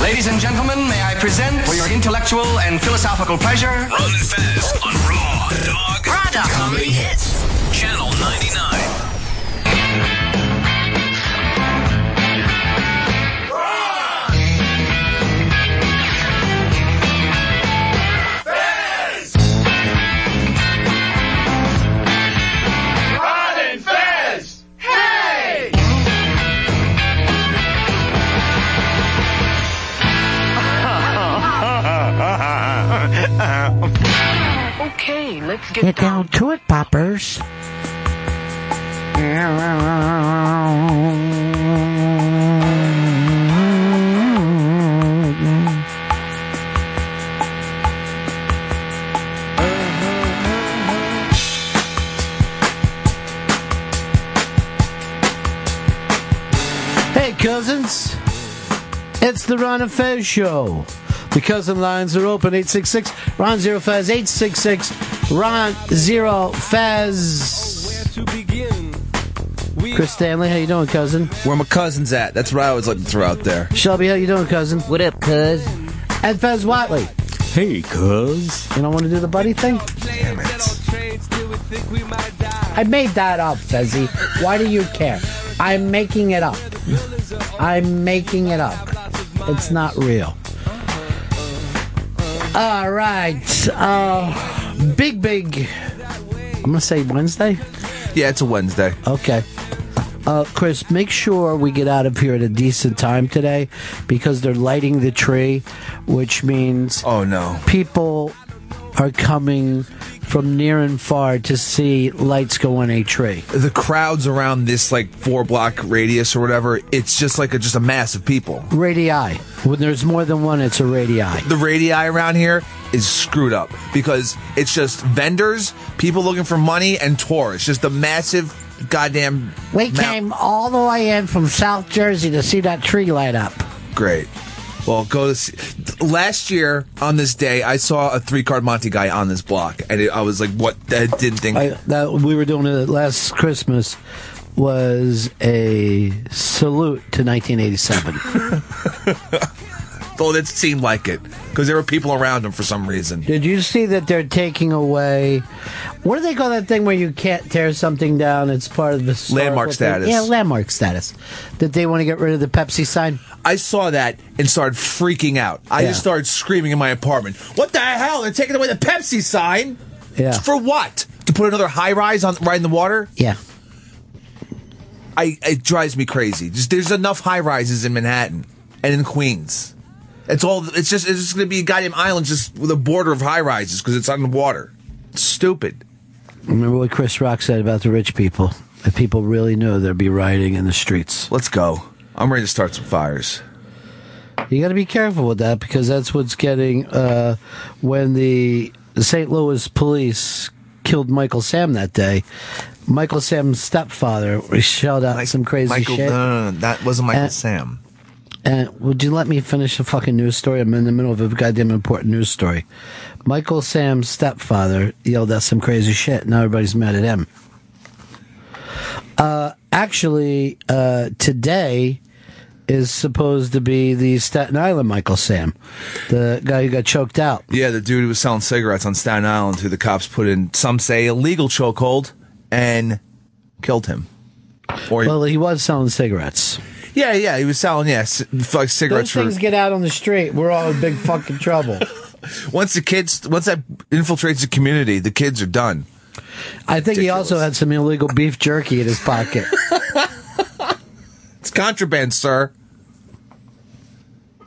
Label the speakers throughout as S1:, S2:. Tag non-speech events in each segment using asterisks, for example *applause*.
S1: Ladies and gentlemen, may I present for your intellectual and philosophical pleasure?
S2: Run fast on Raw Dog
S3: Raw Dog.
S2: Comedy Hits. Channel 99.
S1: *laughs*
S2: *laughs*
S4: *laughs*
S5: Okay, let's
S6: Get down to it, poppers.
S7: Hey, cousins. It's the Ron and Fez show. The cousin lines are open 866 Ron Zero Fez 866 Ron Zero Fez. Chris Stanley, how you doing, cousin?
S8: Where my cousin's at. That's what I always like to throw out there.
S7: Shelby, how you doing, cousin?
S6: What up, cuz?
S7: And Fez Watley.
S9: Hey, cuz.
S7: You don't want to do the buddy thing?
S8: Damn it.
S7: I made that up, Fezzy. Why do you care? I'm making it up. I'm making it up. It's not real. All right. Uh, big, big. I'm going to say Wednesday.
S8: Yeah, it's a Wednesday.
S7: Okay. Uh, Chris, make sure we get out of here at a decent time today because they're lighting the tree, which means
S8: Oh no.
S7: people are coming from near and far to see lights go on a tree.
S8: The crowds around this like four block radius or whatever, it's just like a just a mass of people.
S7: radii. When there's more than one, it's a radii.
S8: The radii around here is screwed up because it's just vendors, people looking for money, and tourists. Just a massive goddamn
S7: We
S8: mount-
S7: came all the way in from South Jersey to see that tree light up.
S8: Great. Well, go to see. Last year on this day, I saw a three card Monte guy on this block, and it, I was like, "What?" I didn't think.
S7: I, that we were doing it last Christmas was a salute to *laughs* 1987.
S8: Well, it seemed like it because there were people around him for some reason.
S7: Did you see that they're taking away? What do they call that thing where you can't tear something down? It's part of the historical
S8: Landmark
S7: thing?
S8: status.
S7: Yeah, landmark status. That they want to get rid of the Pepsi sign.
S8: I saw that and started freaking out. I
S7: Yeah.
S8: just started screaming in my apartment. What the hell? They're taking away the Pepsi sign.
S7: Yeah.
S8: For what? To put another high rise on right in the water?
S7: Yeah.
S8: I it drives me crazy. Just there's enough high rises in Manhattan and in Queens. It's all. It's just. It's just going to be a goddamn island just with a border of high rises because it's on the water. Stupid.
S7: Remember what Chris Rock said about the rich people? If people really knew, there'd be rioting in the streets.
S8: Let's go. I'm ready to start some fires.
S7: You got to be careful with that because that's what's getting uh, when the St. Louis police killed Michael Sam that day. Michael Sam's stepfather shelled out some crazy
S8: Michael,
S7: shit.
S8: No, no, no, that wasn't Michael
S7: Uh,
S8: Sam.
S7: And Uh, would you let me finish the fucking news story? I'm in the middle of a goddamn important news story. Michael Sam's stepfather yelled out some crazy shit. Now everybody's mad at him. Uh, actually, uh, today is supposed to be the Staten Island Michael Sam, the guy who got choked out.
S8: Yeah, the dude who was selling cigarettes on Staten Island, who the cops put in some say illegal chokehold and killed him. Or
S7: Well, he was selling cigarettes.
S8: yeah, yeah, he was selling yeah, c- like cigarettes
S7: Those
S8: for
S7: things get out on the street, we're all in big fucking trouble.
S8: once the kids once that infiltrates the community, the kids are *laughs* done.
S7: I think he also
S8: Ridiculous.
S7: had some illegal beef jerky in his pocket.
S8: It's contraband, sir.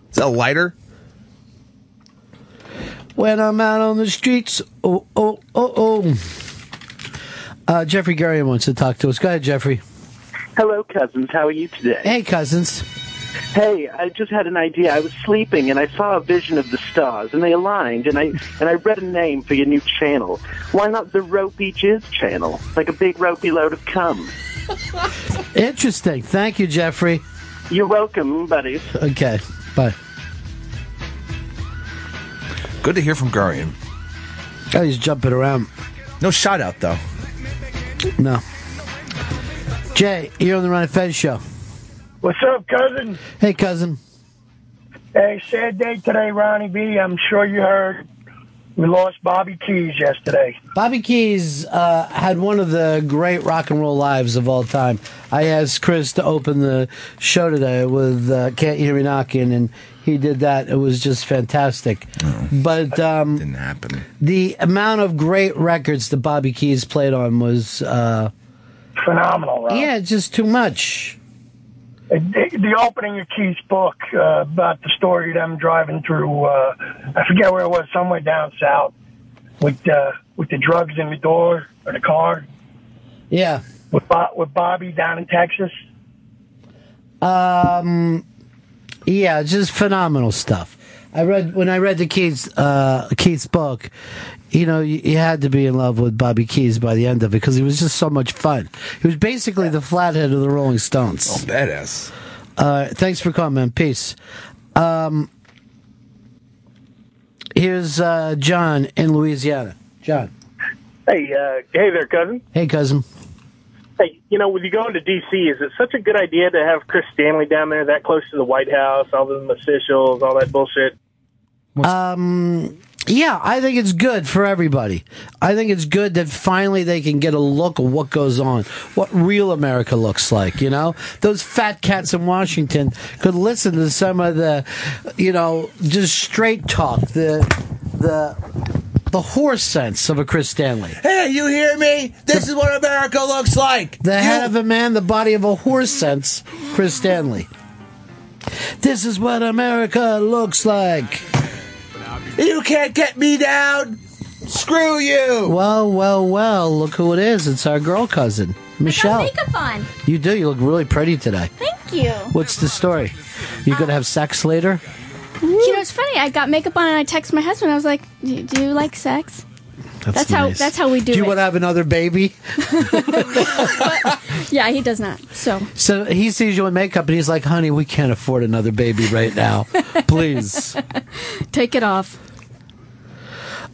S8: Is that a lighter?
S7: When I'm out on the streets, oh, oh, oh, oh. Uh, Jeffrey Garion wants to talk to us. Go ahead, Jeffrey.
S10: Hello, cousins. How are you today?
S7: Hey, cousins.
S10: Hey, I just had an idea. I was sleeping and I saw a vision of the stars, and they aligned. And I and I read a name for your new channel. Why not the Ropey Jizz channel? Like a big ropey load of cum.
S7: Interesting. Thank you, Jeffrey.
S10: You're welcome, buddy.
S7: Okay, bye.
S8: Good to hear from Gurion.
S7: Oh, he's jumping around.
S8: No shout out though.
S7: No. Jay, you're on the Run and Fez show.
S11: What's up, cousin?
S7: Hey, cousin.
S10: Hey, sad day today, Ronnie B. I'm sure you heard we lost Bobby Keys yesterday.
S7: Bobby Keys uh, had one of the great rock and roll lives of all time. I asked Chris to open the show today with uh, "Can't You Hear Me Knocking," and he did that. It was just fantastic. But um,
S8: Oh. Didn't happen.
S7: the amount of great records that Bobby Keys played on was, uh,
S10: Phenomenal, Ron.
S7: yeah, just too much.
S10: The, the opening of Keith's book uh, about the story of them driving through, uh, I forget where it was, somewhere down south, with uh, with the drugs in the door or the car,
S7: Yeah.
S10: with, Bo- with Bobby down in Texas.
S7: Um, Yeah, just phenomenal stuff. I read when I read the Keats uh, Keats book. You know, you, you had to be in love with Bobby Keys by the end of it because he was just so much fun. He was basically the flathead of the Rolling Stones.
S8: Oh, Badass.
S7: Uh, thanks for coming. man. Peace. Um, here's uh, John in Louisiana. John,
S12: Hey, uh, hey there, cousin.
S7: hey cousin.
S12: Hey, you know, when you go into D.C., is it such a good idea to have Chris Stanley down there, that close to the White House, all them officials, all that bullshit?
S7: Um, Yeah, I think it's good for everybody. I think it's good that finally they can get a look at what goes on, what real America looks like. You know, those fat cats in Washington could listen to some of the, you know, just straight talk, the the the horse sense of a Chris Stanley,
S8: Hey, you hear me? This is what America looks like.
S7: the
S8: You-
S7: head of a man, the body of a horse sense, Chris Stanley. This is what America looks like.
S8: You can't get me down. Screw you.
S7: Well, well, well, look who it is. It's our girl cousin, Michelle.
S13: makeup on.
S7: You do. You look really pretty today.
S13: Thank you.
S7: What's the story? You gonna have sex later?
S13: You know, it's funny. I got makeup on and I texted my husband. I was like, "Do, do you like *laughs* sex?" That's how- that's how we do
S7: you
S13: it.
S7: want to have another baby?
S13: Yeah, he does not. *laughs* So
S7: So he sees you in makeup and he's like, "Honey, we can't afford another baby right
S13: *laughs*
S7: now. Please."
S13: take it off.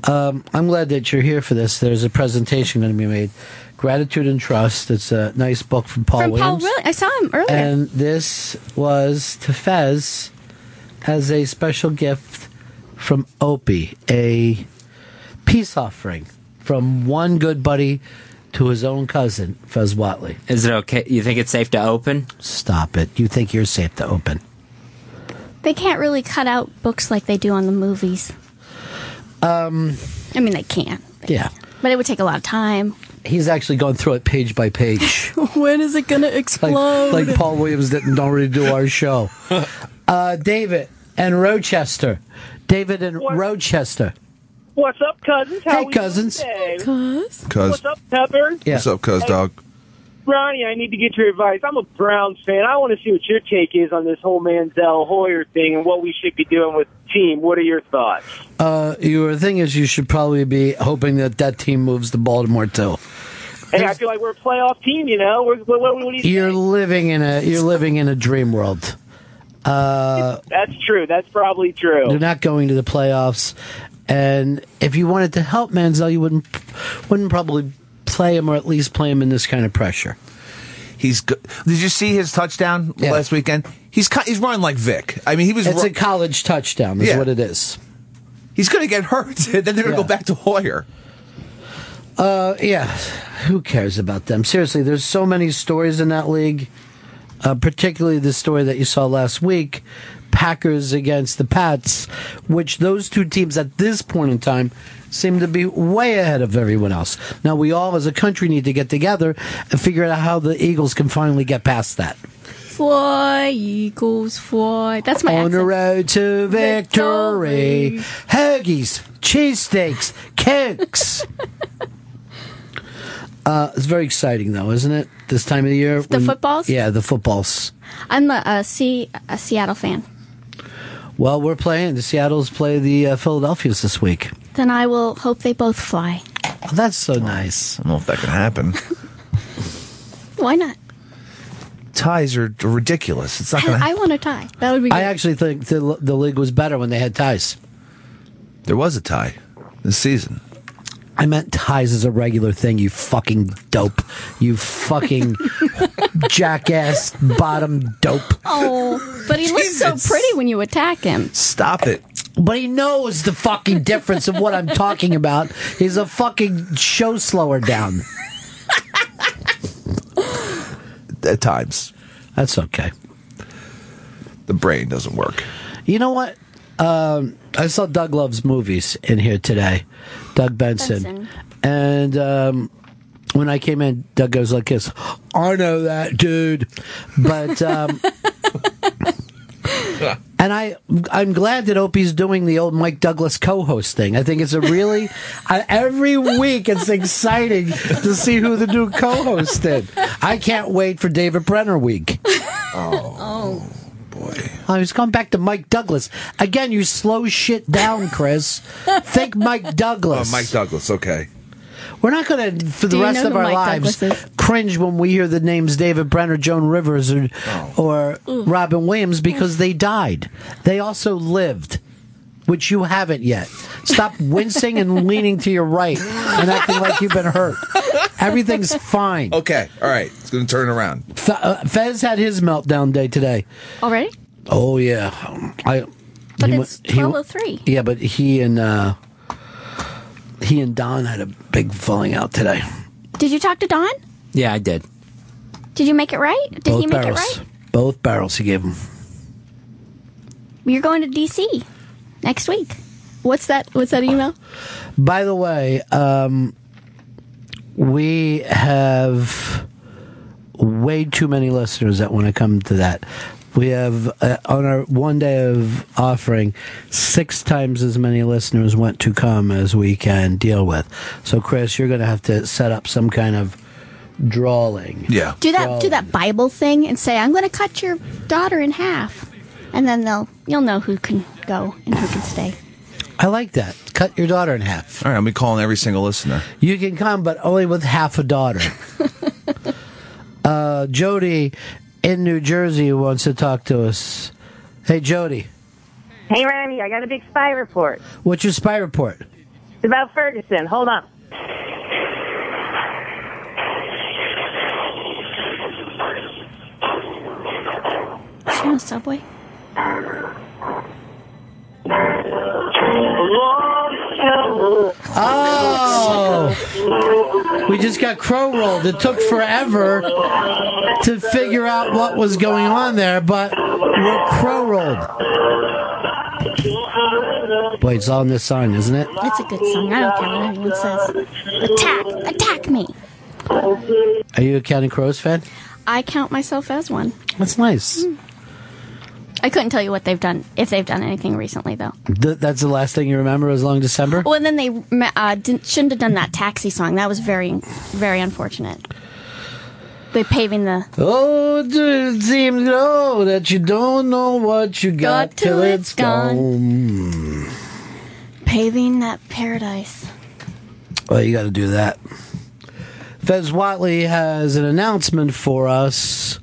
S7: Um, I'm glad that you're here for this. There's a presentation going to be made, "Gratitude and Trust." It's a nice book from Paul
S13: From Paul
S7: Williams.
S13: Will, I saw him earlier.
S7: And this was to Fez as a special gift from Opie, a peace offering from one good buddy to his own cousin, Fez Watley.
S14: Is it okay? You think it's safe to open?
S7: Stop it. You think you're safe to open.
S13: they can't really cut out books like they do on the movies. Um, I mean, they can. They
S7: Yeah.
S13: can. But it would take a lot of time.
S7: He's actually gone through it page by page.
S13: *laughs* When is it gonna
S7: like,
S13: explode?
S7: like Paul Williams didn't already do our show. Uh, David and Rochester. David and Rochester.
S12: What's up, cousins?
S7: How Hey, we doing cousins.
S8: Cuz,
S12: up, Pepper?
S7: Yeah.
S8: what's up, cuz dog?
S12: Ronnie, I need to get your advice. I'm a Browns fan. I want to see what your take is on this whole Manziel Hoyer thing and what we should be doing with the team. What are your thoughts?
S7: Uh, your thing is, you should probably be hoping that that team moves to Baltimore too.
S12: Hey, I feel like we're a playoff team. You know, we're, what, what, what do you
S7: You're living in a you're living in a dream world.
S12: think? That's true. That's probably true.
S7: They're not going to the playoffs, and if you wanted to help Manziel, you wouldn't wouldn't probably play him or at least play him in this kind of pressure.
S8: He's good. Did you see his touchdown
S7: Yeah.
S8: last weekend? He's cu- he's running like Vic. I mean, he was.
S7: It's
S8: ru-
S7: a college touchdown, is
S8: Yeah.
S7: what it is.
S8: he's gonna get hurt. *laughs* then they're gonna
S7: Yeah.
S8: go back to Hoyer.
S7: Uh, yeah, who cares about them? Seriously, there's so many stories in that league, uh, particularly the story that you saw last week Packers against the Pats, which those two teams at this point in time seem to be way ahead of everyone else. Now, we all as a country need to get together and figure out how the Eagles can finally get past that.
S13: fly, Eagles, fly. That's my
S7: On the
S13: accent.
S7: road to victory,
S13: Victory.
S7: hoagies, cheesesteaks,
S13: *laughs*
S7: cakes. uh, it's very exciting, though, isn't it? This time of the year.
S13: The footballs?
S7: Yeah, the footballs.
S13: I'm a, a, C, a Seattle fan.
S7: Well, we're playing. The Seattle's play the uh, Philadelphia's this week.
S13: Then I will hope they both fly.
S7: Oh, that's so nice.
S8: I don't know if that can
S7: *laughs*
S8: happen.
S13: Why not?
S8: Ties are ridiculous. It's not gonna.
S13: I, I want a tie. That would be. Good.
S7: I actually think the, the league was better when they had ties.
S8: there was a tie this season.
S13: *laughs*
S7: I meant ties as a regular thing, you fucking dope. You fucking
S15: jackass bottom dope.
S13: Oh, but he
S7: *laughs*
S13: looks so pretty when you attack him.
S8: Stop it.
S15: But he knows the fucking difference of what I'm talking about. He's a fucking show slower down.
S8: At times.
S7: That's okay.
S8: The brain doesn't work.
S7: You know what? Um, I saw Doug Love's movies in here today, Doug Benson.
S15: Benson.
S7: And um, when I came in, Doug goes like this I know that, dude. But. Um, And I, I'm glad that Opie's doing the old Mike Douglas co-host thing. I think it's a really, *laughs* I, every week it's exciting to see who the new co-host did. I can't wait for David Brenner
S8: *laughs*
S7: week.
S5: Oh.
S7: I was going back to Mike Douglas again. You slow shit down, Chris. Think Mike
S8: Oh,
S7: Douglas.
S8: Mike Douglas. Okay.
S7: We're not going to, for the
S8: Do you
S7: rest
S8: know
S7: of
S8: who
S7: our
S8: Mike
S7: lives,
S8: Douglas
S7: cringe when we hear the names David Brenner, Joan Rivers, or, or Robin Williams because they died. They also lived, which you haven't yet.
S8: *laughs*
S7: Stop wincing and leaning to your right and acting like you've been hurt. *laughs* Everything's fine.
S8: Okay. All right. It's going to turn around.
S7: Fe- uh, Fez had his meltdown day today.
S13: Already?
S7: Oh yeah, I.
S13: But
S7: wa-
S13: it's
S7: he wa-
S13: 12:03.
S7: Yeah, but he and uh, he and Don had a big falling out today.
S13: Did you talk to Don?
S7: Yeah, I did.
S13: Did you make it right? Did
S7: Both
S13: he make
S7: barrels.
S13: it right?
S7: Both barrels he gave him.
S13: You're going to DC next week. What's that? What's that email?
S7: By the way, um, we have way too many listeners that want to come to that. We have uh, on our one day of offering, six times as many listeners want to come as we can deal with. So, Chris, you're going to have to set up some kind of drawing.
S8: Yeah.
S13: Do that. Do that Bible thing and say, "I'm going to cut your daughter in half," and then they'll you'll know who can go and who can stay.
S7: I like that. Cut your daughter in half.
S8: All right. I'm be calling every single listener.
S7: You can come, but only with half a daughter. uh, Jody in New Jersey wants to talk to us. Hey, Jody,
S6: Hey, Rami, I got a big spy report.
S7: what's your spy report?
S6: It's about Ferguson. Hold on.
S13: Is she on subway?
S7: Oh, we just got crow rolled. It took forever to figure out what was going on there, but we're crow rolled. Boy, it's all in this sign, isn't it?
S13: That's a good song. I don't care what anyone says. Attack! Attack me!
S7: Are you a Counting Crows fan?
S13: I count myself as one.
S7: That's nice.
S13: I couldn't tell you what they've done if they've done anything recently, though.
S7: Th- that's the last thing you remember as long December?
S13: Well, and then they uh, didn't, shouldn't have done that taxi song. That was very, very unfortunate. They paving the
S7: Oh, do it seems low that you don't know what you got,
S13: Got
S7: till it's gone.
S13: paving that paradise.
S7: Well, you got to do that. Fez Watley has an announcement for us.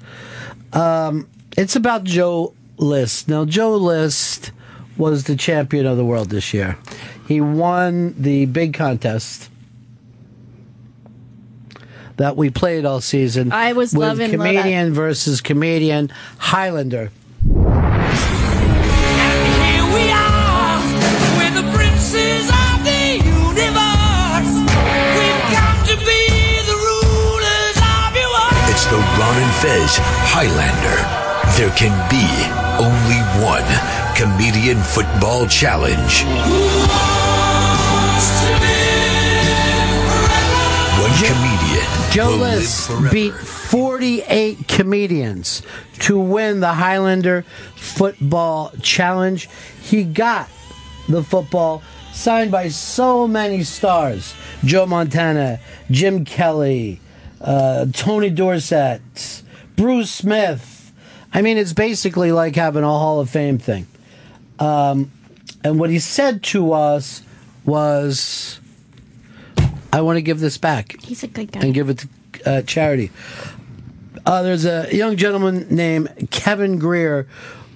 S7: Um, it's about Joe List. Now, Joe List was the champion of the world this year. He won the big contest that we played all season.
S5: I was
S7: with
S5: loving Love Act.
S7: comedian versus comedian Highlander.
S5: Here we are, we're the princes of the universe. We've got to be the rulers of your world.
S16: It's the Ron and Fez Highlander. There can be only one comedian football challenge. One comedian.
S7: Joe
S16: will live
S7: List
S16: forever.
S7: beat 48 comedians to win the Highlander Football Challenge. He got the football signed by so many stars Joe Montana, Jim Kelly, uh, Tony Dorsett, Bruce Smith. I mean, it's basically like having a Hall of Fame thing. Um, and what he said to us was, I want to give this back
S13: He's a good guy.
S7: and give it to uh, charity. Uh, there's a young gentleman named Kevin Greer.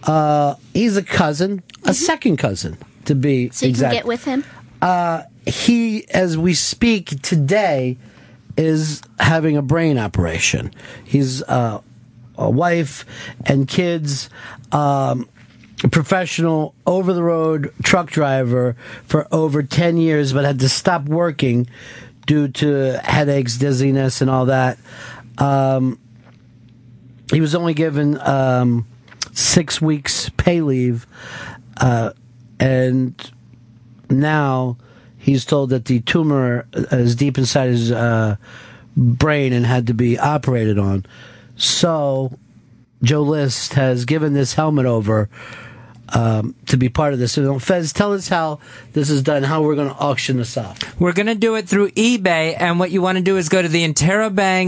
S7: Uh, he's a cousin, a second cousin to be
S13: Mm-hmm. So you
S7: exact.
S13: can get with him.
S7: uh, he, as we speak today, is having a brain operation. He's uh, a wife and kids, um, professional over the road truck driver for over 10 years, but had to stop working due to headaches, dizziness, and all that. Um, he was only given um, six weeks pay leave, uh, and now he's told that the tumor is deep inside his uh, brain and had to be operated on. So Joe List has given this helmet over um, to be part of this. So Fez, tell us how this is done, how we're going to auction this off.
S14: We're going to do it through eBay, and what you want to do is go to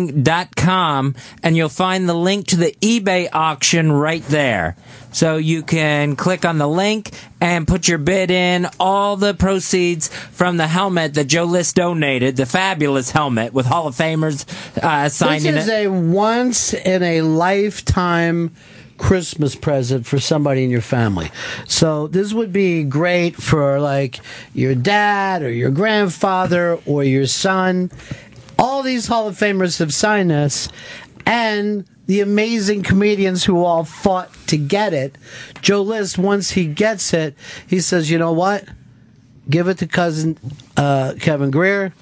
S14: theinterrobang.com, and you'll find the link to the eBay auction right there. So you can click on the link and put your bid in. All the proceeds from the helmet that Joe List donated, the fabulous helmet with Hall of Famers uh, signing
S7: this is
S14: it.
S7: a once in a lifetime Christmas present for somebody in your family. So this would be great for like your dad or your grandfather or your son. All these Hall of Famers have signed this, and the amazing comedians who all fought to get it. Joe List, once he gets it, he says, "You know what? Give it to cousin uh, Kevin Greer."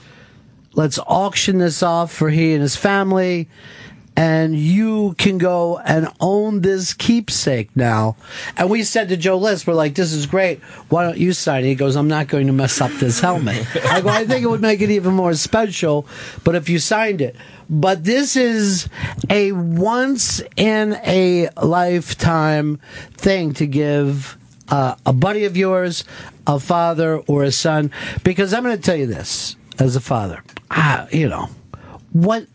S7: let's auction this off for he and his family and you can go and own this keepsake now. And we said to Joe List, we're like, this is great. Why don't you sign it? He goes, I'm not going to mess up this helmet. I go, I think it would make it even more special, but if you signed it. But this is a once in a lifetime thing to give uh, a buddy of yours, a father or a son, because I'm going to tell you this as a father. Ah, you know, what?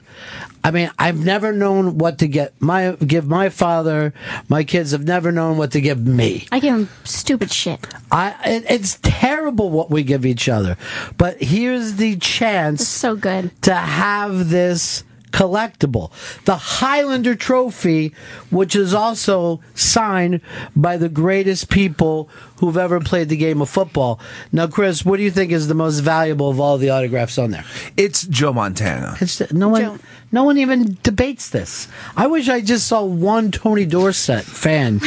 S7: I mean, I've never known what to get my give my father. My kids have never known what to give me.
S13: I give him stupid shit.
S7: I it, it's terrible what we give each other. But here's the chance
S13: so good
S7: to have this collectible. The Highlander trophy, which is also signed by the greatest people who've ever played the game of football. Now Chris, what do you think is the most valuable of all the autographs on there?
S8: It's Joe Montana.
S7: It's no one, no one even debates this. I wish I just saw one Tony Dorsett fan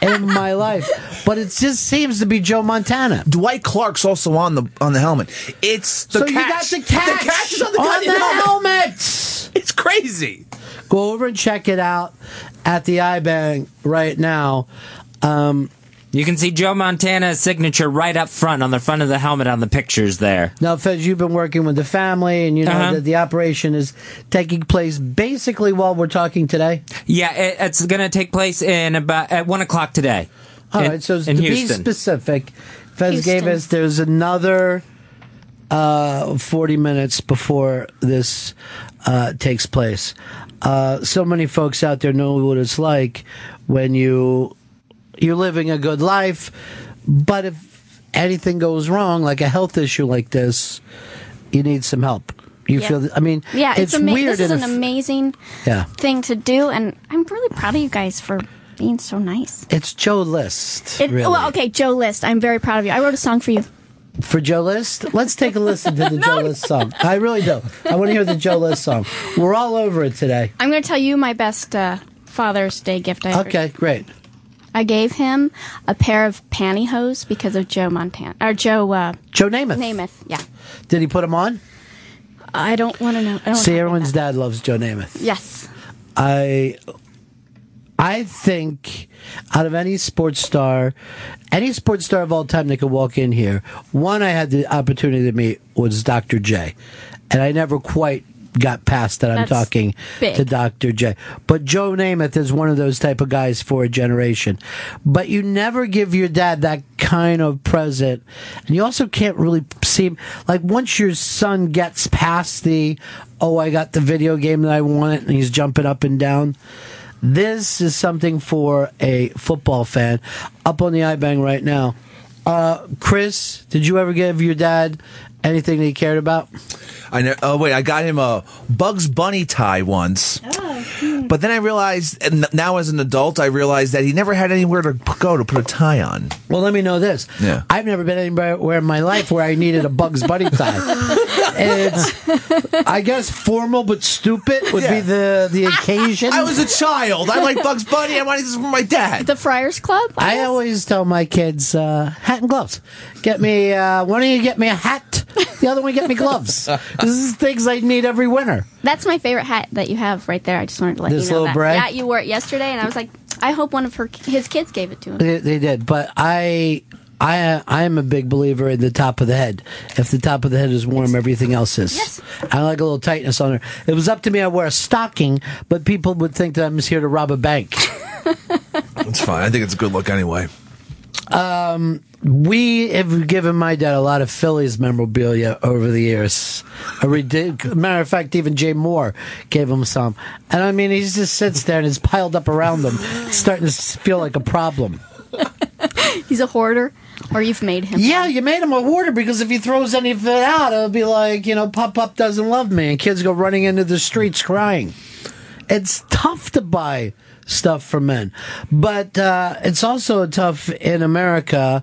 S7: in my life, but it just seems to be Joe Montana.
S8: Dwight Clark's also on the on the helmet. It's the
S7: so you got
S8: catch.
S7: the catch,
S8: The catch is on the goddamn helmet.
S7: helmets.
S8: It's crazy.
S7: Go over and check it out at the iBang right now. Um,
S14: You can see Joe Montana's signature right up front on the front of the helmet on the pictures there.
S7: Now, Fez, you've been working with the family, and you know
S14: Uh-huh.
S7: that the operation is taking place basically while we're talking today.
S14: Yeah, it, it's going to take place in about at one o'clock today.
S7: All right,
S14: in,
S7: so
S14: in
S7: to
S14: Houston.
S7: be specific, Fez
S14: Houston.
S7: gave us there's another uh, 40 minutes before this uh, takes place. Uh, so many folks out there know what it's like when you you're living a good life, but if anything goes wrong, like a health issue like this, you need some help. You
S13: Yeah.
S7: feel? I mean,
S13: Yeah, it's, ama-
S7: weird.
S13: This is
S7: and
S13: an
S7: if-
S13: amazing
S7: yeah.
S13: thing to do, and I'm really proud of you guys for being so nice.
S7: It's Joe List.
S13: It,
S7: really.
S13: Well, okay, Joe List, I'm very proud of you. I wrote a song for you.
S7: For Joe List, let's take a listen
S13: *laughs*
S7: to the Joe List song. I really do. I want to hear the Joe List song. We're all over it today.
S13: I'm going to tell you my best uh, Father's Day gift I ever
S7: Okay, great.
S13: I gave him a pair of pantyhose because of Joe Montana or Joe uh,
S7: Joe Namath.
S13: Namath, yeah.
S7: Did he put them on?
S13: I don't want to know. I don't
S7: See,
S13: wanna-
S7: everyone's dad loves Joe Namath.
S13: Yes.
S7: I, I think, out of any sports star, any sports star of all time that could walk in here, one I had the opportunity to meet was Dr. J, and I never quite got past that. I'm
S17: That's
S7: talking
S17: big.
S7: to Dr. J. But Joe Namath is one of those type of guys for a generation. But you never give your dad that kind of present. And you also can't really seem like once your son gets past the, oh, I got the video game that I wanted and he's jumping up and down. This is something for a football fan up on the iBang right now. Uh, Chris, did you ever give your dad anything that he cared about?
S8: I know. Oh wait, I got him a Bugs Bunny tie once, But then I realized, and now as an adult, I realized that he never had anywhere to p- go to put a tie on.
S7: Well, let me know this.
S8: Yeah.
S7: I've never been anywhere in my life where I needed a Bugs Bunny tie. And it's, I guess, formal but stupid would be the the occasion.
S8: I was a child. I like Bugs Bunny. I wanted this *laughs* from my dad.
S13: The Friars Club.
S7: I always tell my kids, uh, hat and gloves. Get me uh, one of you get me a hat, the other one get me gloves. this is things I need every winter.
S13: That's my favorite hat that you have right there. I just wanted to let
S7: This
S13: you know
S7: little
S13: that.
S7: brat?
S13: Yeah, you wore it yesterday, and I was like, I hope one of her his kids gave it to
S7: *laughs*
S13: him.
S7: They, they did, but I. I I am a big believer in the top of the head. If the top of the head is warm, everything else is. I like a little tightness on her. It was up to me. I wear a stocking, but people would think that I'm just here to rob a bank.
S8: It's fine. I think it's a good look anyway.
S7: Um, we have given my dad a lot of Phillies memorabilia over the years. A ridic- matter of fact, even Jay Moore gave him some. And I mean, he just sits there and it's piled up around him, It's starting to s- feel like a problem.
S13: He's a hoarder, or you've made him.
S7: Yeah, you made him a hoarder because if he throws any of it out, it'll be like, you know, Pop Pop doesn't love me, and kids go running into the streets crying. It's tough to buy stuff for men, but uh, it's also tough in America.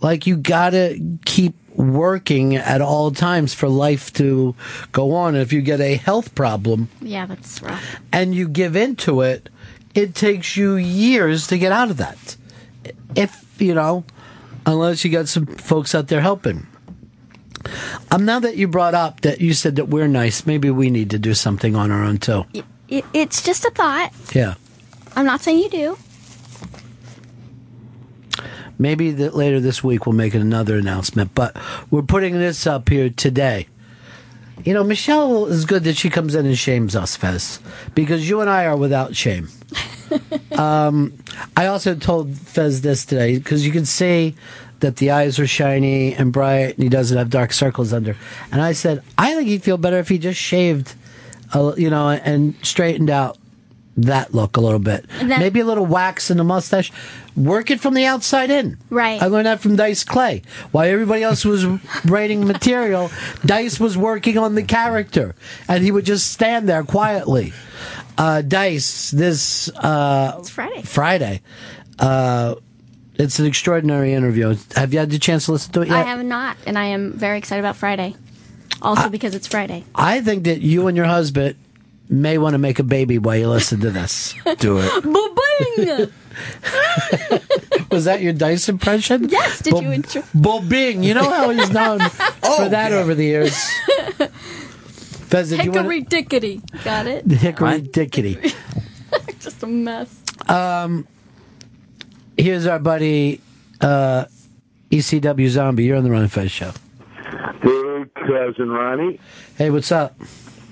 S7: Like, you gotta keep working at all times for life to go on. If you get a health problem,
S13: Yeah, that's rough.
S7: and you give into it, it takes you years to get out of that. If, you know, unless you got some folks out there helping. Um, now that you brought up that you said that we're nice, maybe we need to do something on our own too.
S13: It, it's just a thought.
S7: Yeah.
S13: I'm not saying you do.
S7: Maybe that later this week we'll make another announcement, but we're putting this up here today. You know, Michelle is good that she comes in and shames us, Fez, because you and I are without shame. *laughs* um, I also told Fez this today because you can see that the eyes are shiny and bright, and he doesn't have dark circles under. And I said, I think he'd feel better if he just shaved, uh, you know, and straightened out that look a little bit.
S13: And then-
S7: Maybe a little wax in the mustache. Work it from the outside in.
S13: Right.
S7: I learned that from Dice Clay. While everybody else was *laughs* writing material, Dice was working on the character, and he would just stand there quietly. Uh, Dice, this uh,
S13: It's Friday.
S7: Friday, uh, it's an extraordinary interview. Have you had the chance to listen to it yet?
S13: I have not, and I am very excited about Friday. Also because it's Friday.
S7: I think that you and your husband may want to make a baby while you listen to this. Do it.
S13: *laughs* Boo-bing!
S7: Was that your dice impression?
S13: Yes, did you enjoy-
S7: Bo Bing, you know how he's
S13: *laughs*
S7: known for that over the years. Fez, did you want
S13: Hickory dickety. Got
S7: *laughs*
S13: it?
S7: Hickory dickety.
S13: *laughs* just a mess.
S7: Um, here's our buddy uh, ECW Zombie. You're on the Run and Fez show.
S18: Hey, cousin Ronnie.
S7: Hey, what's up?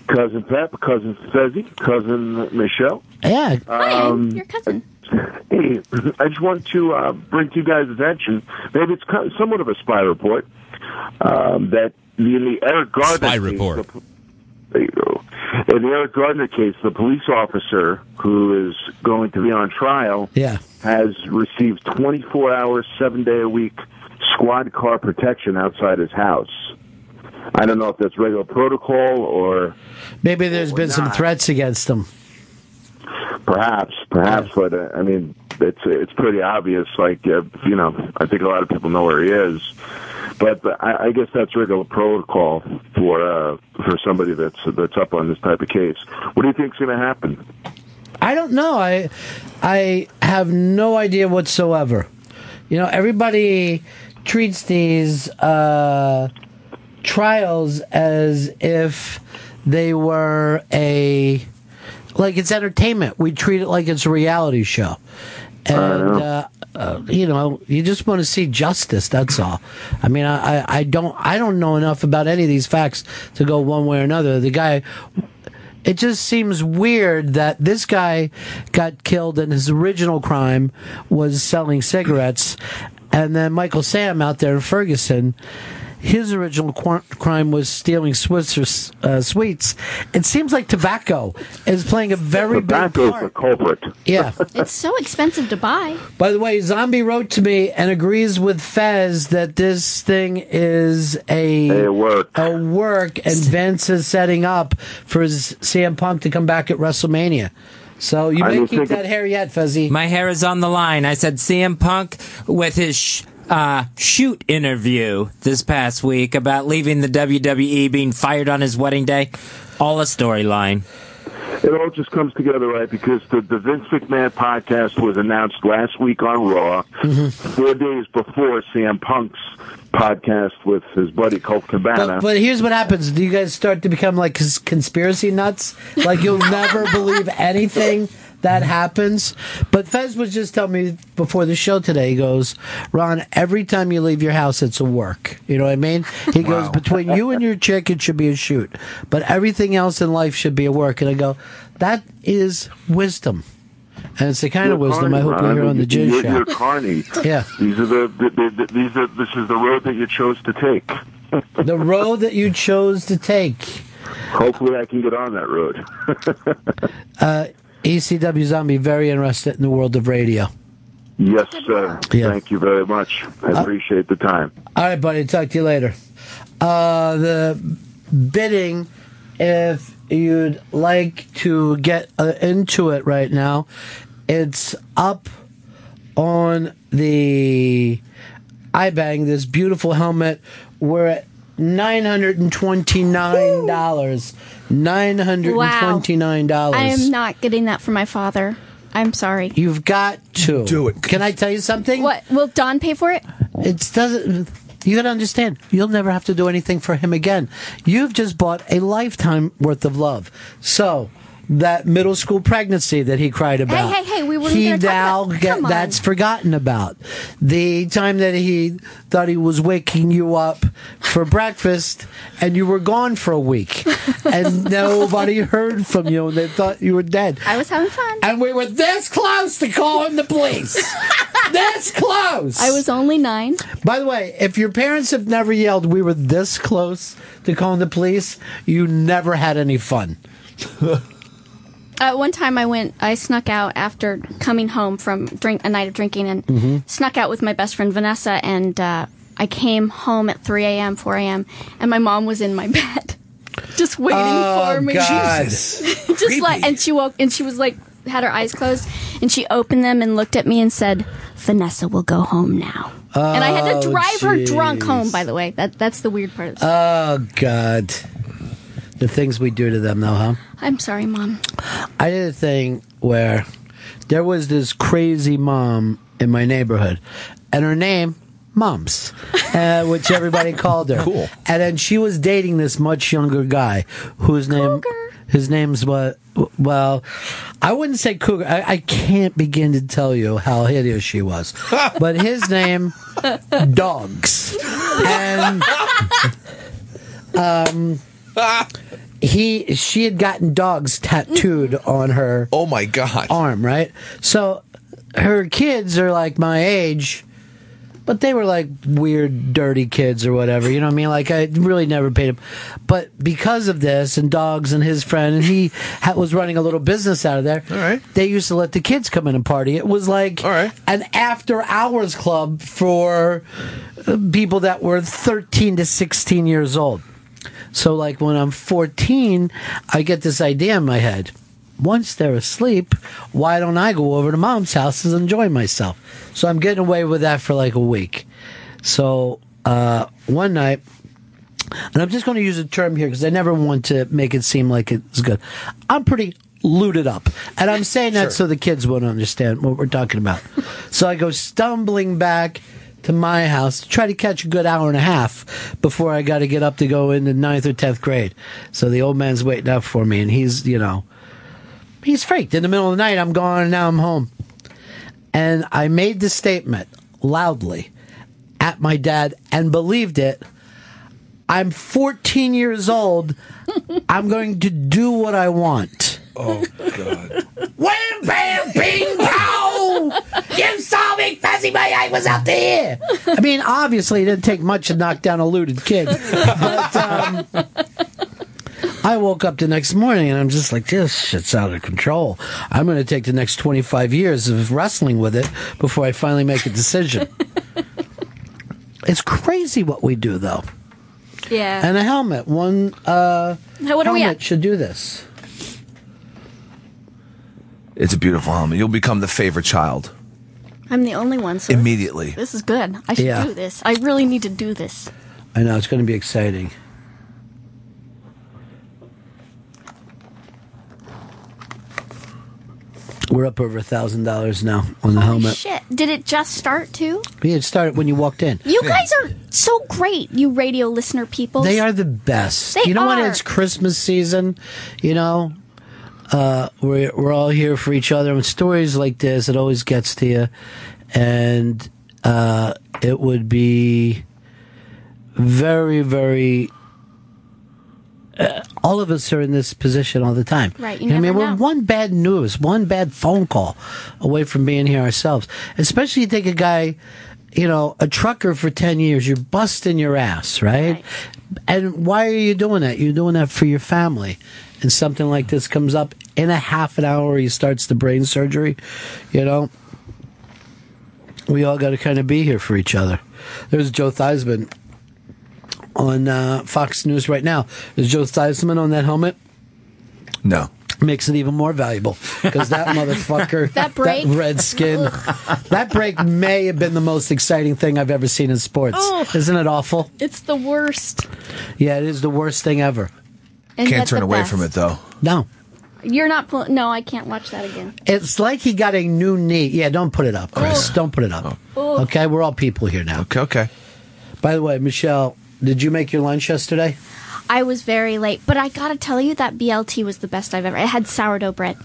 S18: Cousin Pep, cousin Fezzi, cousin Michelle.
S7: Yeah.
S18: Um, your
S13: cousin.
S18: Hey, I just want to uh, bring to you guys' attention. Maybe it's kind somewhat of a spy report um, that the, the Eric Gardner
S19: Spy
S18: case,
S19: report.
S18: the po- there you go. In the Eric Gardner case, the police officer who is going to be on trial
S7: Yeah.
S18: has received 24 hours, seven day a week squad car protection outside his house. I don't know if that's regular protocol or
S7: Maybe there's been some
S18: not.
S7: threats against him.
S18: perhaps, perhaps, but uh, I mean, it's it's pretty obvious. Like uh, you know, I think a lot of people know where he is, but uh, I, I guess that's regular protocol for uh, for somebody that's that's up on this type of case. What do you think's going to happen?
S7: I don't know. I I have no idea whatsoever. You know, everybody treats these uh, trials as if they were a like it's entertainment. We treat it like it's a reality show, and uh, uh, you know, you just want to see justice. That's all. I mean, I, I I don't I don't know enough about any of these facts to go one way or another. The guy it just seems weird that this guy got killed and his original crime was selling cigarettes and then michael sam out there in ferguson his original qu- crime was stealing Swiss uh, sweets. It seems like tobacco is playing a very big
S18: Tobacco's the
S7: part.
S18: culprit.
S7: Yeah.
S13: It's so expensive to buy.
S7: By the way, Zombie wrote to me and agrees with Fez that this thing is a
S18: A work.
S7: a work, and Vince is setting up for his CM Punk to come back at WrestleMania. So you may keep that hair yet, Fuzzy.
S14: My hair is on the line. I said CM Punk with his sh- uh, shoot interview this past week about leaving the WWE, being fired on his wedding day. All a storyline.
S18: It all just comes together, right? Because the, the Vince McMahon podcast was announced last week on Raw,
S7: Mm-hmm.
S18: four days before Sam Punk's podcast with his buddy Colt Cabana.
S7: But, but here's what happens: Do you guys start to become like cons- conspiracy nuts?
S18: *laughs*
S7: Like you'll never believe anything that happens. But Fez was just telling me before the show today. He goes, "Ron, every time you leave your house, it's a work. You know what I mean?" He goes, "Between you and your chick, it should be a shoot, but everything else in life should be a work." And I go, "That is wisdom." And it's the kind of
S18: You're
S7: wisdom I
S18: carny,
S7: hope
S18: Ron.
S7: you hear on the
S18: You're-
S7: Jizz
S18: You're
S7: Show.
S18: carny.
S7: Yeah.
S18: These are the, the, the, the these are this is the road that you chose to take.
S7: The road that you chose to take.
S18: Hopefully, I can get on that road.
S7: *laughs* Uh, ECW Zombie, very interested in the world of radio.
S18: yes, sir. Thank you very much. I
S7: Uh,
S18: appreciate the time.
S7: All right, buddy. Talk to you later. Uh, the bidding, if you'd like to get uh, into it right now, it's up on the iBang, this beautiful helmet. We're at $929. $929.
S13: I am not getting that for my father. I'm sorry.
S7: You've got to do it. Can I tell you something?
S13: What? Will Don pay
S7: *laughs*
S13: for it?
S7: It doesn't. You gotta understand. You'll never have to do anything for him again. You've just bought a lifetime worth of love. So that middle school pregnancy that he cried about.
S13: hey, hey, we weren't
S7: He
S13: gonna talk
S7: now
S13: about-
S7: get
S13: come on.
S7: that's forgotten about. The time that he thought he was waking you up for breakfast and you were gone for a
S13: *laughs*
S7: week and nobody heard from you and they thought you were dead.
S13: I was having fun.
S7: And we were this close to calling the police. this close.
S13: I was only nine.
S7: By the way, if your parents have never yelled, we were this close to calling the police, you never had any
S13: *laughs*
S7: fun.
S13: At Uh, one time, I went. I snuck out after coming home from drink a night of drinking and
S7: Mm-hmm.
S5: Mhm.
S13: snuck out with my best friend Vanessa. And uh, I came home at 3 a.m., 4 a.m., and my mom was in my *laughs* bed, just waiting
S5: Oh,
S13: for me. *laughs*
S5: God. *laughs*
S13: just like, and she woke, and she was like, had her eyes closed, and she opened them and looked at me and said, "Vanessa will go home now." and I had to
S7: Oh,
S13: drive her drunk
S7: jeez.
S13: home. By the way, that that's the weird part. Of this.
S7: Oh, God. The things we do to them, though, huh?
S13: I'm sorry, mom.
S7: I did a thing where there was this crazy mom in my neighborhood, and her name, Moms, uh, which everybody called her. Cool. And then she was dating this much younger guy whose name, his name's what? Well, I wouldn't say Cougar. I, I can't begin to tell you how hideous she was, but his name, Dogs, and um, he she had gotten dogs tattooed on her. Oh my god! Arm right. So her kids are like my age, but they were like weird, dirty kids or whatever. You know what I mean? Like I really never paid him, but because of this and dogs and his friend and he ha- was running a little business out of there. All right. They used to let the kids come in and party. It was like an after hours club for uh, people that were thirteen to sixteen years old. So, like when I'm 14, I get this idea in my head. Once they're asleep, why don't I go over to mom's house and enjoy myself? So, I'm getting away with that for like a week. So, uh, one night, and I'm just going to use a term here because I never want to make it seem like it's good. I'm pretty looted up. And I'm saying that so the kids won't understand what we're talking about. so I go stumbling back to my house to try to catch a good hour and a half before I got to get up to go into ninth or 10th grade. So the old man's waiting up for me and he's, you know, he's freaked. In the middle of the night, I'm gone and now I'm home. And I made the statement loudly at my dad and believed it. I'm 14 years old. I'm going to do what
S13: Oh.
S7: I want.
S5: Wham, bam, bing, pow! You saw me fuzzy. My eye was out there.
S7: I mean, obviously, it didn't take much to knock down a looted kid.
S13: *laughs*
S7: But,
S13: uh,
S7: *laughs* um, I woke up the next morning and I'm just like, this shit's out of control. I'm going to take the next 25 years of wrestling with it before I finally make a
S13: *laughs*
S7: decision. it's crazy what we do, though.
S13: Yeah.
S7: And a helmet. One uh,
S13: Now, what are we
S7: helmet
S13: at?
S7: should do this.
S8: It's a beautiful helmet. You'll become the favorite child
S13: I'm the only one. So
S8: immediately.
S13: This is good. I should
S7: Yeah.
S13: do this. I really need to do this.
S7: I know, it's going to be exciting. We're up over a $1,000 now on the
S13: Holy
S7: helmet.
S13: Oh, shit. Did it just start too?
S7: We had started when you walked in.
S13: You guys are so great, you radio listener people.
S7: They are the best.
S13: They
S7: you know when
S13: are.
S7: it's Christmas season, you know, uh, we're we're all here for each other. And stories like this, it always gets to you, and uh, it would be very, very. Uh, all of us are in this position all the time.
S5: Right, you
S7: know what I
S5: never
S7: mean, we're
S5: know.
S7: one bad news, one bad phone call away from being here ourselves. Especially you take a guy, you know, a trucker for 10 years, you're busting your ass, right? And why are you doing that? You're doing that for your family. And something like this comes up in a half an hour, he starts the brain surgery, you know? We all got to kind of be here for each other. There's Joe Theismann on uh, Fox News right now. Is Joe Theismann on that helmet?
S8: No.
S7: Makes it even more valuable because
S13: *laughs*
S7: that motherfucker,
S5: That break?
S7: red skin, that break may have been the most exciting thing I've ever seen in sports.
S13: Ugh.
S7: Isn't it awful?
S13: Oh. It's the worst.
S7: Yeah, it is the worst thing ever.
S13: And Can't yet turn the away best. from it,
S8: though.
S7: No,
S13: You're not. Pl- no, I can't watch that again.
S7: it's like he got a new knee. Yeah, don't put it up,
S13: Oh.
S7: Chris. Don't put it up.
S13: Ugh.
S7: Okay, we're all people here now.
S8: Okay, okay.
S7: By the way, Michelle, did you make your lunch yesterday?
S13: I was very late, but I gotta tell you that BLT was the best I've ever. It had sourdough bread.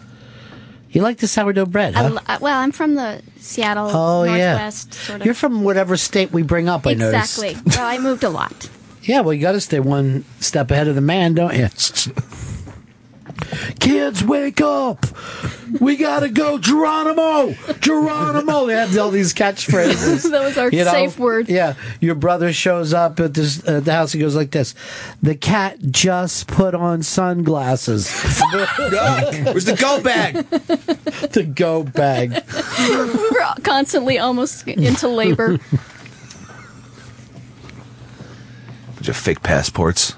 S7: You like the sourdough bread,
S13: I
S7: huh?
S13: lo- uh, well, I'm from the Seattle
S7: oh yeah,
S13: Northwest sort of.
S7: you're from whatever state we bring up. I noticed.
S13: exactly. well, I moved
S7: *laughs*
S13: a lot. *laughs*
S7: Yeah, well, you got to stay one step ahead of the man, don't you? *laughs* Uh, Kids, wake up! We gotta go, Geronimo! Geronimo! They have all these
S13: *laughs*
S7: catchphrases.
S13: that was our
S7: You know?
S13: safe word.
S7: Yeah, your brother shows up at this at the house. He goes like this: "The cat just put on sunglasses." *laughs*
S8: Where's the go bag?
S7: the go
S13: *laughs*
S7: bag.
S13: we were constantly almost into labor.
S8: *laughs* Bunch of fake passports.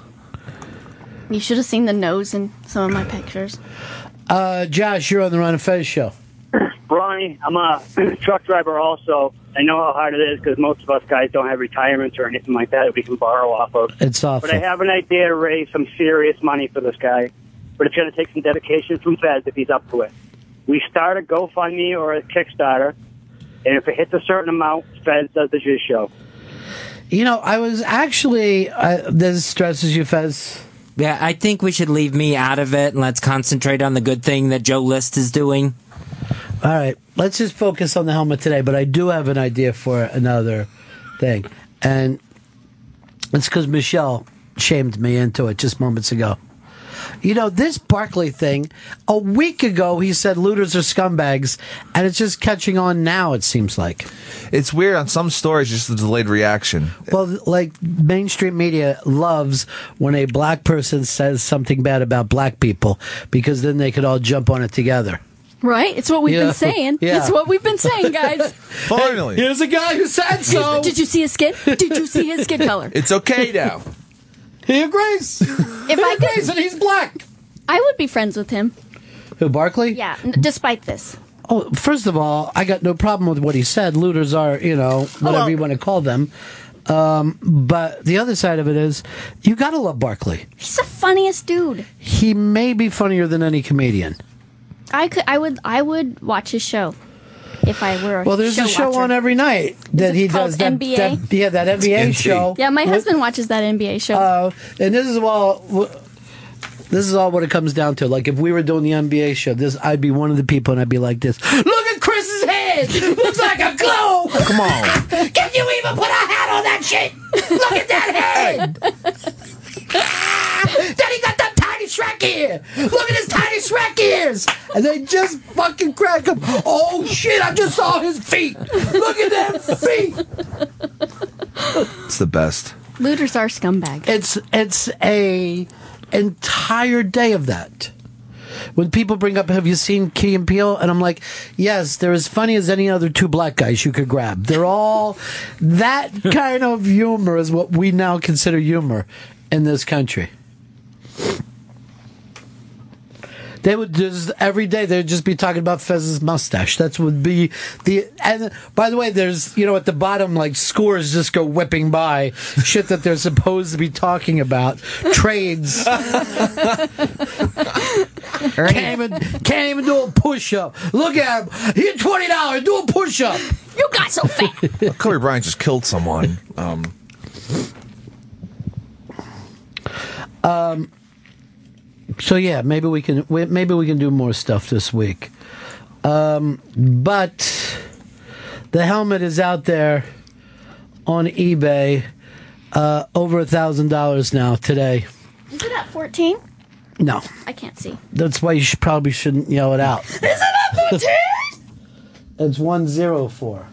S13: You should have seen the nose in some of my pictures.
S7: Uh, Josh, you're on the Ron and Fez show.
S10: Ronnie, I'm a *clears throat* truck driver also. I know how hard it is because most of us guys don't have retirements or anything like that we can borrow off of.
S7: It's awful.
S10: But I have an idea to raise some serious money for this guy. But it's going to take some dedication from Fez if he's up to it. We start a GoFundMe or a Kickstarter, and if it hits a certain amount, Fez does the juice show.
S7: You know, I was actually. Uh, this stresses you, Fez.
S14: Yeah, I think we should leave me out of it and let's concentrate on the good thing that Joe List is doing.
S7: All right, let's just focus on the helmet today. But I do have an idea for another thing, and it's because Michelle shamed me into it just moments ago. You know this Barkley thing. A week ago, he said looters are scumbags, and it's just catching on now. It seems like.
S8: It's weird on some stories, just the delayed reaction.
S7: Well, like mainstream media loves when a black person says something bad about black people because then they could all jump on it together.
S13: Right? It's what we've
S7: Yeah.
S13: been saying.
S7: Yeah.
S13: It's what we've been saying, guys.
S7: *laughs*
S8: Finally.
S7: Here's a guy who said so.
S13: Did you see his skin? Did you see his skin color?
S8: It's okay
S13: *laughs*
S8: now.
S7: *laughs* He agrees.
S13: If I could,
S7: and he's black.
S13: I would be friends with him.
S7: Who Barkley?
S13: Yeah. n- Despite this,
S7: Oh, first of all, I got no problem with what he said. Looters are, you know, whatever
S13: well-
S7: you want to call them. Um, but the other side of it is, you gotta love Barkley.
S13: he's the funniest dude.
S7: He may be funnier than any comedian.
S13: I could. I would. I would watch his show if I were.
S7: Well, there's
S13: show
S7: a show
S13: watcher.
S7: on every night that he
S13: called
S7: does that,
S13: NBA?
S7: that- yeah, that NBA
S13: TNT.
S7: show.
S13: Yeah, my husband watches that NBA show.
S7: Uh, and this is all. This is all what it comes down to. Like if we were doing the NBA show, this I'd be one of the people, and I'd be like this. Look at Chris's head. Looks like a globe.
S5: *laughs*
S7: Come on.
S5: Can you even put a hat on that shit? Look at that head. Daddy Ah! got them tiny
S7: Shrek ear! Look at his tiny Shrek ears! And they just fucking crack him. Oh shit, I just saw his feet! Look at them feet!
S8: It's the best.
S13: Looters are scumbags.
S7: It's it's a entire day of that. When people bring up, have you seen Key and Peele? And I'm like, yes, they're as funny as any other two black guys you could grab. They're all that kind of humor is what we now consider humor in this country. They would just every day they'd just be talking about Fez's mustache. That's would be the and by the way, there's you know at the bottom like scores just go whipping by shit that they're supposed to be talking about trades. can't even can't even do a push up. Look at him. He's twenty dollars. Do a push up.
S13: *laughs* You got so fat.
S8: Kobe Bryant just killed someone. Um,
S7: Um, so yeah, maybe we can we- maybe we can do more stuff this week. Um, but the helmet is out there on eBay, uh, over a thousand dollars now today.
S13: Is it at 14?
S7: No,
S13: I can't see.
S7: that's why you should, probably shouldn't yell it out.
S13: Is it at 14?
S7: It's one zero four.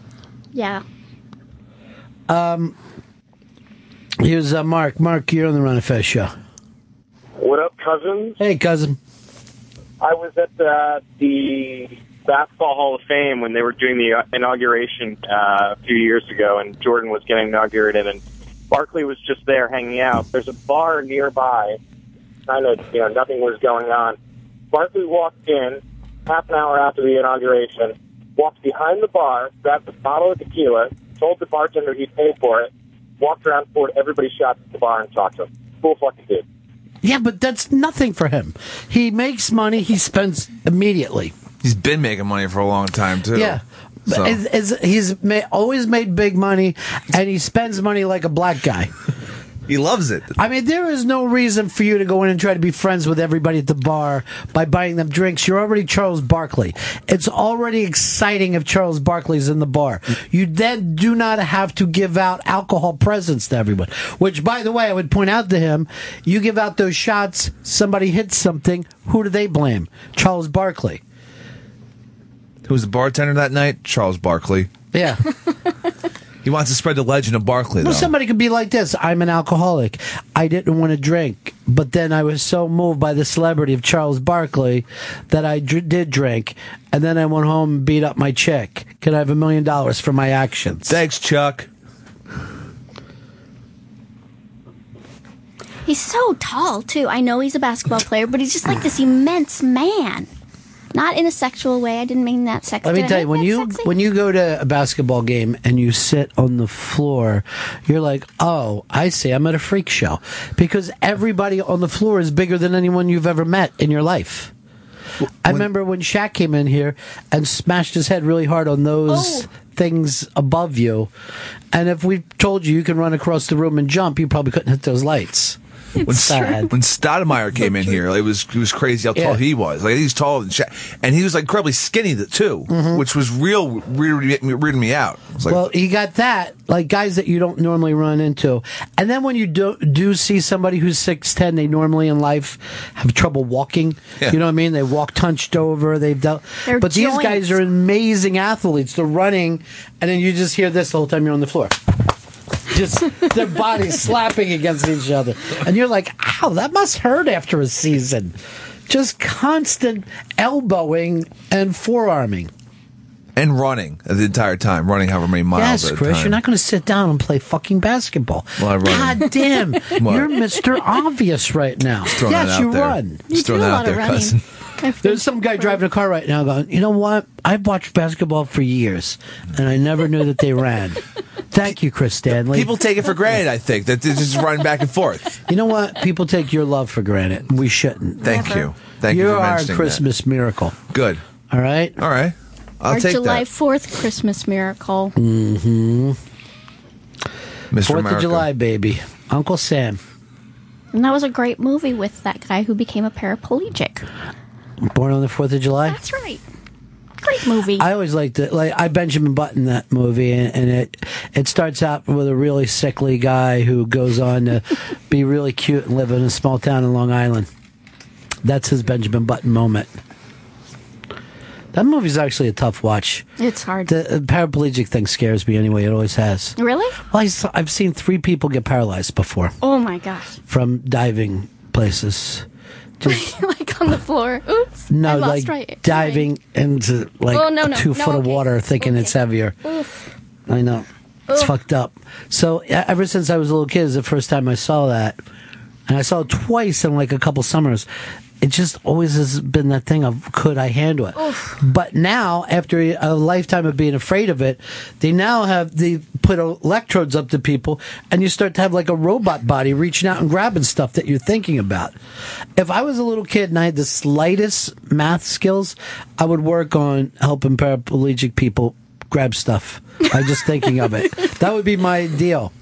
S13: yeah.
S7: Um, here's uh, Mark. Mark, you're on the Run of Fest show.
S12: What up, cousins?
S7: Hey, cousin.
S12: I was at the, the Basketball Hall of Fame when they were doing the uh, inauguration uh, a few years ago, and Jordan was getting inaugurated, and Barkley was just there hanging out. There's a bar nearby. Kind of, you know, nothing was going on. Barkley walked in half an hour after the inauguration, walked behind the bar, grabbed a bottle of tequila, told the bartender he'd pay for it, walked around, poured everybody's shots at the bar, and talked to him. Cool fucking dude.
S7: Yeah, but that's nothing for him. He makes money. He spends immediately.
S8: he's been making money for a long time too.
S7: Yeah. But
S8: So.
S7: it's- it's- he's ma- always made big money, and he spends money like a black guy.
S8: He loves it.
S7: I mean, there is no reason for you to go in and try to be friends with everybody at the bar by buying them drinks. You're already Charles Barkley. It's already exciting if Charles Barkley's in the bar. You then do not have to give out alcohol presents to everyone. Which, by the way, I would point out to him, you give out those shots, somebody hits something, who do they blame? Charles Barkley.
S8: Who was the bartender that night? Charles Barkley.
S7: Yeah.
S8: *laughs* He wants to spread the legend of Barkley.
S7: Well,
S8: though.
S7: somebody could be like this. I'm an alcoholic. I didn't want to drink, but then I was so moved by the celebrity of Charles Barkley that I dr- did drink, and then I went home and beat up my chick. Can I have a million dollars for my actions?
S8: Thanks, Chuck.
S13: He's so tall, too. I know he's a basketball player, but he's just like this immense man. Not in a sexual way. I didn't mean that sexual.
S7: Let me tell you, when you when you go to a basketball game and you sit on the floor, you're like, "Oh, I see. I'm at a freak show," because everybody on the floor is bigger than anyone you've ever met in your life. I remember when Shaq came in here and smashed his head really hard on those things above you. And if we told you you can run across the room and jump, you probably couldn't hit those lights.
S8: When,
S7: sad.
S8: when Stoudemire came in here, it was it was crazy how tall
S7: Yeah.
S8: he was. Like he's taller than Shaq, and he was like incredibly skinny th- too,
S7: Mm-hmm.
S8: which was real weirding me, weirding me out. I was like,
S7: well, you got that, like guys that you don't normally run into, and then when you do do see somebody who's six ten, they normally in life have trouble walking.
S20: Yeah.
S7: You know what I mean? They walk hunched over. They've dealt,
S20: Their
S7: but these
S20: joints.
S7: guys are amazing athletes. They're running, and then you just hear this the whole time you're on the floor. Just *laughs* their bodies slapping against each other, and you're like, "Ow, that must hurt after a season." Just constant elbowing and forearming.
S8: and running the entire time, running however many miles.
S7: Yes,
S8: at a
S7: Chris,
S8: time.
S7: you're not going to sit down and play fucking basketball.
S8: Well, I run.
S7: God damn,
S8: *laughs* What?
S7: you're Mr. Obvious right now.
S8: Just throwing that
S7: yes,
S8: out
S7: you
S8: there.
S7: run.
S8: Just You throwing do a that out lot of there, running. *laughs* cousin.
S7: There's some guy driving a car right now going, you know what? I've watched basketball for years, and I never knew that they ran.
S8: *laughs*
S7: Thank you, Chris Stanley.
S8: People take it for granted, I think, that they just run back and forth.
S7: You know what? People take your love for granted. We shouldn't.
S8: Thank Never. you. Thank you
S7: You're
S8: for
S7: our
S8: mentioning that.
S7: Christmas miracle.
S8: Good.
S7: All right.
S8: All right.
S13: Our July 4th Christmas miracle.
S7: Mm-hmm.
S8: Mr.
S7: Fourth
S8: America.
S7: of July, baby. Uncle Sam.
S13: And that was a great movie with that guy who became a paraplegic.
S7: Born on the Fourth of July.
S13: That's right. Great movie.
S7: I always liked it. Like I Benjamin Button that movie, and, and it it starts out with a really sickly guy who goes on to be really cute and live in a small town in Long Island. That's his Benjamin Button moment. That movie's actually a tough watch.
S13: It's hard.
S7: The uh, paraplegic thing scares me anyway. It always has.
S13: Really?
S7: Well, I saw, I've seen three people get paralyzed before
S13: Oh my gosh.
S7: from diving places. Just
S13: *laughs* like on the floor. Oops.
S7: no,
S13: I lost
S7: like
S13: right.
S7: diving into like
S13: Oh, no, no,
S7: two
S13: no,
S7: foot of
S13: okay.
S7: water, thinking it's heavier.
S13: Oof.
S7: I know. It's
S13: Ugh.
S7: fucked up. So e- ever since I was a little kid, is the first time I saw that, and I saw it twice in like a couple summers. It just always has been that thing of could I handle it?
S5: Oof.
S7: But now, after a lifetime of being afraid of it, they now have they put e, electrodes up to people, and you start to have like a robot body reaching out and grabbing stuff that you're thinking about. If I was a little kid and I had the slightest math skills, I would work on helping paraplegic people grab stuff by just thinking of it. That would be my deal.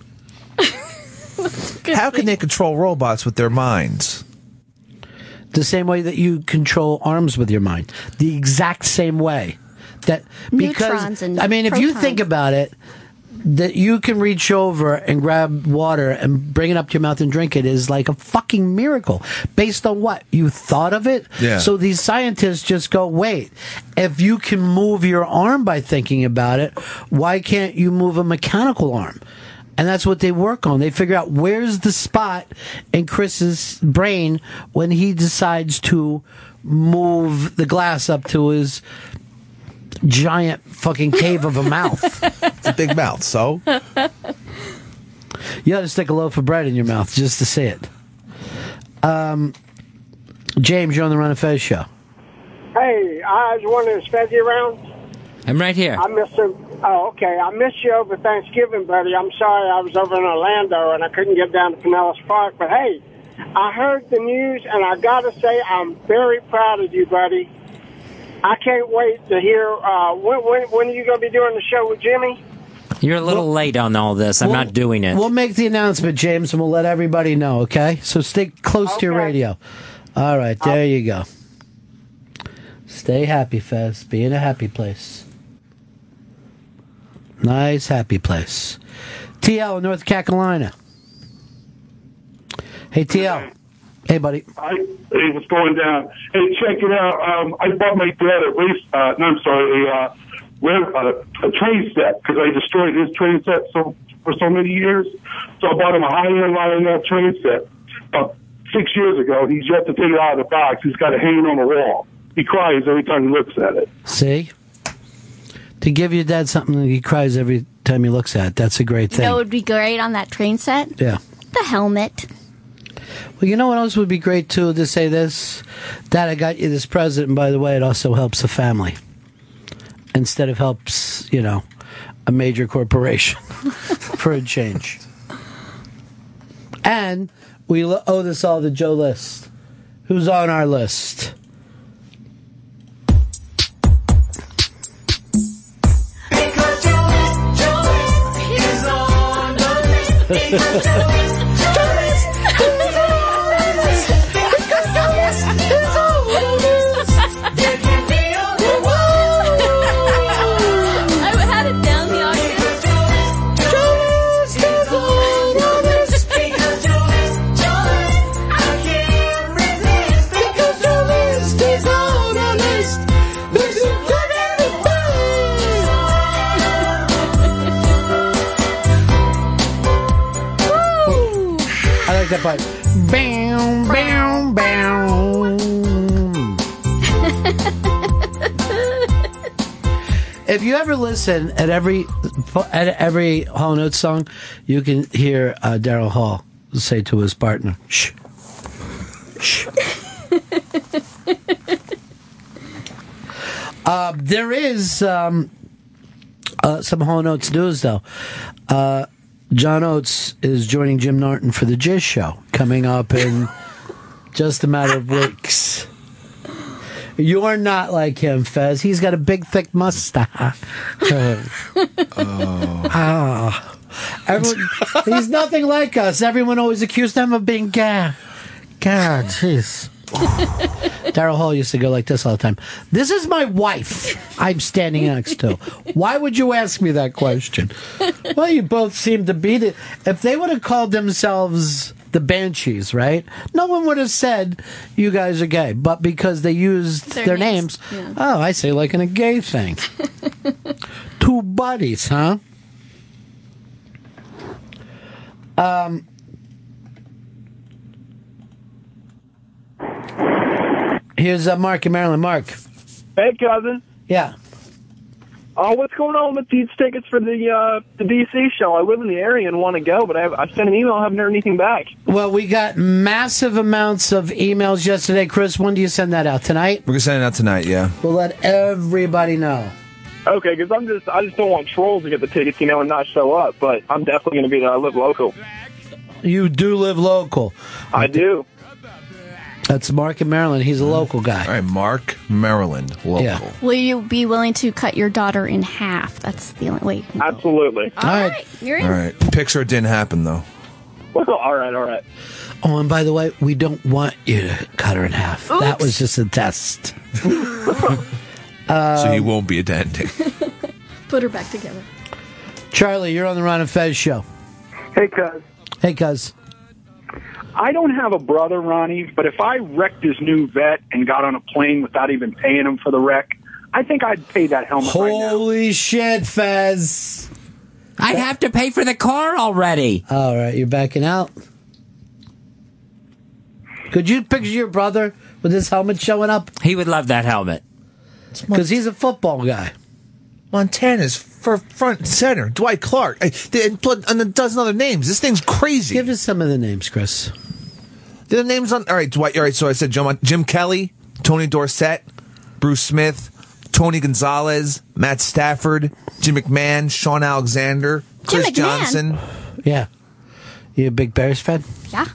S8: How can they control robots with their minds?
S7: The same way that you control arms with your mind. The exact same way. That because
S13: Neutrons and
S7: I mean if you
S13: protons.
S7: think about it that you can reach over and grab water and bring it up to your mouth and drink it is like a fucking miracle based on what you thought of it.
S5: Yeah.
S7: So these scientists just go, wait, if you can move your arm by thinking about it, why can't you move a mechanical arm? And that's what they work on. They figure out where's the spot in Chris's brain when he decides to move the glass up to his giant fucking cave of a mouth. it's
S8: a big mouth, so?
S7: You ought to stick a loaf of bread in your mouth just to see it. Um, James, you're on the Run of Fez show.
S4: Hey, I was wondering, is Fezzi around?
S14: I'm right here.
S4: I missed him. Oh, okay. I missed you over Thanksgiving, buddy. I'm sorry I was over in Orlando and I couldn't get down to Pinellas Park. But hey, I heard the news and I gotta say I'm very proud of you, buddy. I can't wait to hear. Uh, when, when, when are you gonna be doing the show with Jimmy?
S14: You're a little late on all this. I'm not doing it.
S7: We'll make the announcement, James, and we'll let everybody know, okay? So stay close to your radio. All right, there you go. Stay happy, Fez. Be in a happy place. Nice, happy place. TL in North Carolina. Hey, TL. Hey, buddy.
S18: I, it was going down. Hey, check it out. Um, I bought my dad a race. Uh, no, I'm sorry, a uh, rail- uh, a train set because I destroyed his train set so for so many years. So I bought him a high-end Lionel train set about six years ago. He's yet to take it out of the box. He's got it hanging on the wall. He cries every time he looks at it.
S7: See? To give your dad something that he cries every time he looks at, it, that's a great
S13: You
S7: thing.
S13: know, it would be great on that train set.
S7: Yeah.
S13: The helmet.
S7: Well, you know what else would be great too to say this? Dad, I got you this present, and by the way, it also helps the family instead of helps, you know, a major corporation *laughs* for a change. And we lo- owe this all to Joe List, who's on our list. I like that part. Bam, bam, bam. if you ever listen at every at every Hall Notes song, you can hear uh, Daryl Hall say to his partner, "Shh, shh." uh, there is um, uh, some Hall Notes news though. Uh, John Oates is joining Jim Norton for the Jizz Show coming up in just a matter of weeks. You're not like him, Fez. He's got a big, thick mustache. Ah. Everyone, he's nothing like us. Everyone always accused him of being gay. God, jeez. *laughs* Daryl Hall used to go like this all the time. This is my wife I'm standing next to. Why would you ask me that question? Well, you both seem to be the. If they would have called themselves the Banshees, right? No one would have said you guys are gay, but because they used their,
S20: Their
S7: names,
S20: names,
S7: oh, I say like in a gay thing. Two buddies, huh? Um, here's uh, Mark in Maryland. Mark.
S21: Hey, cousin.
S7: Yeah.
S21: Oh, what's going on with these tickets for the uh, the DC show? I live in the area and want to go, but I've, I've sent an email, I haven't heard anything back.
S7: Well, we got massive amounts of emails yesterday. Chris, when do you send that out? Tonight?
S8: We're gonna send it out tonight. Yeah.
S7: We'll let everybody know.
S21: Okay, because I'm just I just don't want trolls to get the tickets, you know, and not show up. But I'm definitely going to be there. I live local.
S7: You do live local.
S21: I do.
S7: That's Mark in Maryland. He's a local guy.
S8: Mm-hmm. All right, Mark, Maryland, local. Yeah.
S13: Will you be willing to cut your daughter in half? That's the only way.
S21: Absolutely.
S13: All right, you're in.
S8: All right. Picture it didn't happen though.
S21: all right, all right.
S7: Oh, and by the way, we don't want you to cut her in half. That was just a
S21: *laughs*
S7: test. Uh,
S8: so he won't be attending.
S13: Put her back together.
S7: Charlie, you're on the Ron and Fez show.
S22: Hey, cuz.
S7: Hey, cuz.
S22: I don't have a brother, Ronnie, but if I wrecked his new vet and got on a plane without even paying him for the wreck, I think I'd pay that helmet right now.
S7: Holy shit, Fez.
S14: I'd have to pay for the car already.
S7: All right, you're backing out. Could you picture your brother with his helmet showing up?
S14: He would love that helmet.
S7: Because he's a football guy.
S8: *laughs* Montana's for front and center. Dwight Clark. Eh, they- And pl- and a dozen other names. This thing's crazy. Give
S7: us some of the names, Chris.
S8: The names on. All right, Dwight. All right, so I said Jim, Jim Kelly, Tony Dorsett, Bruce Smith, Tony Gonzalez, Matt Stafford, Jim McMahon, Sean Alexander, Chris
S13: McMahon?
S8: Johnson.
S7: Yeah. You a big Bears fan?
S13: Yeah,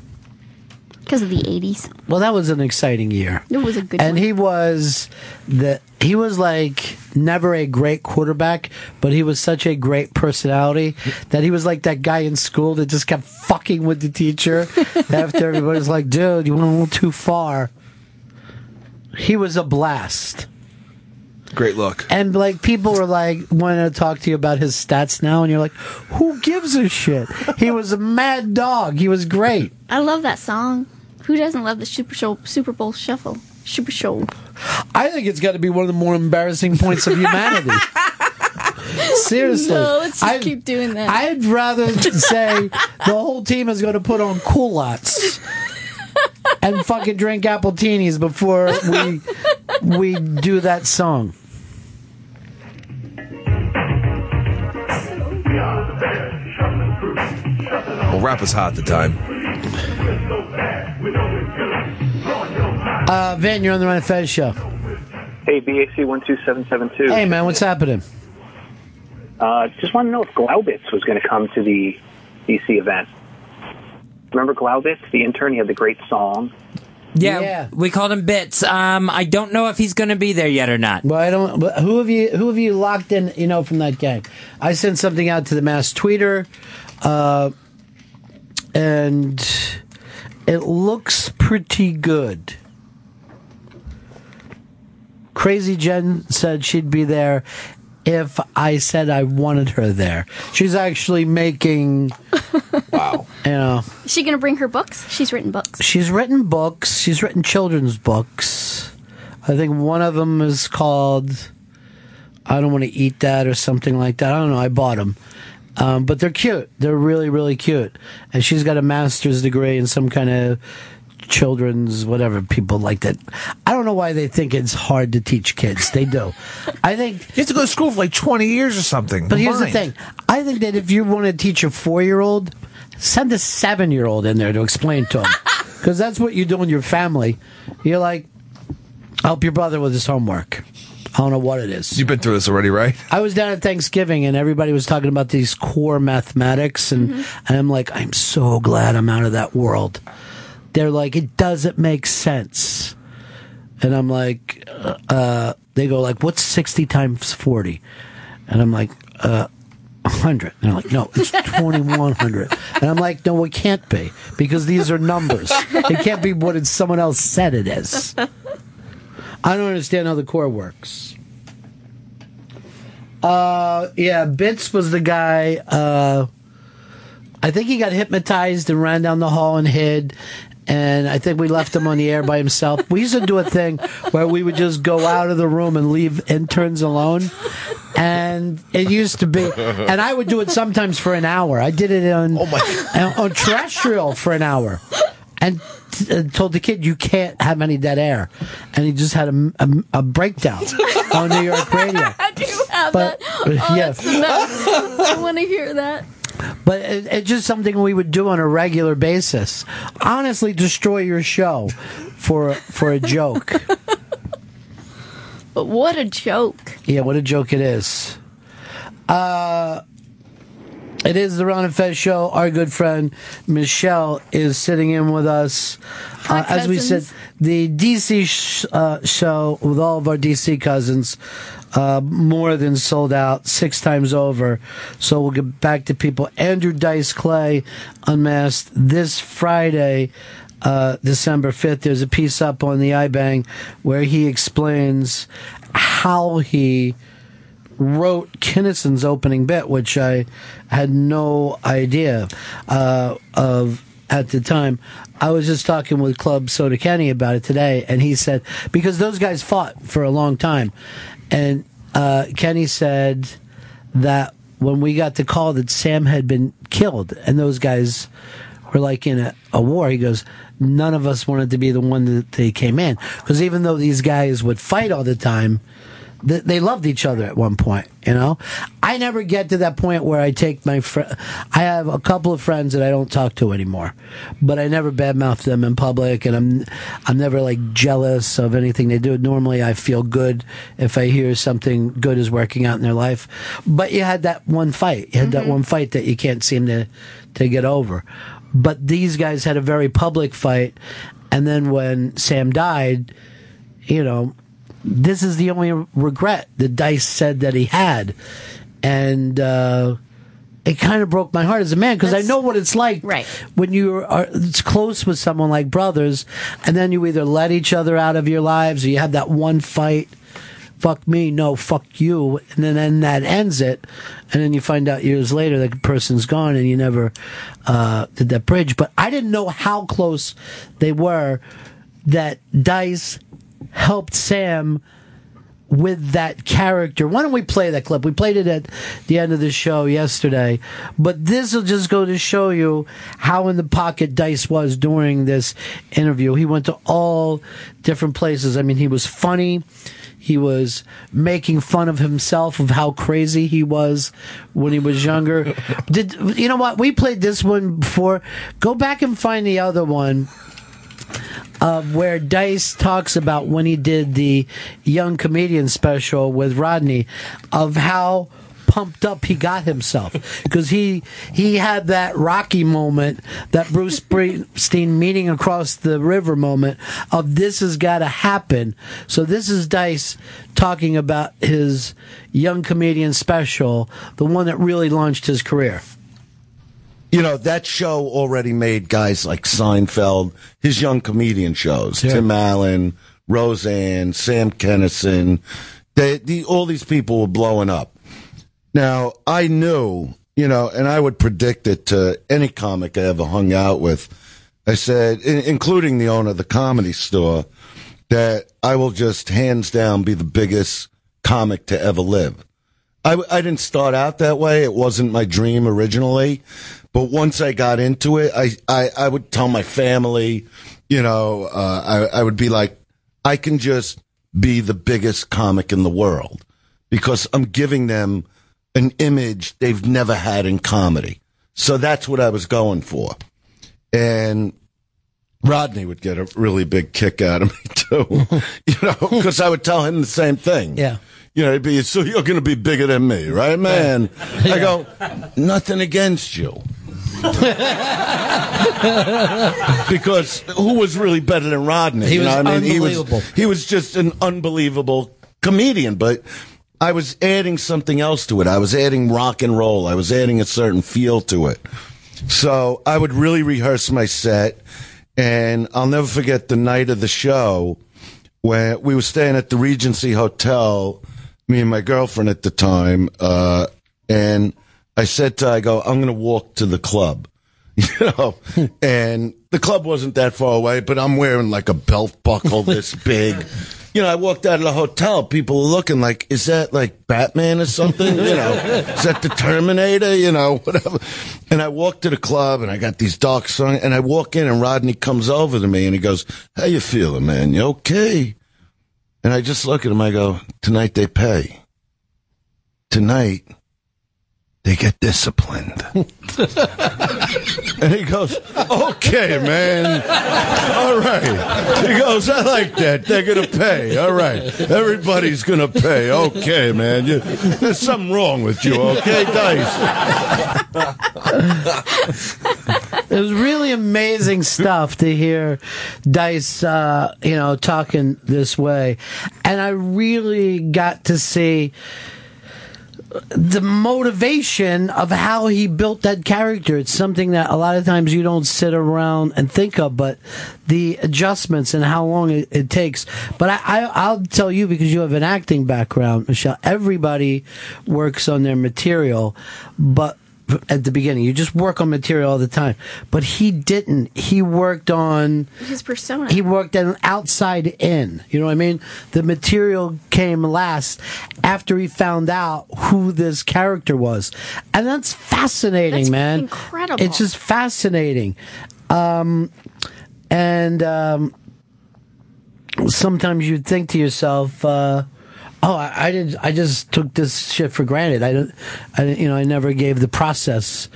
S13: because of the '80s.
S7: Well, that was an exciting year.
S13: It was a good
S7: and
S13: one.
S7: he was the he was like never a great quarterback, but he was such a great personality that he was like that guy in school that just kept fucking with the teacher after everybody's like, dude, you went a little too far. He was a blast.
S8: Great look.
S7: And like people were like wanting to talk to you about his stats now, and you're like, who gives a shit? He was a mad dog. He was great.
S13: I love that song. Who doesn't love the Super Show, Super Bowl Shuffle? Super Show.
S7: I think it's got to be one of the more embarrassing points of
S13: *laughs*
S7: humanity. Seriously.
S13: No, let's just
S7: I'd-
S13: keep doing that.
S7: I'd rather say the whole team is going to put on culottes and fucking drink apple teenies before we we do that song.
S8: Well, rap was hot at the time.
S7: Uh, Van, you're on the Run and Fez show.
S23: Hey, BAC one two seven seven two.
S7: Hey, man, what's happening?
S23: Uh, just want to know if Glaubitz was going to come to the DC event. Remember Glaubitz, the intern? He had the great song.
S14: Yeah, we called him Bits. Um, I don't know if he's going to be there yet or not.
S7: Well, I don't. But who have you? Who have you locked in? You know, from that gang. I sent something out to the mass tweeter, uh, and it looks pretty good. Crazy Jen said she'd be there if I said I wanted her there. She's actually making. wow. You know,
S13: Is she gonna bring her books? She's written books.
S7: she's written books. She's written children's books. I think one of them is called "I Don't Want to Eat That" or something like that. I don't know. I bought them, um, but they're cute. They're really, really cute. And she's got a master's degree in some kind of children's whatever people like that. I don't know why they think it's hard to teach kids. They do. I think you
S8: have to go to school for like twenty years or something.
S7: But here's the
S8: Mind.
S7: thing: I think that if you want to teach a four-year-old, send a seven-year-old in there to explain
S8: *laughs*
S7: to him, because that's what you do in your family. You're like, help your brother with his homework. I don't know what it is.
S8: You've been through this already, right?
S7: I was down at Thanksgiving and everybody was talking about these core mathematics, and, and I'm like, I'm so glad I'm out of that world. They're like, it doesn't make sense. And I'm like, uh, uh, they go like, what's 60 times 40? And I'm like, uh, 100. And they're like, no, it's 2100. And I'm like, no, it can't be because these are numbers. It can't be what it, someone else said it is. I don't understand how the core works. Uh, yeah, Bits was the guy. Uh, I think he got hypnotized and ran down the hall and hid. And I think we left him on the air by himself. We used to do a thing where we would just go out of the room and leave interns alone. And it used to be, and I would do it sometimes for an hour. I did it on *laughs* on- on terrestrial for an hour, and t- uh, told the kid you can't have any dead air, and he just had a, a, a breakdown on New York radio.
S13: I do have
S7: But-
S13: that. Oh,
S7: yeah.
S13: that's the best. I want to hear that.
S7: But it, it's just something we would do on a regular basis. Honestly, destroy your show for for a joke.
S13: But what a joke.
S7: yeah, what a joke it is. Uh, it is the Ron and Fez show. Our good friend Michelle is sitting in with us. Uh, as we said,
S20: cousins.
S7: the DC sh- uh, show with all of our DC cousins uh, more than sold out six times over. So we'll get back to people. Andrew Dice Clay unmasked this Friday. Uh, December 5th, there's a piece up on the iBang where he explains how he wrote Kinnison's opening bit, which I had no idea uh, of at the time. I was just talking with Club Soda Kenny about it today, and he said because those guys fought for a long time, and uh, Kenny said that when we got the call that Sam had been killed, and those guys were like in a, a war, he goes. None of us wanted to be the one that they came in because even though these guys would fight all the time, th- they loved each other at one point you know i never get to that point where i take my fr- i have a couple of friends that i don't talk to anymore but i never badmouth them in public and i'm i'm never like jealous of anything they do normally i feel good if i hear something good is working out in their life but you had that one fight you had that one fight that you can't seem to to get over but these guys had a very public fight and then when sam died you know, this is the only regret that Dice said that he had. And uh, it kind of broke my heart as a man because I know what it's like right. when you are it's close with someone like brothers, and then you either let each other out of your lives or you have that one fight. Fuck me, no, fuck you, and then, then that ends it, and then you find out years later that the person's gone, and you never uh, did that bridge. But I didn't know how close they were that Dice helped Sam with that character. Why don't we play that clip? We played it at the end of the show yesterday, but this will just go to show you how in the pocket Dice was during this interview. He went to all different places. I mean, he was funny. He was making fun of himself of how crazy he was when he was younger. Did you know what? We played this one before. Go back and find the other one uh, where Dice talks about when he did the young comedian special with Rodney of how pumped up he got himself because he he had that rocky moment that bruce springsteen meeting across the river moment of this has got to happen so this is dice talking about his young comedian special the one that really launched his career
S24: you know that show already made guys like Seinfeld, his young comedian shows, Tim Allen, Roseanne, Sam Kennison, they, the, all these people were blowing up. Now I knew, you know, and I would predict it to any comic I ever hung out with. I said, in, including the owner of the comedy store, that I will just hands down be the biggest comic to ever live. I, I didn't start out that way. It wasn't my dream originally. But once I got into it, I, I, I would tell my family, you know, uh, I, I would be like, I can just be the biggest comic in the world because I'm giving them an image they've never had in comedy. So that's what I was going for. And Rodney would get a really big kick out of me *laughs* too, you know, because I would tell him the same thing. Yeah. You know, he'd be, so you're going to be bigger than me, right, man? I go, nothing against you. *laughs* because who was really better than Rodney?
S20: He
S24: You know,
S20: was
S24: I mean,
S20: unbelievable.
S24: He was, he was just an unbelievable comedian, but I was adding something else to it. I was adding rock and roll. I was adding a certain feel to it. So I would really rehearse my set, and I'll never forget the night of the show when we were staying at the Regency Hotel, me and my girlfriend at the time, uh, and I said to her, I go, I'm going to walk to the club. *laughs* you know, and the club wasn't that far away, but I'm wearing like a belt buckle this big. You know, I walked out of the hotel, people were looking like, is that like Batman or something? You know, is that the Terminator? You know, whatever. And I walked to the club and I got these dark sun and I walk in and Rodney comes over to me and he goes, how you feeling, man? You okay? And I just look at him. I go, tonight they pay. Tonight they get disciplined. and he goes, okay, man. All right. He goes, I like that. They're going to pay. All right. Everybody's going to pay. Okay, man. You, there's something wrong with you. Okay, Dice.
S7: it was really amazing stuff to hear Dice, uh, you know, talking this way, and I really got to see the motivation of how he built that character. It's something that a lot of times you don't sit around and think of, but the adjustments and how long it, it takes. But I, I, I'll tell you because you have an acting background, Michelle. Everybody works on their material, but at the beginning, you just work on material all the time. But he didn't. He worked on
S13: His persona.
S7: he worked at an outside in. You know what I mean? The material came last after he found out who this character was. And that's fascinating,
S13: That's
S7: man.
S13: incredible.
S7: It's just fascinating. Um, and um, sometimes you'd think to yourself, uh, "Oh, I, I did. I just took this shit for granted. I don't. I didn't- you know I never gave the process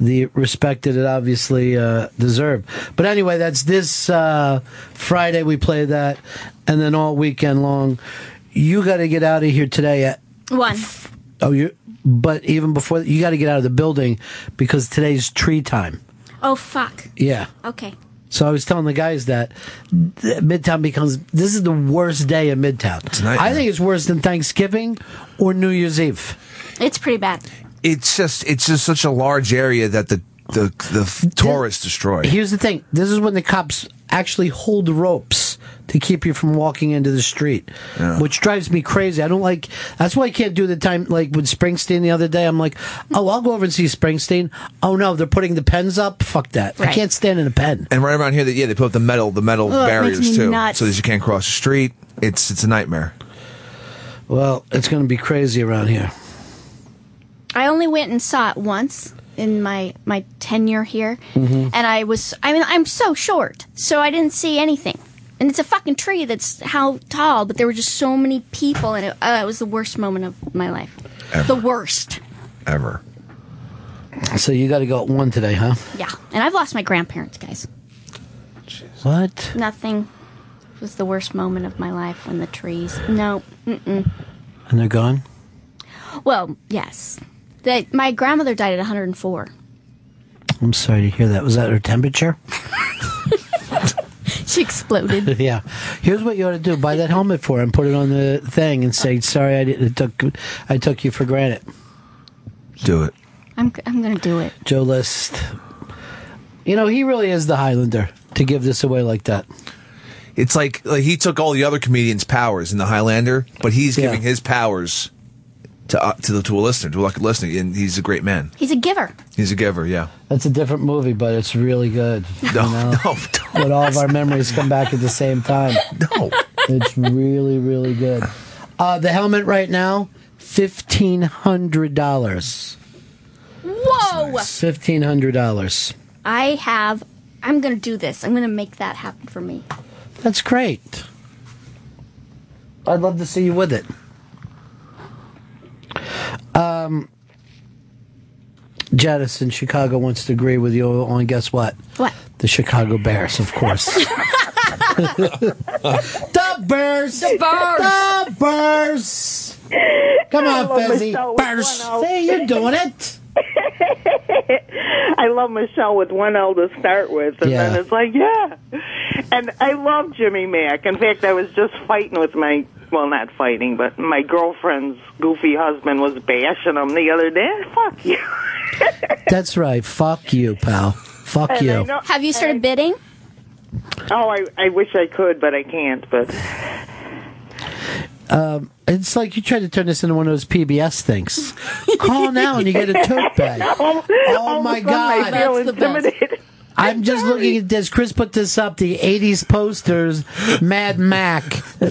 S7: the respect that it obviously uh, deserved." But anyway, that's this uh, Friday we play that, and then all weekend long. You got to get out of here today at
S13: One.
S7: oh you. But even before you got to get out of the building because today's tree time.
S13: Oh, fuck.
S7: Yeah.
S13: Okay.
S7: So I was telling the guys that th- Midtown becomes this is the worst day in Midtown. I think it's worse than Thanksgiving or New Year's Eve.
S13: It's pretty bad.
S8: It's just it's just such a large area that the the the tourists destroy.
S7: Here's the thing: this is when the cops actually hold ropes to keep you from walking into the street, which drives me crazy. I don't like. That's why I can't do the time like with Springsteen the other day. I'm like, oh, I'll go over and see Springsteen. Oh no, they're putting the pens up. Fuck that. I
S8: Right.
S7: can't stand in a pen.
S8: And right around here, that yeah, they put up the metal the metal
S7: Ugh, it
S8: barriers
S7: makes me
S8: too,
S7: nuts.
S8: so that you can't cross the street. It's it's a nightmare.
S7: Well, it's going to be crazy around here.
S13: I only went and saw it once in my my tenure here,
S7: Mhm.
S13: and I was I mean I'm so short, so I didn't see anything. And it's a fucking tree that's how tall, but there were just so many people, and it, uh, it was the worst moment of my life. The worst.
S8: Ever.
S7: So you got to go at one today, huh?
S13: Yeah. And I've lost my grandparents, guys.
S7: What?
S13: Nothing. It was the worst moment of my life when the trees. No. Mm-mm.
S7: And they're gone.
S13: Well, yes. That my grandmother died at 104.
S7: I'm sorry to hear that. Was that her temperature?
S13: *laughs* She exploded.
S7: *laughs* yeah. Here's what you ought to do: buy that helmet for her and put it on the thing and say, "Sorry, I didn't, it took I took you for granted."
S8: Do it,
S13: I'm I'm gonna do it.
S7: Joe List. You know, he really is the Highlander to give this away like that.
S8: It's like like he took all the other comedians' powers in the Highlander, but he's giving his powers to uh, to the to a listener, to a lucky listener, and he's a great man.
S13: He's a giver.
S8: He's a giver. Yeah.
S7: That's a different movie, but it's really good. No,
S8: no,
S7: but all of our memories come back at the same time.
S8: No,
S7: it's really, really good. Uh, the helmet right now, fifteen hundred dollars.
S13: Whoa!
S7: Fifteen hundred dollars.
S13: I have. I'm gonna do this. I'm gonna make that happen for me.
S7: That's great. I'd love to see you with it. Um, Jadis in Chicago wants to agree with you on guess what?
S13: What?
S7: The Chicago Bears, of course. the Bears.
S5: The Bears.
S7: The Bears. Come
S5: I
S7: on,
S5: love
S7: Fezzi.
S5: myself.
S7: Bears.
S5: One out.
S7: Say you're doing it.
S25: *laughs* I love Michelle with one L to start with, and
S7: Yeah.
S25: then it's like, yeah. And I love Jimmy Mack. In fact, I was just fighting with my, well, not fighting, but my girlfriend's goofy husband was bashing him the other day. Fuck you.
S7: That's right. Fuck you, pal. Fuck
S25: And I
S7: you.
S25: know-
S13: Have you started bidding?
S25: Oh, I, I wish I could, but I can't. But
S7: Um, it's like you tried to turn this into one of those PBS things. Call now and you get a
S25: *laughs*
S7: tote bag.
S5: oh,
S7: my God.
S5: I feel
S7: That's the best.
S5: intimidated.
S7: I'm just looking at this. Chris put this up. The '80s posters, Mad Mac.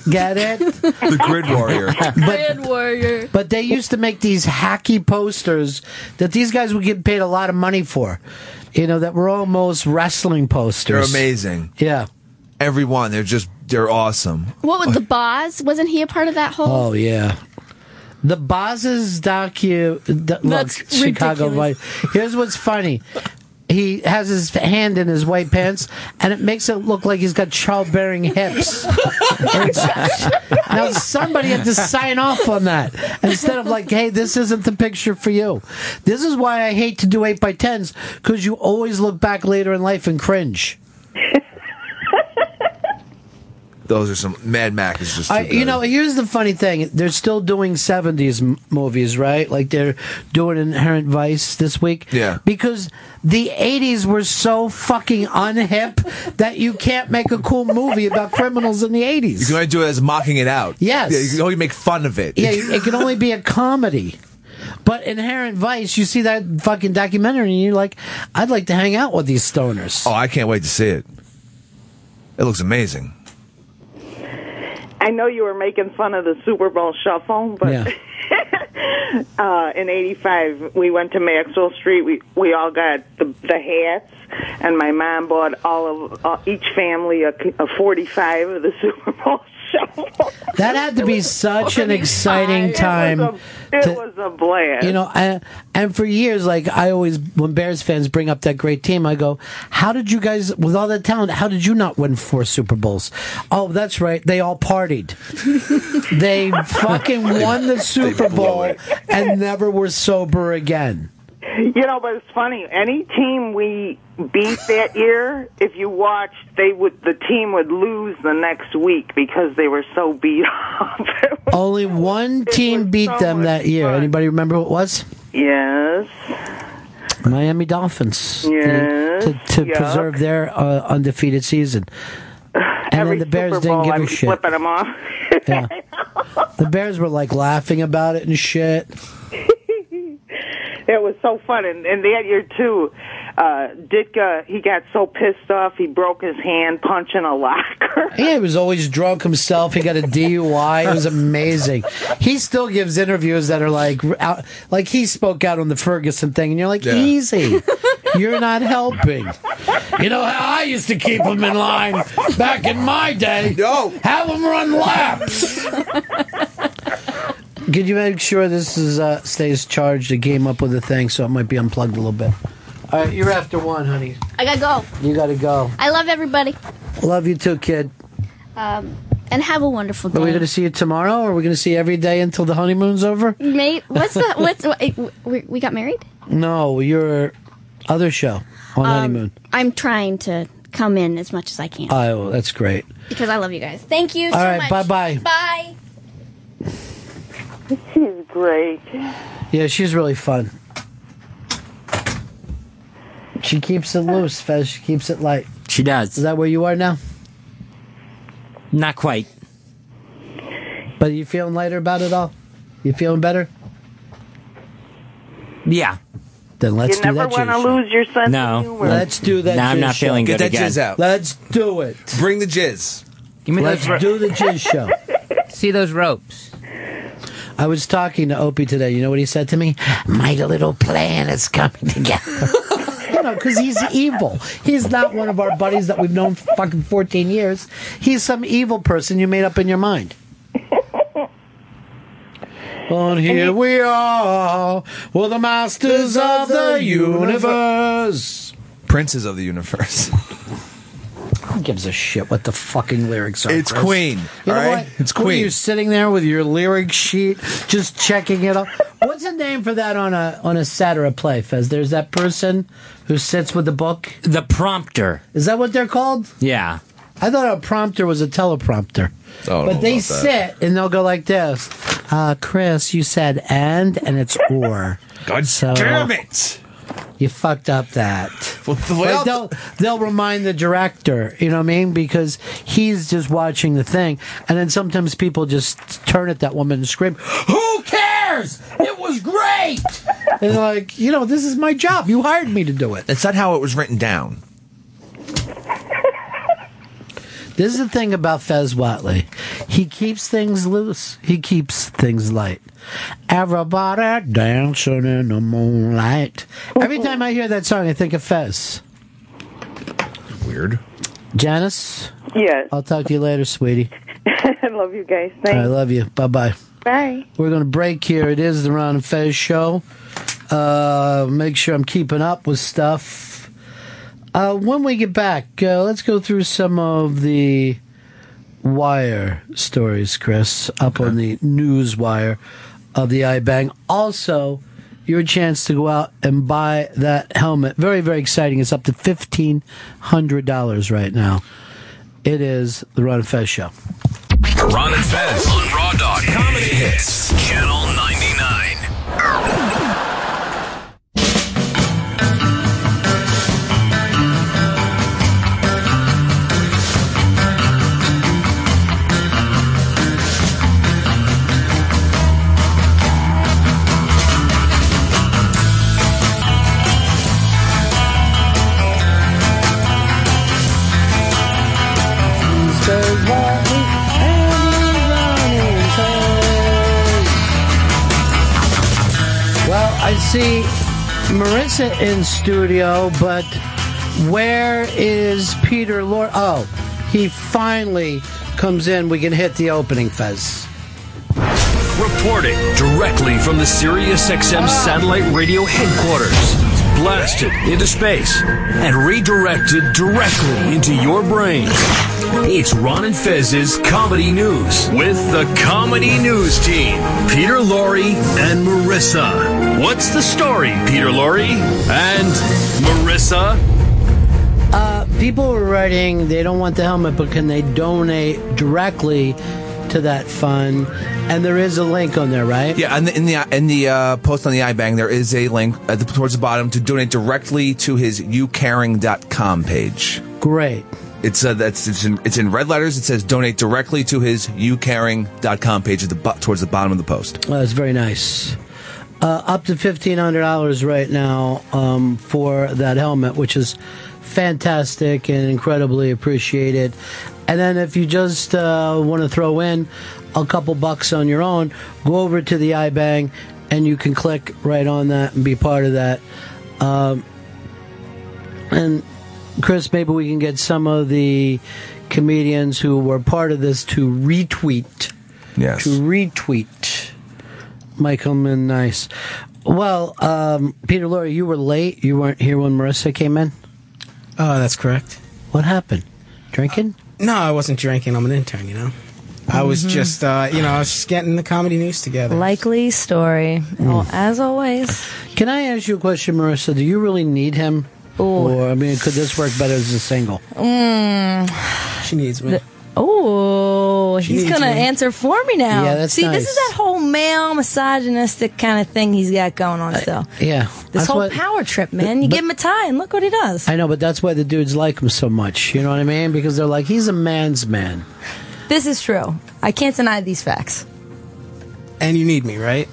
S7: Get it? the
S8: Grid Warrior.
S7: *laughs* But,
S13: Warrior.
S7: but they used to make these hacky posters that these guys would get paid a lot of money for. You know that were almost wrestling
S8: They're
S7: posters.
S8: amazing.
S7: Yeah.
S8: Everyone, they're just they're awesome.
S13: What with the Boz? Wasn't he a part of that whole?
S7: Oh yeah. The Boz's docu d- look,
S13: That's
S7: Chicago White. Here's what's funny. He has his hand in his white pants, and it makes it look like he's got childbearing hips. *laughs* It's- now somebody had to sign off on that instead of like, "Hey, this isn't the picture for you." This is why I hate to do eight by tens because you always look back later in life and cringe.
S8: Those are some Mad Mac is just too
S7: I, you
S8: good.
S7: know, here's the funny thing. They're still doing 70s m- movies, right? Like they're doing Inherent Vice this week.
S8: Yeah.
S7: Because the 80s were so fucking unhip that you can't make a cool movie about criminals in the 80s.
S8: You can only do it as mocking it out.
S7: Yes.
S8: Yeah, you can only make fun of it.
S7: Yeah, it can only be a comedy. But Inherent Vice, you see that fucking documentary and you're like, I'd like to hang out with these stoners.
S8: Oh, I can't wait to see it. It looks amazing.
S6: I know you were making fun of the Super Bowl shuffle, but
S25: *laughs* uh, in '85, we went to Maxwell Street. We we all got the, the hats, and my mom bought all of uh, each family a, a 45 of the *laughs* Super Bowl.
S7: That had to be such an exciting time.
S25: It was a, it
S7: to-
S25: was a blast.
S7: You know, I, and for years, like I always, when Bears fans bring up that great team, I go, "How did you guys, with all that talent, how did you not win four Super Bowls?" Oh, that's right, they all partied. *laughs* they fucking won the Super Bowl and never were sober again.
S25: You know, but it's funny. Any team we beat
S7: *laughs*
S25: that year, if you watched, they would the team would lose the next week because they were so beat up. *laughs*
S7: Only one team beat them that year. Anybody remember who it was?
S25: yes.
S7: Miami Dolphins.
S25: Yes,
S7: To, to
S25: yuck.
S7: preserve their uh, undefeated season. And then the Bears
S25: Super
S7: didn't
S25: Bowl,
S7: give
S25: I'm
S7: a shit.
S25: flipping them off.
S7: Yeah. the Bears were like laughing about it and shit.
S25: *laughs* It was so fun, and, and that year too, uh, Ditka he got so pissed off he broke his hand punching a locker.
S7: He was always drunk himself. He got a DUI. It was amazing. He still gives interviews that are like, out, like he spoke out on the Ferguson thing, and you're like,
S5: Yeah.
S7: easy. You're not helping. You know how I used to keep them in line back in my day? No. Have them run laps. Could you make sure this is uh, stays charged? It came up with a thing, so it might be unplugged a little bit. All right, you're after one, honey.
S13: I gotta go.
S7: You got to go.
S13: I love everybody.
S7: Love you too, kid.
S13: Um, and have a wonderful day.
S7: Are we going to see you tomorrow, or are we going to see you every day until the honeymoon's over?
S13: Mate, what's the what's what, it- we, we got married?
S7: No, your other show on
S13: Um,
S7: honeymoon.
S13: I'm trying to come in as much as I can
S7: Oh, well, that's great.
S13: because I love you guys. Thank you
S7: All
S13: so
S7: right,
S13: much.
S7: bye-bye.
S13: Bye.
S25: She's great. *laughs*
S7: Yeah, she's really fun. She keeps it loose, Fez. She keeps it light.
S14: She does.
S7: Is that where you are now?
S14: Not quite.
S7: But are you feeling lighter about it all? You feeling better?
S14: Yeah.
S7: Then let's
S14: You
S7: do
S14: never
S7: that.
S14: wanna
S7: Jason.
S14: lose your sense of No. humor.
S7: Let's do that.
S14: No, I'm
S7: jizz
S14: not feeling
S7: show.
S14: Get good that again. jizz out.
S7: Let's do it.
S8: Bring the jizz.
S14: Give me
S7: Let's
S14: those
S7: do the jizz
S26: *laughs*
S7: show.
S14: See those ropes.
S7: I was talking to Opie today. You know what he said to me? My little plan is coming *laughs* together. you know, because he's evil. He's not one of our buddies that we've known for fucking 14 years. He's some evil person you made up in your *laughs* mind. And here we are. We're the masters of the universe.
S8: Princes of the universe.
S7: Who gives a shit what the fucking lyrics are?
S8: It's
S7: Chris?
S8: Queen,
S7: You know
S8: all right?
S7: what?
S8: It's
S7: Who are
S8: Queen.
S7: you sitting there with your lyric sheet, just checking it off? *laughs* What's the name for that on a on a satire play, Fez? There's that person who sits with the book.
S14: The prompter.
S7: Is that what they're called?
S14: Yeah.
S7: I thought a prompter was a teleprompter.
S14: Oh,
S7: but they sit and they'll go like this. Uh, Chris, you said and and it's or.
S8: God
S7: so,
S8: damn it!
S7: You fucked up that.
S8: Well,
S7: Like, they'll they'll remind the director, you know what I mean, because he's just watching the thing, and then sometimes people just turn at that woman and scream, "Who cares? It was great!" and they're like, you know, this is my job. You hired me to do it.
S8: That's not how it was written down.
S7: This is the thing about Fez Watley. He keeps things loose. He keeps things light. Everybody dancing in the moonlight. Every time I hear that song, I think of Fez.
S8: Weird.
S7: Janice?
S6: Yes.
S7: I'll talk to you later, sweetie.
S6: I love you guys.
S7: I
S6: Thanks.
S7: love you. Bye bye.
S6: Bye.
S7: We're going to break here. It is the Ron and Fez show. Uh, make sure I'm keeping up with stuff. Uh, when we get back, uh, let's go through some of the wire stories, Chris, up on the news wire of the iBang. Also, your chance to go out and buy that helmet. Very, very exciting. It's up to $1,500 right now. It is the Ron and Fez show.
S2: Ron and Fez on Raw Dog Comedy Hits, Channel 99.
S7: Well, I see Marissa in studio, but where is Peter Lord? Oh, he finally comes in. We can hit the opening, Fez.
S16: Reporting directly from the SiriusXM satellite radio headquarters, blasted into space and redirected directly into your brain. It's Ron and Fez's Comedy News with the Comedy News Team, Peter Laurie and Marissa. What's the story, Peter Laurie and Marissa?
S7: Uh, people were writing they don't want the helmet, but can they donate directly to that fund? And there is a link on there, right?
S8: Yeah, and the, in the in the uh, post on the iBang, there is a link at the, towards the bottom to donate directly to his youcaring.com page.
S7: Great.
S8: It's uh, that's it's in, it's in red letters. It says donate directly to his youcaring.com page at the bo- towards the bottom of the post.
S7: Well, that's very nice. Uh, up to fifteen hundred dollars right now um, for that helmet, which is fantastic and incredibly appreciated. And then if you just uh, want to throw in a couple bucks on your own, go over to the iBang and you can click right on that and be part of that. Um, and Chris, maybe we can get some of the comedians who were part of this to retweet.
S8: Yes.
S7: To retweet. Michael Min Nice. Well, um, Peter Laurie, you were late. You weren't here when Marissa came in?
S27: Oh, that's correct.
S7: What happened? Drinking?
S27: No, I wasn't drinking. I'm an intern, you know. I was
S7: Mm-hmm.
S28: Mhm.
S27: just, uh, you know, I was just getting the comedy news together.
S28: Likely story. Well, as always.
S7: Mm. Can I ask you a question, Marissa? Do you really need him? Or, I mean, could this work better as a single?
S28: Mm,
S27: She needs me.
S28: The- oh,
S7: She
S28: he's
S7: needs
S28: gonna
S7: me.
S28: answer for me now.
S7: Yeah, that's
S28: See,
S7: nice.
S28: this is that whole male misogynistic kind of thing he's got going on still.
S7: Yeah.
S28: this
S7: That's
S28: whole
S7: what-
S28: power trip, man. You
S7: but-
S28: give him a tie and look what he does.
S7: I know, but that's why the dudes like him so much. You know what I mean? Because they're like, he's a man's man.
S28: This is true. I can't deny these facts. *laughs*
S27: And you need me, right?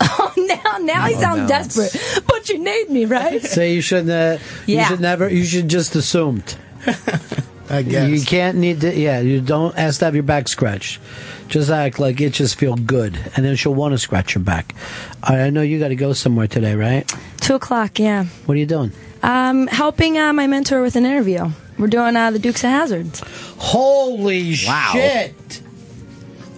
S28: Oh, now, now he
S7: No,
S28: sounds
S7: no.
S28: desperate. But you need me, right?
S7: So you shouldn't. Uh, You
S28: Yeah.
S7: should never. You should just assumed.
S27: *laughs* I
S7: guess you can't need to. Yeah, you don't ask to have your back scratched. Just act like it just feel good, and then she'll want to scratch your back. All right, I know you got to go somewhere today, right?
S28: Two o'clock. Yeah.
S7: What are you doing?
S28: Um, helping uh, my mentor with an interview. We're doing uh, the Dukes of Hazards.
S7: Holy shit!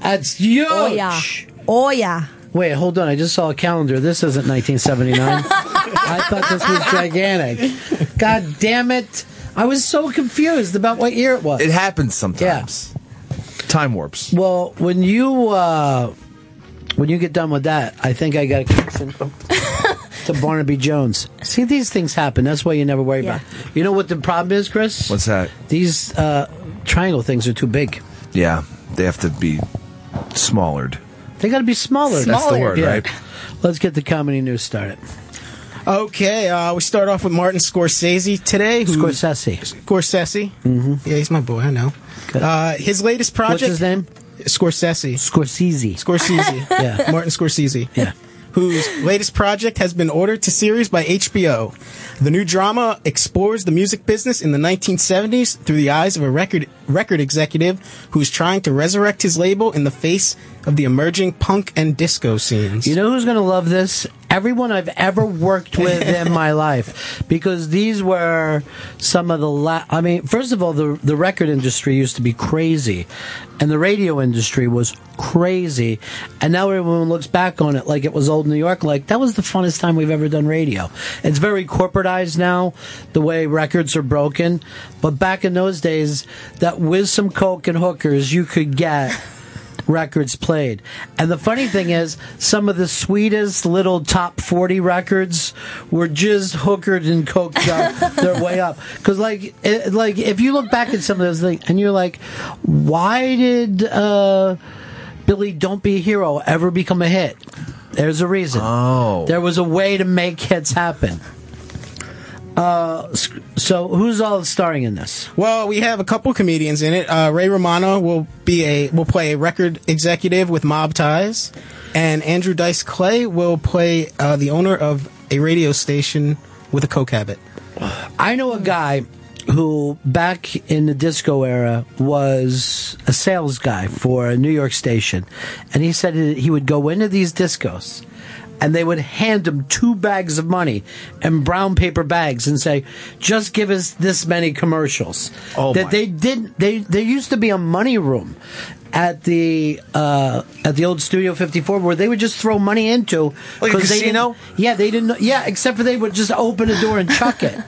S7: That's huge.
S28: Oh yeah. Oh yeah.
S7: Wait, hold on. I just saw a calendar. This isn't
S28: *laughs*
S7: 1979. I thought this was gigantic. God damn it! I was so confused about what year it was.
S8: It happens sometimes. Time warps.
S7: Well, when you uh, when you get done with that, I think I got a connection to Barnaby Jones. See, these things happen. That's why you never worry
S28: Yeah.
S7: about. It. You know what the problem is, Chris?
S8: What's that?
S7: These uh, triangle things are too big.
S8: Yeah, they have to be smallered.
S7: They got to be smaller.
S8: That's the Smaller. word, right?
S7: Let's get the comedy news started.
S27: Okay, uh, we start off with Martin Scorsese today. Who,
S7: Scorsese.
S27: Scorsese. Mm-hmm. Yeah, he's my boy. I know. Uh, his latest project.
S7: What's his name?
S27: Scorsese.
S7: Scorsese.
S27: Scorsese.
S7: *laughs* Yeah.
S27: Martin Scorsese.
S7: Yeah.
S27: Whose latest project has been ordered to series by HBO. The new drama explores the music business in the 1970s through the eyes of a record record executive who's trying to resurrect his label in the face of the emerging punk and disco scenes.
S7: You know who's going to love this? Everyone I've ever worked with in my life, because these were some of the. La- I mean, first of all, the the record industry used to be crazy, and the radio industry was crazy, and now everyone looks back on it like it was old New York. Like that was the funnest time we've ever done radio. It's very corporatized now, the way records are broken, but back in those days, that with some coke and hookers, you could get. records played. And the funny thing is, some of the sweetest little top 40 records were just hookered and coked up their way up. Because, like, it, like, if you look back at some of those things and you're like, why did uh, Billy Don't Be a Hero ever become a hit? There's a reason. Oh. There was a way to make hits happen.
S27: Uh,
S7: so who's all starring in this?
S27: Well, we have a couple comedians in it. Uh, Ray Romano will be a will play a record executive with mob ties, and Andrew Dice Clay will play uh, the owner of a radio station with a coke habit.
S7: I know a guy who back in the disco era was a sales guy for a New York station, and he said he would go into these discos, and they would hand him two bags of money and brown paper bags and say, "Just give us this many commercials."
S20: Oh,
S7: that
S20: my.
S7: they didn't. They there used to be a money room at the uh, at the old Studio 54 where they would just throw money into
S20: Oh,
S8: Like a
S7: 'cause they
S8: casino?
S7: didn't- yeah, they didn't. know- Yeah, except for they would just open a door and chuck it.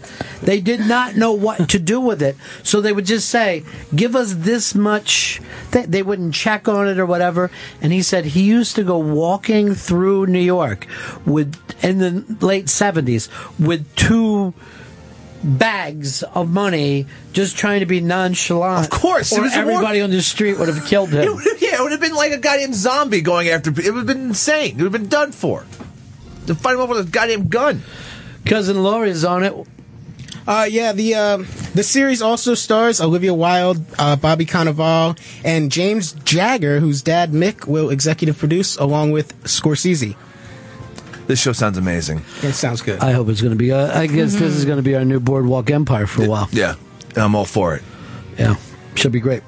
S7: they did not know what to do with it, so they would just say, "Give us this much." They, they wouldn't check on it or whatever. And he said he used to go walking through New York with in the late seventies with two. Bags of money, just trying to be nonchalant. Of
S8: course, it
S7: or
S8: was a war-
S7: everybody on the street would have killed him.
S8: yeah, it would have been like a goddamn zombie going after. pe- It would have been insane. It would have been done for. To fight him off with a goddamn gun.
S7: Cousin Lori's on it.
S27: Uh, yeah, the uh, the series also stars Olivia Wilde, uh, Bobby Cannavale, and James Jagger, whose dad Mick will executive produce along with Scorsese.
S8: This show sounds amazing.
S27: It sounds good.
S7: I hope it's going to be. Uh, I guess this is going to be our new Boardwalk Empire for a while.
S8: Yeah, and I'm all for it.
S7: Yeah, should be great.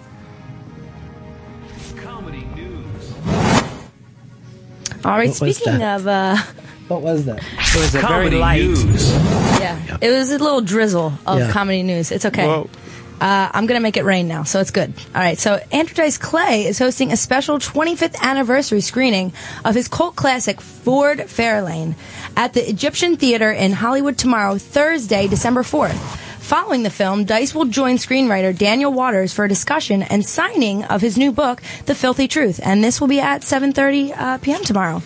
S28: All right.
S7: What was
S28: speaking
S7: that?
S28: of, uh,
S7: what was that?
S28: It
S7: was
S28: a
S7: Comedy news.
S28: Yeah, it was a little drizzle of
S7: Yeah.
S28: comedy news. It's okay.
S7: Whoa.
S28: Uh, I'm gonna make it rain now, so it's good. All right, so Andrew Dice Clay is hosting a special 25th anniversary screening of his cult classic Ford Fairlane at the Egyptian Theater in Hollywood tomorrow, Thursday, December 4th. Following the film, Dice will join screenwriter Daniel Waters for a discussion and signing of his new book, The Filthy Truth, and this will be at 7:30 uh, p.m. tomorrow.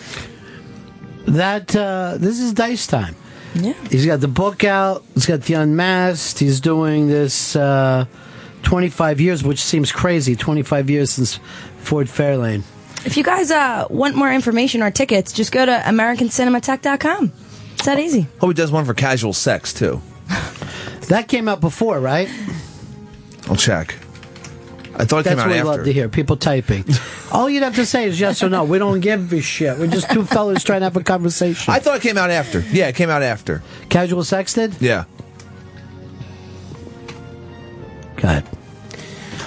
S7: That uh, this is Dice time.
S28: Yeah.
S7: He's got the book out. He's got the Unmasked. He's doing this uh, 25 years, which seems crazy. 25 years since Ford Fairlane.
S28: If you guys uh, want more information or tickets, just go to AmericanCinemaTech.com. It's that easy.
S8: Oh, he does one for casual sex too.
S7: *laughs* That came out before, right?
S8: I'll check. I thought it
S7: That's
S8: came out
S7: what we
S8: after.
S7: love to hear. People
S8: *laughs*
S7: typing. All you'd have to say is yes or no. We don't give a shit. We're just
S28: *laughs*
S7: two fellas trying to have a conversation.
S8: I thought it came out after. Yeah, it came out after.
S7: Casual sex did?
S8: Yeah.
S7: God.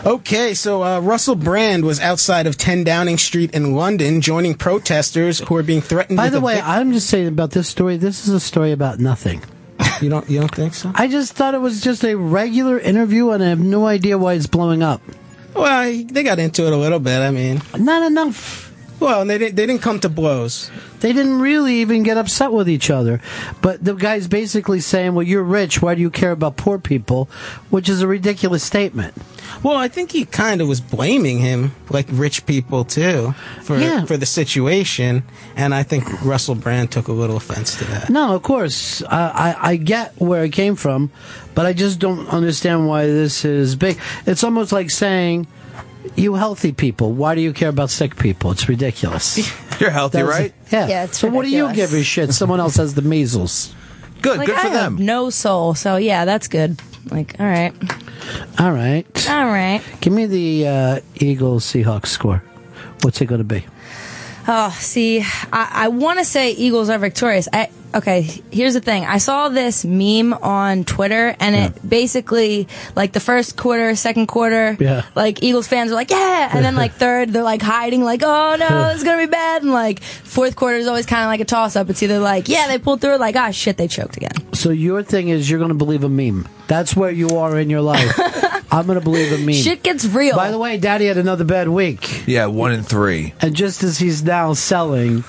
S27: Okay, so uh, Russell Brand was outside of 10 Downing Street in London, joining protesters who are being threatened.
S7: By
S27: with
S7: the
S27: a
S7: way,
S27: vic-
S7: I'm just saying about this story. This is a story about nothing.
S27: You don't you don't think so?
S7: I just thought it was just a regular interview, and I have no idea why it's blowing up.
S27: well, they got into it a little bit. I mean,
S7: not enough.
S27: Well, and they didn't they didn't come to blows.
S7: They didn't really even get upset with each other. But the guy's basically saying, "Well, you're rich. Why do you care about poor people?" Which is a ridiculous statement.
S27: Well, I think he kind of was blaming him, like rich people too, for
S7: Yeah.
S27: for the situation, and I think Russell Brand took a little offense to that.
S7: No, of course. I, I, I get where it came from, but I just don't understand why this is big. It's almost like saying, you healthy people, why do you care about sick people? It's ridiculous.
S8: *laughs* You're healthy,
S7: That was-
S8: right?
S7: yeah. so what do you give a shit? Someone else has the measles.
S8: Good,
S28: Like,
S8: good for
S28: I have
S8: them.
S28: No soul. So yeah, that's good. Like, all right,
S7: All right.
S28: all right.
S7: Give me the uh, Eagles Seahawks score. What's it going to be?
S28: Oh, see, I, I want to say Eagles are victorious. I okay. Here's the thing. I saw this meme on Twitter, and it basically like the first quarter, second quarter,
S5: Yeah.
S28: like Eagles fans are like, yeah, and then like third, they're like hiding, like, oh
S7: *laughs*
S28: no, it's gonna be bad, and like fourth quarter is always kind of like a toss up. It's either like, yeah, they pulled through, or, like, ah, shit, they choked again.
S7: So your thing is you're going to believe a meme. That's where you are in your
S28: *laughs*
S7: life. I'm going to believe a meme.
S28: Shit gets real.
S7: By the way, Daddy had another bad week,
S8: Yeah, one in three.
S7: and just as he's now selling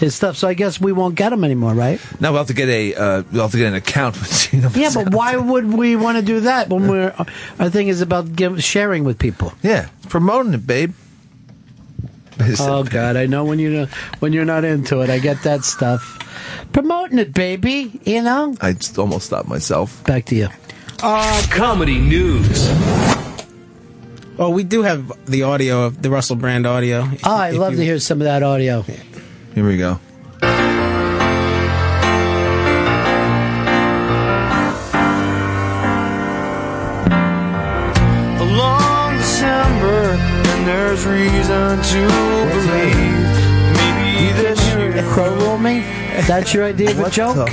S7: his stuff, so I guess we won't get him anymore, right?
S8: Now we'll have to get a uh, we'll have to get an account with *laughs* Gina.
S7: Yeah, but why would we want to do that when we're our thing is about give, sharing with people?
S8: Yeah, promoting it, babe. *laughs*
S7: Oh God, I know when you when you're not into it, I get that stuff. Promoting it, baby. You know.
S8: I just almost stopped myself.
S7: Back to you.
S16: Comedy news.
S27: Oh, we do have the audio of the Russell Brand audio.
S7: Oh, I'd love to hear some of that audio.
S8: Here we go.
S5: a long December, and there's reason to believe maybe this year.
S7: Crow roll me? That's your idea of a joke?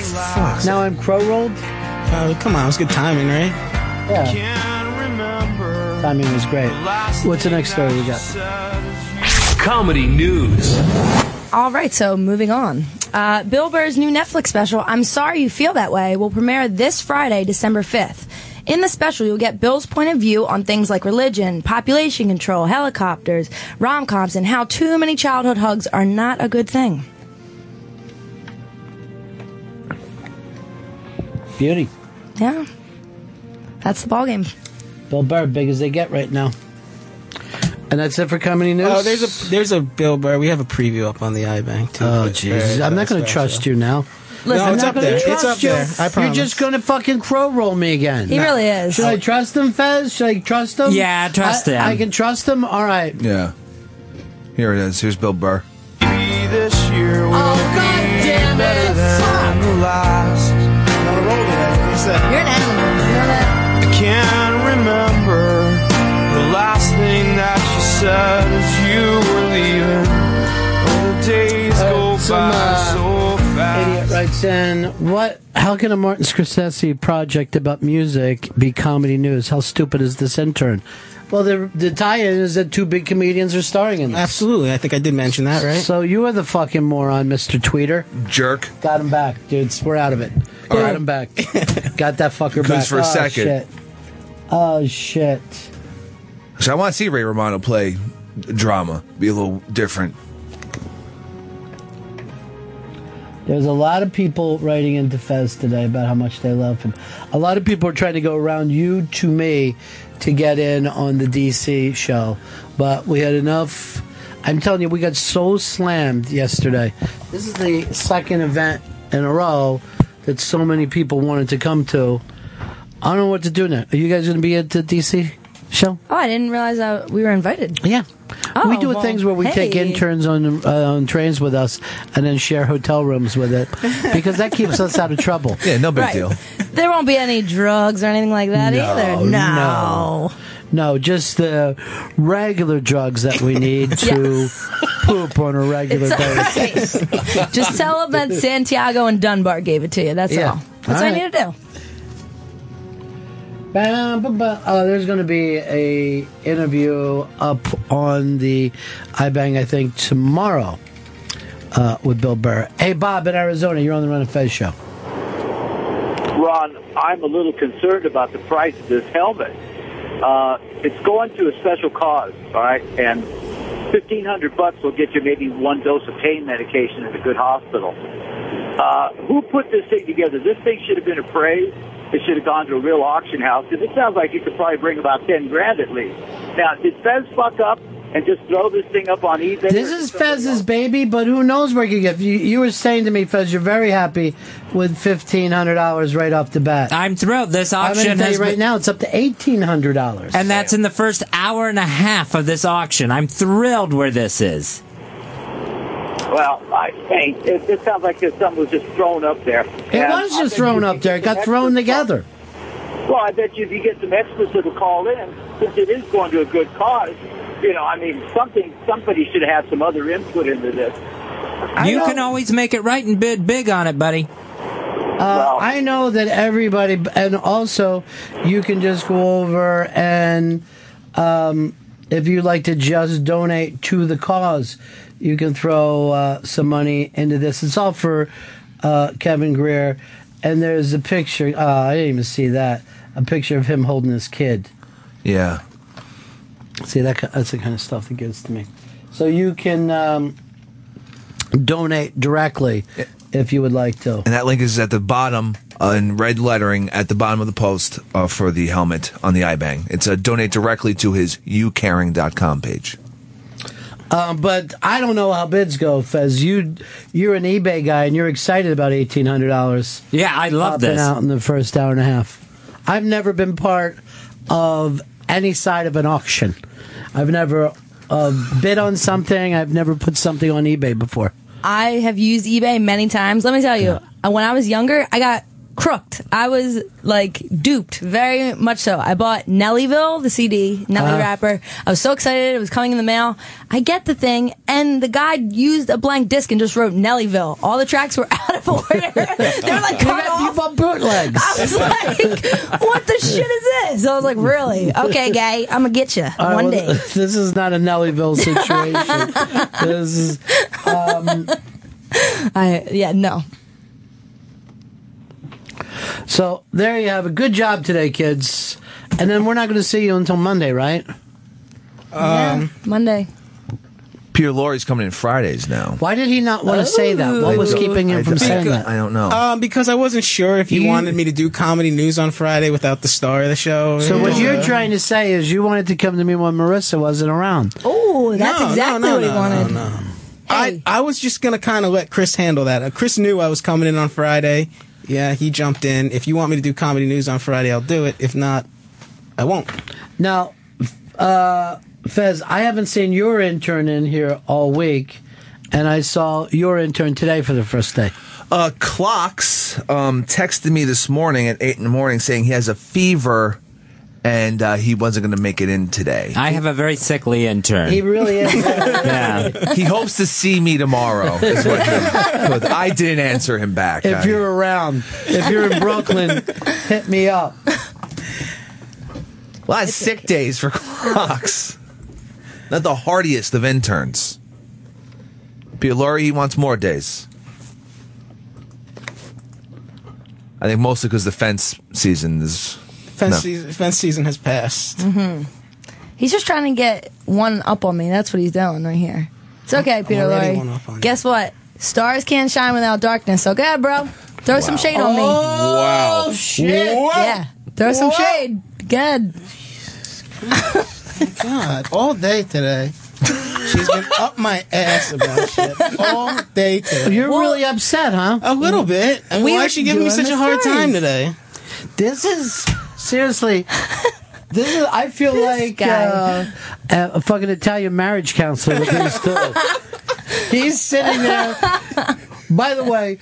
S7: Now I'm crow rolled?
S27: Oh, come on. It was good timing, right?
S7: Yeah. Timing was great. What's the next story we got?
S16: Comedy news.
S28: All right, so moving on. Uh, Bill Burr's new Netflix special, I'm Sorry You Feel That Way, will premiere this Friday, December 5th. In the special, you'll get Bill's point of view on things like religion, population control, helicopters, rom coms, and how too many childhood hugs are not a good thing.
S7: Beauty.
S28: Yeah. That's the ballgame.
S7: Bill Burr, big as they get right now. And that's it for comedy news.
S27: Oh, there's a there's a Bill Burr. We have a preview up on the iBank too.
S7: Oh, jeez. I'm not going to trust you now.
S27: Listen,
S7: I'm
S27: it's
S7: not
S27: up
S7: gonna
S27: there. It's
S7: trust
S27: up
S7: you.
S27: there. I
S7: You're
S27: promise.
S7: just going to fucking crow roll me again.
S28: He No. really is.
S7: Should I trust him, Fez? Should I trust him?
S28: Yeah, trust
S7: I-
S28: him.
S7: I can trust him? All right.
S8: Yeah. Here it is. Here's Bill Burr.
S5: Maybe this year will
S28: Oh,
S5: be better than the last.
S28: You're an
S5: animal. I can't remember the last thing that you said as you were leaving. Oh, the days go by so fast.
S7: Idiot writes in, "What? How can a Martin Scorsese project about music be comedy news? How stupid is this intern?" Well, the the tie-in is that two big comedians are starring in this.
S27: Absolutely. I think I did mention that, right?
S7: So you are the fucking moron, Mister Tweeter.
S8: Jerk.
S7: Got him back, dudes. We're out of it. Got him back. Got that fucker back
S8: Goose for a
S7: oh,
S8: second.
S7: Shit. Oh shit!
S8: So I want to see Ray Romano play drama. Be a little different.
S7: There's a lot of people writing into Fez today about how much they love him. A lot of people are trying to go around you to me to get in on the DC show, but we had enough. I'm telling you, we got so slammed yesterday. This is the second event in a row that so many people wanted to come to. I don't know what to do now. Are you guys going to be at the DC show?
S28: Oh, I didn't realize that we were invited.
S7: Yeah.
S28: Oh,
S7: we do
S28: well,
S7: things where we
S28: hey.
S7: take interns on uh, on trains with us and then share hotel rooms with
S28: *laughs*
S7: it because that keeps us out of trouble.
S8: Yeah, no
S28: big Right. deal. There won't be any drugs or anything like that either.
S7: no. No, just the regular drugs that we
S28: *laughs*
S7: need to poop on a regular
S28: It's all *laughs*
S7: basis.
S28: right. Just tell them that Santiago and Dunbar gave it to you. That's
S7: Yeah.
S28: all. That's
S7: All
S28: what I
S7: right.
S28: need to do.
S7: Bam, bam, bam. Uh, there's going to be a interview up on the iBang, I think, tomorrow uh, with Bill Burr. Hey, Bob in Arizona, you're on the Run and Fez show.
S3: Ron, I'm a little concerned about the price of this helmet. Uh, it's going to a special cause, all right? And fifteen hundred bucks will get you maybe one dose of pain medication at a good hospital. Uh, who put this thing together? This thing should have been appraised. It should have gone to a real auction house because it sounds like it could probably bring about ten grand at least. Now, did Fez fuck up and just throw this thing up on eBay?
S7: This
S3: or
S7: is
S3: something?
S7: Fez's baby, but who knows where it could get. You, you were saying to me, Fez, you're very happy with fifteen hundred dollars right off the bat.
S28: I'm thrilled. This
S7: I'm gonna
S28: auction
S7: tell you
S28: has
S7: right
S28: been-
S7: now, it's up to eighteen hundred dollars.
S28: And
S14: that's in the first hour and a half of this auction. I'm thrilled where this is.
S3: Well, I think it, it sounds like there's something was just thrown up there.
S7: It was just thrown up there. It got thrown together.
S3: Well, I bet you if you get some experts that'll call in, since it is going to a good cause, you know, I mean, something somebody should have some other input into this.
S14: you can always make it right and bid big on it, buddy.
S7: Uh, I know that everybody, and also you can just go over and um, if you'd like to just donate to the cause, you can throw uh, some money into this. It's all for uh, Kevin Greer, and there's a picture. Uh, I didn't even see that. A picture of him holding his kid.
S8: Yeah.
S7: See that ki- that's the kind of stuff that gets to me. So you can um, donate directly if you would like to.
S8: And that link is at the bottom uh, in red lettering at the bottom of the post uh, for the helmet on the iBang. It's a donate directly to his youcaring.com page.
S7: Um, but I don't know how bids go, Fez. You you're an eBay guy and you're excited about eighteen hundred dollars.
S14: Yeah, I love
S7: Been
S14: this.
S7: out in the first hour and a half. I've never been part of any side of an auction. I've never uh, bid on something. I've never put something on eBay before.
S28: I have used eBay many times. Let me tell you, uh, when I was younger, I got crooked. I was like duped, very much so. I bought Nellyville, the CD, Nelly
S29: Uh-huh.
S28: rapper. I was so excited. It was coming in the mail. I get the thing, and the guy used a blank disc and just wrote Nellyville. All the tracks were *laughs* out of order. They're like cut off. You
S7: bought bootlegs.
S28: I was like, *laughs* what the shit is this? So I was like, really? Okay, guy, I'm gonna get you
S7: All right,
S28: one
S7: well,
S28: day.
S7: *laughs* This is not a
S28: *laughs*
S7: Nellyville situation. this is um,
S28: I yeah no.
S7: So there you have it. Good job today, kids. And then we're not going to see you until Monday, right?
S28: yeah, Monday.
S8: Peter Lorre's coming in Fridays now.
S7: Why did he not want to say that? What was keeping him from saying that?
S8: I don't know.
S27: Um, because I wasn't sure if you
S7: You-
S27: wanted me to do comedy news on Friday without the star of the show.
S7: So what you're
S27: Uh,
S7: trying to say is you wanted to come to me when Marissa wasn't around.
S28: Oh,
S7: that's exactly what he wanted.
S27: No, no. I, I was just gonna kind of let Chris handle that. Uh, Chris knew I was coming in on Friday. Yeah, he jumped in. If you want me to do comedy news on Friday, I'll do it. If not, I won't.
S7: Now, uh, Fez, I haven't seen your intern in here all week, and I saw your intern today for the first day.
S8: Uh, Clocks um, texted me this morning at 8 in the morning saying he has a fever and uh, he wasn't going to make it in today.
S14: I have a very sickly intern.
S7: He
S14: *laughs*
S7: really is.
S8: yeah. He hopes to see me tomorrow. Is what
S7: *laughs*
S8: he, but I didn't answer him back.
S7: If
S8: I-
S7: you're around, if you're in *laughs* Brooklyn, hit me up.
S8: a lot of sick days for *laughs* clocks. Not the hardiest of interns. Piolari, he wants more days. I think mostly because the fence season is
S27: Fence,
S8: no.
S27: season, fence season has
S7: *laughs*
S27: passed.
S28: hmm He's just trying to get one up on me. That's what he's doing right here. It's okay, Peter
S27: already
S28: Lorre.
S27: one up on
S28: Guess what? Stars can't shine without darkness. So go ahead, bro. *laughs* Throw some shade on me.
S27: Oh,
S8: Wow. shit.
S28: *laughs* Yeah. Throw some shade. Good.
S27: God, all day today. She's been up my ass about shit all day today.
S7: You're really upset, huh?
S27: A little bit. I mean,
S7: We
S27: why
S7: were
S27: is she giving me
S7: doing
S27: such
S7: the
S27: a hard
S7: stories.
S27: time today?
S7: This is seriously. This is. I feel like
S27: guy.
S7: uh, a a fucking Italian marriage counselor with *laughs* these two. He's sitting there. By the way,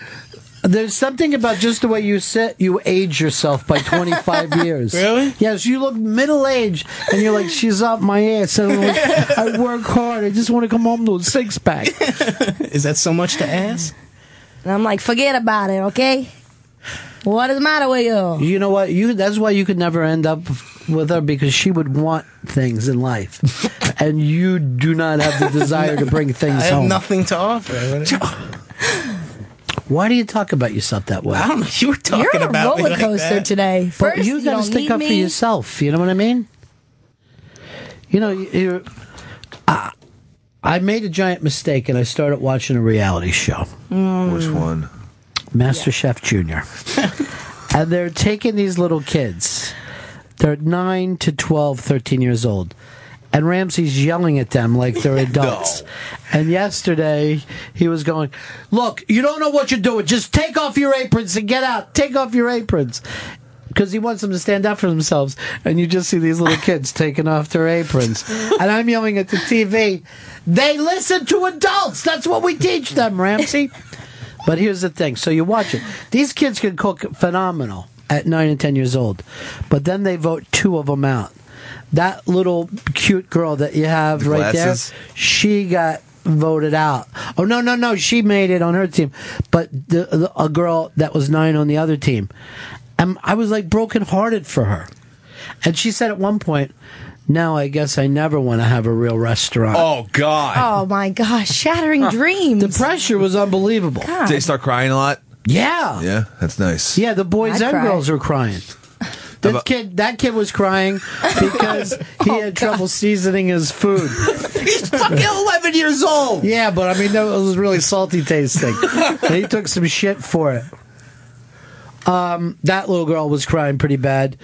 S7: there's something about just the way you sit. You age yourself
S27: *laughs*
S7: by 25 years. Really? Yes. You look middle aged, and you're like, she's up my ass. And I'm like, I work hard. I just want to come home to a six pack.
S27: *laughs* Is that so much to ask?
S28: And I'm like, forget about it, okay? What is the matter with you?
S7: You know what? You that's why you could never end up with her because she would want things
S27: *laughs*
S7: in life, and you do not have the desire to bring things
S27: I have
S7: home.
S27: nothing to offer. What-
S7: Why do you talk about yourself that way? I
S27: don't know. *laughs* You were talking
S28: You're on a
S27: about me
S28: roller
S27: like
S28: coaster
S27: that.
S28: today. First,
S7: but you
S28: you
S7: gotta
S28: don't
S7: stick
S28: need
S7: up for
S28: me.
S7: yourself. You know what I mean? You know, you- you're. I- I made a giant mistake, and I started watching a reality show.
S8: Which one?
S7: Master Chef Junior. and they're taking these little kids. They're 9 to 12, 13 years old. And Ramsey's yelling at them like they're adults. And yesterday he was going, Look, you don't know what you're doing. Just take off your aprons and get out. Take off your aprons. because he wants them to stand up for themselves. And you just see these little kids taking off their aprons. And I'm yelling at the TV, they listen to adults. That's what we teach them, Ramsey. But here's the thing. So you watch it. These kids can cook phenomenal at nine and ten years old, but then they vote two of them out. That little cute girl that you have
S20: The
S7: right
S20: glasses?
S7: there, she got voted out. Oh no, no, no! She made it on her team, but the, the, a girl that was nine on the other team. Um, I was like brokenhearted for her, and she said at one point, "Now I guess I never want to have a real restaurant."
S8: Oh God!
S28: Oh my gosh, shattering dreams. The
S7: pressure was unbelievable.
S28: Oh,
S8: Did they start crying a lot?
S7: Yeah.
S8: Yeah, that's nice.
S7: Yeah, the boys
S28: I'd
S7: and
S28: cry.
S7: girls were crying. That
S8: about-
S7: kid, that kid was crying because
S27: *laughs*
S7: he
S27: Oh,
S7: had trouble seasoning his food.
S20: He's fucking 11 years old.
S7: Yeah, but I mean, that was really salty
S20: *laughs*
S7: tasting. and he took some shit for it. Um, that little girl was crying pretty bad.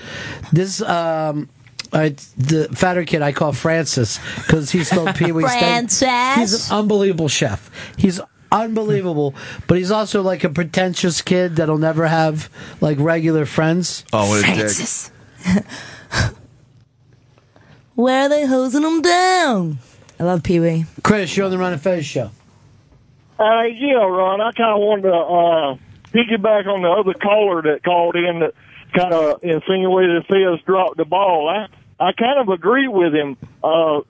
S7: This, um, I, the fatter kid I call Francis because he's still Pee Wee.
S20: Francis?
S7: He's an unbelievable chef. He's unbelievable, but he's also like a pretentious kid that'll never have like regular friends.
S8: Oh, what a dick.
S28: Francis. *laughs* Where are they hosing them down? I love Pee Wee.
S7: Chris, you're on the Run and Fez show.
S29: Uh, yeah, Ron, I kind of wanted to uh, piggyback on the other caller that called in that kind of insinuated Fez dropped the ball. I, I kind of agree with him. Uh,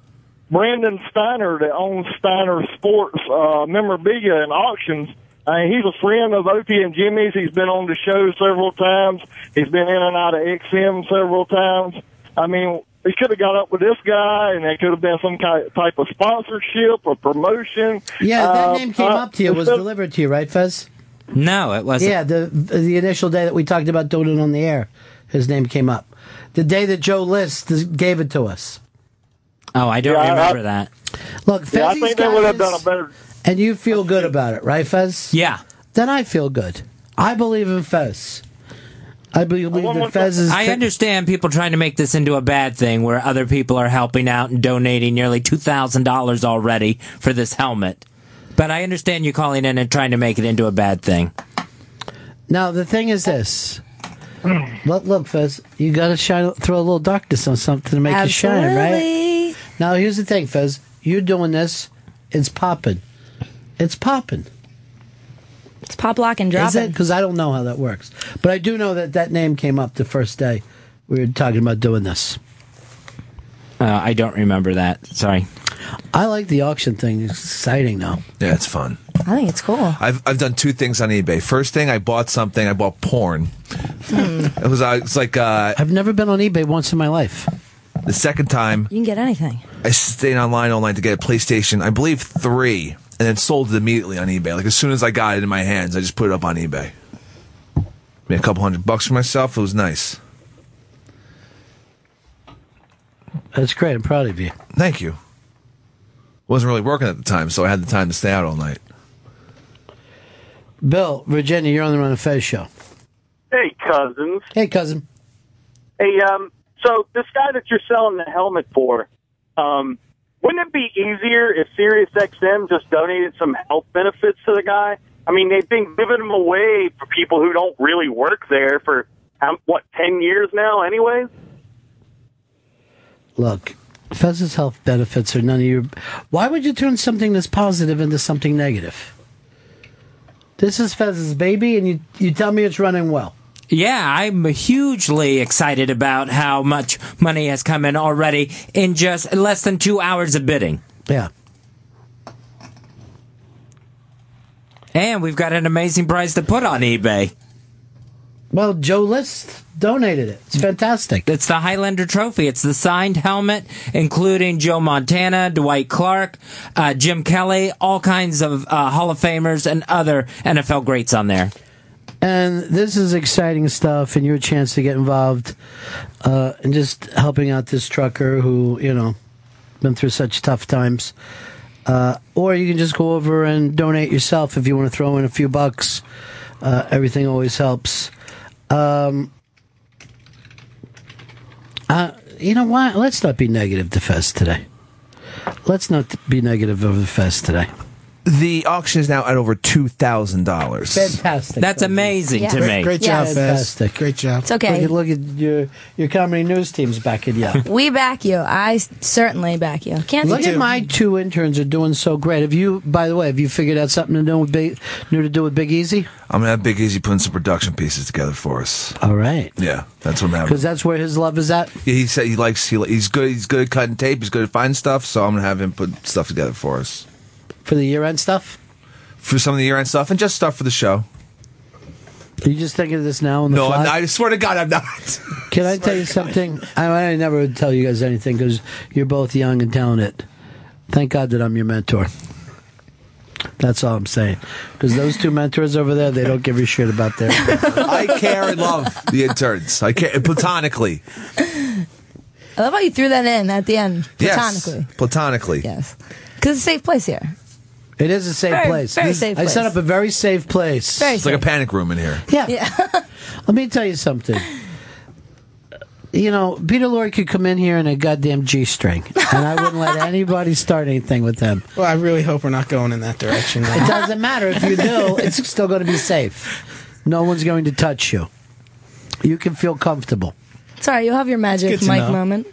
S29: Brandon Steiner, that owns Steiner Sports uh, memorabilia and auctions, uh, he's a friend of Opie and Jimmy's. He's been on the show several times. He's been in and out of XM several times. I mean, he could have got up with this guy, and there could have been some ki- type of sponsorship or promotion.
S7: Yeah, that
S29: Uh,
S7: name came
S29: uh,
S7: up to you.
S29: *laughs*
S7: It was
S29: instead-
S7: delivered to you, right, Fez?
S14: No, it wasn't.
S7: Yeah, the the initial day that we talked about doing it on the air, his name came up. The day that Joe List gave it to us.
S14: Oh, I don't
S7: Yeah, I-
S14: remember
S7: I-
S14: that.
S7: Look, Fez,
S14: Yeah, I
S7: he's
S14: think they
S7: got
S14: would have
S7: this,
S14: done a better-
S7: And you feel good about it, right, Fez?
S14: Yeah.
S7: Then I feel good. I believe in Fez. I believe that Fez is.
S14: I understand people trying to make this into a bad thing where other people are helping out and donating nearly $2,000 already for this helmet. But I understand you calling in and trying to make it into a bad thing.
S7: Now the thing is this. Look, look, Fez, you got to shine, throw a little darkness on something to make it shine, right? Now here's the thing, Fez. You're doing this. It's popping. It's popping.
S28: It's pop lock and drop
S7: Is it? Because I don't know how that works, but I do know that that name came up the first day we were talking about doing this.
S14: Uh, I don't remember that. Sorry.
S7: I like the auction thing. It's exciting now.
S8: Yeah, it's fun.
S28: I think it's cool.
S8: I've I've done two things on eBay. First thing, I bought something. I bought porn. It was uh, it's like uh,
S7: I've never been on eBay once in my life.
S8: the second time
S28: You can get
S7: *laughs*
S28: anything.
S8: I stayed online all night to get a PlayStation. I believe three, and then sold it immediately on eBay. Like as soon as I got it in my hands, I just put it up on eBay. Made a couple hundred bucks for myself. It was nice.
S7: That's great. I'm proud of you.
S8: Thank you. Wasn't really working at the time, so I had the time to stay out all night.
S7: Bill, Virginia, you're on the Run and Fez show.
S29: Hey, cousins.
S7: Hey, cousin.
S29: Hey, um, so this guy that you're selling the helmet for, um, wouldn't it be easier if SiriusXM just donated some health benefits to the guy? I mean, they've been giving them away for people who don't really work there for um, what ten years now, anyways.
S7: Look, Fez's health benefits are none of your. Why would you turn something that's positive into something negative? This is Fez's baby, and you you tell me it's running well.
S14: Yeah, I'm hugely excited about how much money has come in already in just less than two hours of bidding.
S7: Yeah.
S14: And we've got an amazing price to put on eBay.
S7: Well, Joe List donated it. It's fantastic.
S14: It's the Highlander Trophy. It's the signed helmet, including Joe Montana, Dwight Clark, uh, Jim Kelly, all kinds of uh, Hall of Famers and other NFL greats on there.
S7: And this is exciting stuff, and your chance to get involved uh, and just helping out this trucker who, you know, been through such tough times. Uh, or you can just go over and donate yourself if you want to throw in a few bucks. Uh, everything always helps. Um, uh, you know what? Let's not be negative to Fest today. Let's not be negative over Fest today.
S8: The auction is now at over two thousand dollars.
S7: Fantastic.
S14: That's amazing
S28: Yeah.
S14: to
S28: Great-
S14: me.
S28: great job, Yes. Fez.
S7: Fantastic. Great
S27: job.
S28: It's okay.
S7: Look at, look at your your comedy news team's back
S28: *laughs*
S7: at you.
S28: We back you. I s- certainly back you. Can't
S7: Look at my two interns are doing so great. Have you, by the way, have you figured out something to do with Big, new to do with Big Easy?
S8: I'm gonna have Big Easy putting some production pieces together for us.
S7: All right.
S8: Yeah, that's what I'm having.
S7: Because that's where his love is at.
S8: Yeah, he said he likes he, li- he's good he's good at cutting tape he's good at finding stuff so I'm gonna have him put stuff together for us
S7: for the year end stuff
S8: for some of the year end stuff and just stuff for the show.
S7: Are you just thinking of this now? On the
S8: No,
S7: fly?
S8: I'm not, I swear to God I'm
S28: *laughs*
S8: not.
S7: Can I tell you something? I, I never would tell you guys anything because you're both young and talented. Thank God that I'm your mentor. That's all I'm saying. Because those two mentors over there, they don't give a shit about
S28: *laughs*
S7: their.
S8: I care and love the interns. I care platonically.
S28: I love how you threw that in at the end, platonically,
S8: Yes, platonically.
S28: Yes. because it's a safe place here.
S7: It is a safe
S28: Very-
S7: place.
S28: very safe
S7: I set
S28: place.
S7: up a very safe place.
S28: Very
S8: It's like a panic room in here.
S7: Yeah. *laughs*
S28: *laughs*
S7: Let me tell you something. You know, Peter Lorre could come in here in a goddamn G string, and I wouldn't
S28: *laughs*
S7: let anybody start anything with him.
S27: Well, I really hope we're not going in that direction.
S7: It doesn't matter if you do, it's still going to be safe. No one's going to touch you. You can feel comfortable.
S28: It's all right. You'll have your magic
S7: It's good to
S28: mic
S7: know.
S28: moment.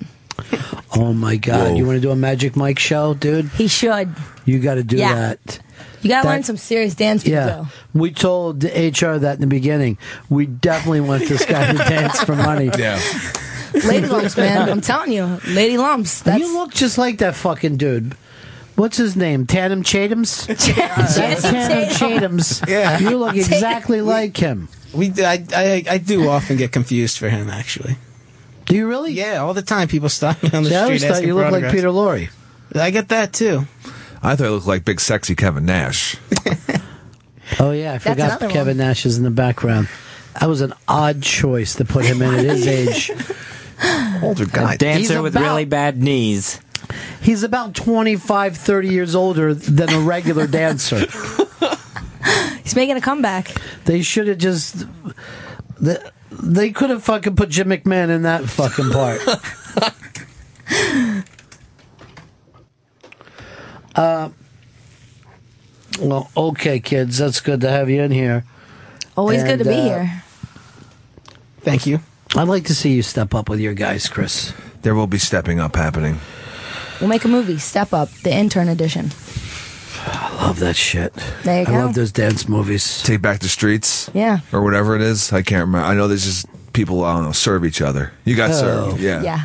S7: Oh my God.
S28: Whoa.
S7: You want to do a Magic Mike show, dude?
S28: He should.
S7: You got to do
S28: Yeah.
S7: that.
S28: You gotta
S7: That-
S28: learn some serious dance people.
S7: Yeah. We told the HR that in the beginning. We definitely want this guy
S28: *laughs*
S7: to dance for money.
S8: Yeah.
S28: Lady
S7: *laughs*
S28: lumps, man. I'm telling you, lady lumps. That's
S7: You look just like that fucking dude. What's his name? Tatum
S28: *laughs*
S7: Chatham's? That's Tatum Chatham's.
S27: Yeah.
S7: You look exactly like him.
S27: We, I, I, I do often get confused for him, actually.
S7: Do you really?
S27: Yeah, all the time. People stop me on the
S7: See, I always
S27: street.
S7: thought
S27: asking
S7: you
S27: for
S7: looked like
S27: autographs.
S7: Peter Lorre.
S27: I get that too.
S8: I thought I looked like big sexy Kevin Nash.
S7: Oh yeah, I
S27: That's
S7: forgot
S27: another
S7: Kevin Nash is in the background. That was an odd choice to put him in
S27: *laughs*
S7: at his age.
S8: *laughs* Older guy.
S14: A dancer with really bad knees.
S7: He's about 25, 30 years older than a *laughs* regular dancer.
S28: He's making a comeback.
S7: They should have just. They, they could have fucking put Jim McMahon in that fucking *laughs* part. uh, well, okay, kids. That's good to have you in here.
S28: Always good to be
S7: uh,
S28: here.
S7: Thank you. I'd like to see you step up with your guys, Chris.
S8: There will be stepping up happening.
S28: We'll make a movie. Step up, the intern edition.
S7: I love that shit.
S28: There you
S7: I
S28: go.
S7: love those dance movies.
S8: Take back the streets.
S28: Yeah.
S8: Or whatever it is. I can't remember. I know there's just people I don't know serve each other. You got
S7: Oh.
S8: served. Yeah.
S28: Yeah.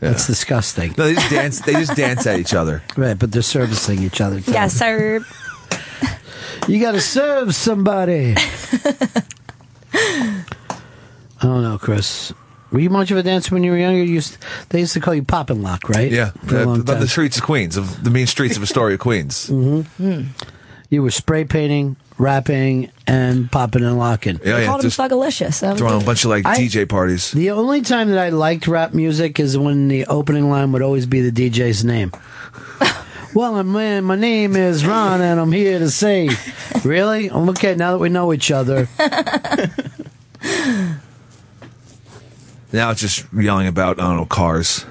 S7: That's disgusting.
S8: No, they just dance. They just dance at each other.
S7: Right, but they're servicing each other. too.
S28: Yes, sir.
S7: You got to serve
S8: *laughs*
S7: somebody. I don't know, Oh, Chris. Were you much of a dancer when you were younger? You used, they used to call you Pop and Lock, *laughs* right?
S8: Yeah.
S7: For a
S8: Uh,
S7: long
S8: but
S7: time.
S8: the streets of Queens, of the mean streets of Astoria, Queens.
S7: hmm You were spray painting, rapping, and popping and locking.
S8: Yeah,
S28: They
S8: yeah.
S28: called
S8: Just
S28: him Fugalicious. That was
S8: throwing a bunch of like
S7: I-
S8: DJ parties.
S7: The only time that I liked rap music is when the opening line would always be the DJ's name. well, I'm, man, my name is Ron, and I'm here to sing. really? Oh, Okay, now that we know each other.
S8: Now it's just yelling about I don't know cars.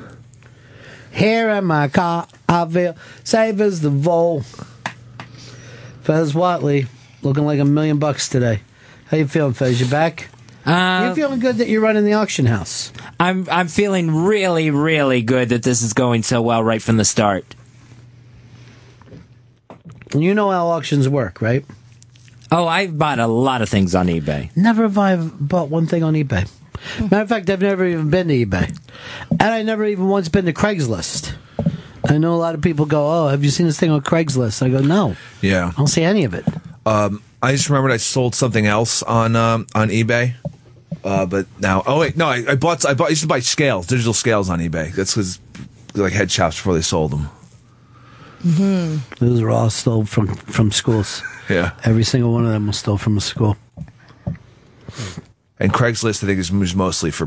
S7: Here in my car, I feel safe as the vole. Fez Watley, looking like a million bucks today. How you feeling, Fez? You back?
S14: Uh,
S7: you feeling good that you're running the auction house?
S14: I'm I'm feeling really really good that this is going so well right from the start.
S7: You know how auctions work, right?
S14: Oh, I've bought a lot of things on eBay.
S7: Never have I bought one thing on eBay. Matter of fact, I've never even been to eBay. And I never even once been to Craigslist. I know a lot of people go, Oh, have you seen this thing on Craigslist? I go, No.
S8: Yeah.
S7: I don't see any of it.
S8: Um, I just remembered I sold something else on um, on eBay. Uh, but now, oh wait, no, I, I bought I bought I used to buy scales, digital scales on eBay. That's because like head shops before they sold them.
S28: hmm
S7: Those are all stole from, from schools.
S8: Yeah.
S7: Every single one of them was stole from a school.
S8: And Craigslist, I think, is is mostly for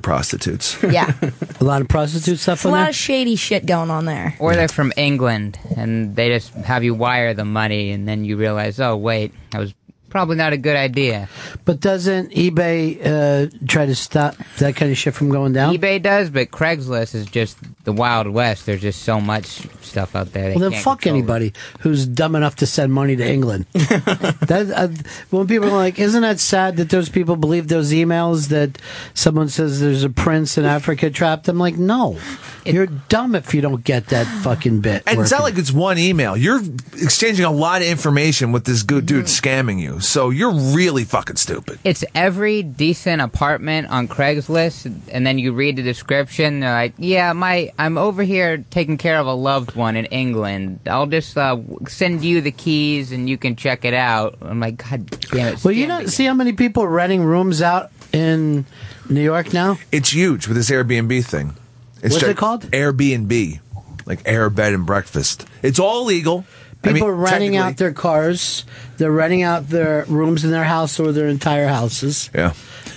S7: *laughs*
S8: prostitutes.
S28: Yeah.
S7: a lot of prostitute stuff
S28: It's a lot of shady shit going on there.
S26: Or they're from England and they just have you wire the money and then you realize, oh, wait, that was probably not a good idea.
S7: But doesn't eBay uh, try to stop that kind of shit from going down?
S26: eBay does, but Craigslist is just the Wild West. There's just so much stuff out there. They
S7: Well, then
S26: can't
S7: fuck
S26: control it.
S7: anybody who's dumb enough to send money to
S26: *laughs*
S7: England. that, uh, when people are like, isn't that sad that those people believe those emails that someone says there's a prince in Africa trapped? I'm like, no, you're dumb if you don't get that fucking bit.
S8: And
S7: working.
S8: it's not like it's one email. You're exchanging a lot of information with this good dude
S7: Mm-hmm.
S8: scamming you. So you're really fucking stupid.
S26: It's every decent apartment on Craigslist, and then you read the description. They're like, "Yeah, my I'm over here taking care of a loved one in England. I'll just uh, w- send you the keys, and you can check it out." I'm like, "God damn it!"
S7: well, you don't see how many people are renting rooms out in New York now?
S8: It's huge with this Airbnb thing. It's
S7: What's
S8: ju-
S7: it called?
S8: Airbnb, like air bed and breakfast. It's all legal. I
S7: People
S8: mean,
S7: are renting out
S8: technically-
S7: their cars. They're renting out their rooms in their house or their entire houses.
S8: Yeah.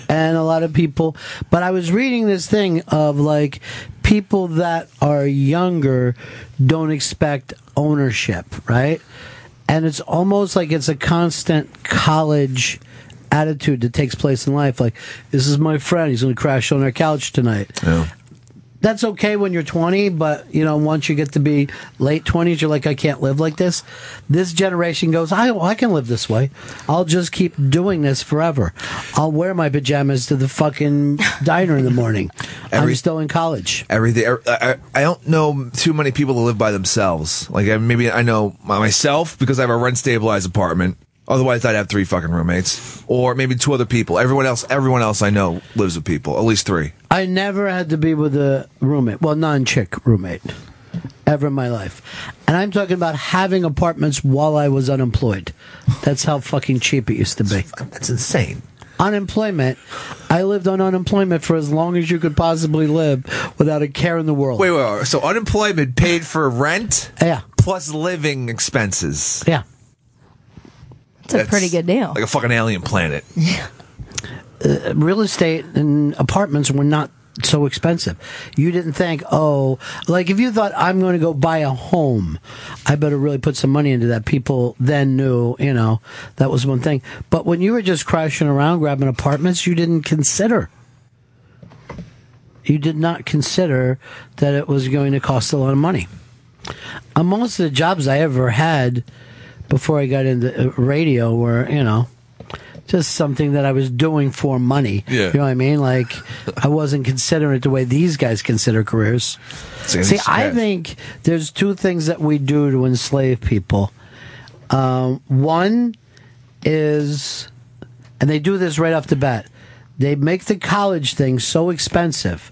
S7: And a lot of people. But I was reading this thing of like people that are younger don't expect ownership, right? And it's almost like it's a constant college attitude that takes place in life. Like, this is my friend. He's going to crash on our couch tonight that's okay when you're 20, but you know, once you get to be late 20s, you're like, I can't live like this. This generation goes, I, I can live this way. I'll just keep doing this forever. I'll wear my pajamas to the fucking diner in the morning. I'm
S8: Every-
S7: still in college.
S8: Everything. er, I, I, I don't know too many people that live by themselves. Like I, maybe I know my- myself because I have a rent stabilized apartment. Otherwise, I'd have three fucking roommates, or maybe two other people. Everyone else, everyone else I know lives with people, at least three.
S7: I never had to be with a roommate, well, non chick roommate, ever in my life. And I'm talking about having apartments while I was unemployed. That's how fucking cheap it used to be.
S8: That's insane.
S7: Unemployment. I lived on unemployment for as long as you could possibly live without a care in the world.
S8: Wait, wait, wait. So unemployment paid for rent,
S7: yeah,
S8: plus living expenses.
S7: Yeah,
S28: It's a pretty good deal.
S8: like a fucking alien planet.
S7: Uh, real estate and apartments were not so expensive. You didn't think, oh, like if you thought I'm going to go buy a home, I better really put some money into that. People then knew, you know, that was one thing. But when you were just crashing around grabbing apartments, you didn't consider. You did not consider that it was going to cost a lot of money. Uh, most of the jobs I ever had before I got into uh, radio were, you know, just something that I was doing for money.
S20: Yeah.
S7: You know what I mean? Like, I wasn't considering it the way these guys consider careers.
S20: See,
S7: See,
S20: it's
S7: I
S20: bad.
S7: think there's two things that we do to enslave people. Um, one is, and they do this right off the bat, they make the college thing so expensive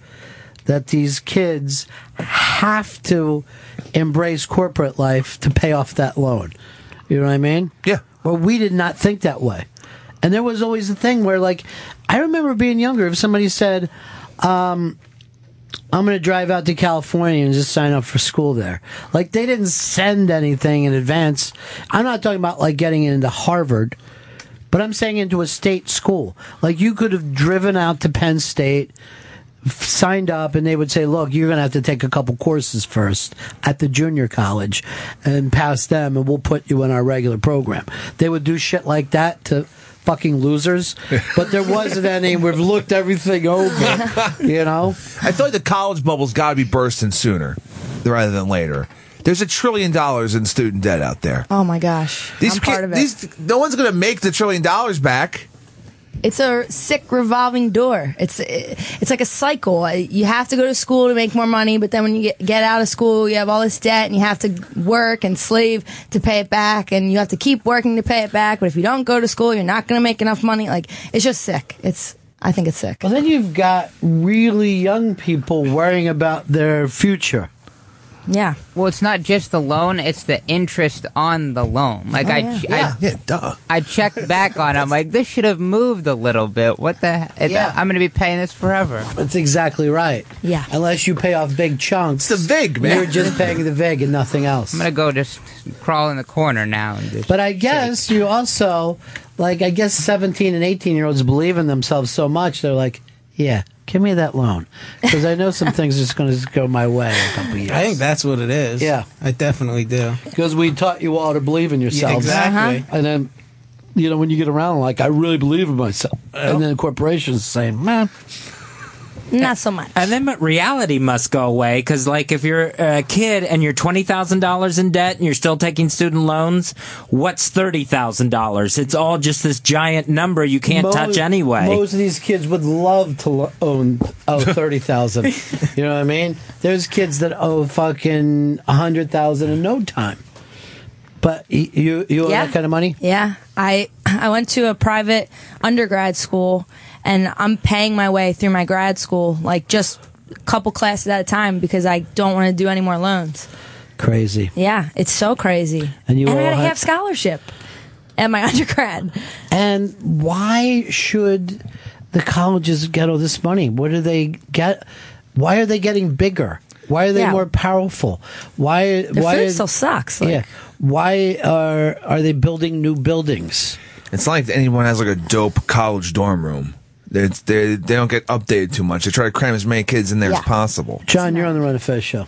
S7: that these kids have to embrace corporate life to pay off that loan. You know what I mean? Yeah. Well, we did not think that way. And there was always a thing where, like, I remember being younger, if somebody said, um, I'm going to drive out to California and just sign up for school there. Like, they didn't send anything in advance. I'm not talking about, like, getting into Harvard, but I'm saying into a state school. Like, you could have driven out to Penn State, f- signed up, and they would say, look, you're going to have to take a couple courses first at the junior college and pass them, and we'll put you in our regular program. They would do shit like that to fucking losers, but there wasn't any. We've looked everything over, you know?
S8: I feel like the college bubble's got to be bursting sooner rather than later. There's a trillion dollars in student debt out there.
S28: Oh my gosh.
S8: These
S28: I'm
S8: ki-
S28: part of it.
S8: these no one's going to make the trillion dollars back.
S28: It's a sick revolving door. It's it's like a cycle. You have to go to school to make more money, but then when you get, get out of school, you have all this debt and you have to work and slave to pay it back and you have to keep working to pay it back, but if you don't go to school, you're not going to make enough money. Like it's just sick. It's I think it's sick.
S7: Well, then you've got really young people worrying about their future.
S28: Yeah.
S26: Well, it's not just the loan; it's the interest on the loan. Like
S14: Oh,
S26: I, ch-
S14: yeah. Yeah.
S26: I, I checked back on. it. I'm like, this should have moved a little bit. What the? he- it-
S7: Yeah.
S26: I'm going to be paying this forever.
S7: That's exactly right.
S28: Yeah.
S7: Unless you pay off big chunks. It's
S8: the VIG,
S7: You're just paying the VIG and nothing else.
S26: I'm going to go just crawl in the corner now. And just,
S7: *laughs* But I guess you also, like, I guess 17 and 18 year olds believe in themselves so much, they're like, yeah, give me that loan. Because I know some things are just going to go my way in a couple years.
S27: I think that's what it is.
S7: Yeah.
S27: I definitely do.
S7: Because we taught you all to believe in yourselves. Uh-huh.
S27: exactly.
S7: And then, you know, when you get around, like, I really believe in myself. And then corporations saying, man,
S28: Not so much.
S14: And then but reality must go away because, like, if you're a kid and you're twenty thousand dollars in debt and you're still taking student loans, what's thirty thousand dollars? It's all just this giant number you can't
S7: Mo-
S14: touch anyway.
S7: Most of these kids would love to lo- own
S14: *laughs*
S7: oh thirty thousand. you know what I mean? There's kids that owe fucking a hundred thousand in no time. But y- you you owe
S28: Yeah.
S7: that kind of money?
S28: Yeah, I I went to a private undergrad school, and I'm paying my way through my grad school, like just a couple classes at a time because I don't want to do any more loans.
S7: Crazy.
S28: Yeah, it's so crazy.
S7: And you
S28: I
S7: all
S28: had a
S7: had-
S28: half scholarship at my *laughs* undergrad.
S7: And why should the colleges get all this money? What do they get? Why are they getting bigger? Why are they
S28: Yeah.
S7: more powerful? Why?
S28: Their
S7: why
S28: food
S7: are-
S28: still sucks, like-
S7: yeah. Why are are they building new buildings?
S8: It's not like anyone has like a dope college dorm room. They're, they're, they don't get updated too much. They try to cram as many kids in there as possible.
S7: John, you're on the Run of Fez show.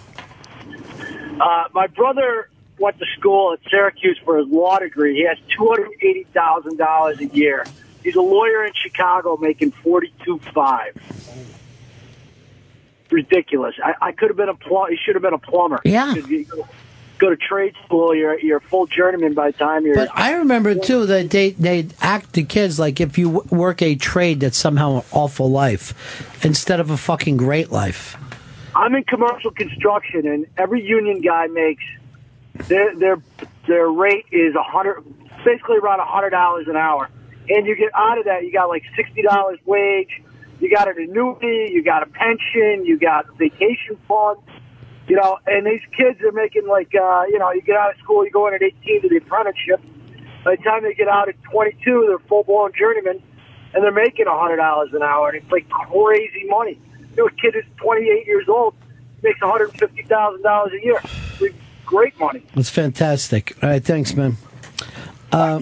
S10: Uh, my brother went to school at Syracuse for his law degree. He has two hundred eighty thousand dollars a year. He's a lawyer in Chicago making forty two five. Ridiculous! I, I could have been a pl- He should have been a plumber.
S7: Yeah.
S10: You go- Go to trade school. You're you're a full journeyman by the time you're.
S7: But I remember too that they they act to kids like if you w- work a trade that's somehow an awful life instead of a fucking great life.
S10: I'm in commercial construction, and every union guy makes their their their rate is a hundred, basically around a hundred dollars an hour. And you get out of that, you got like sixty dollars wage, you got an annuity, you got a pension, you got vacation fund, you know. And these kids are making like uh, you know, you get out of school, you go in at 18 to the apprenticeship. By the time they get out at 22, they're full blown journeymen, and they're making a hundred dollars an hour, and it's like crazy money. You know, a kid who's 28 years old makes 150 thousand dollars a year. It's great money.
S7: That's fantastic. All right, thanks, man. Uh,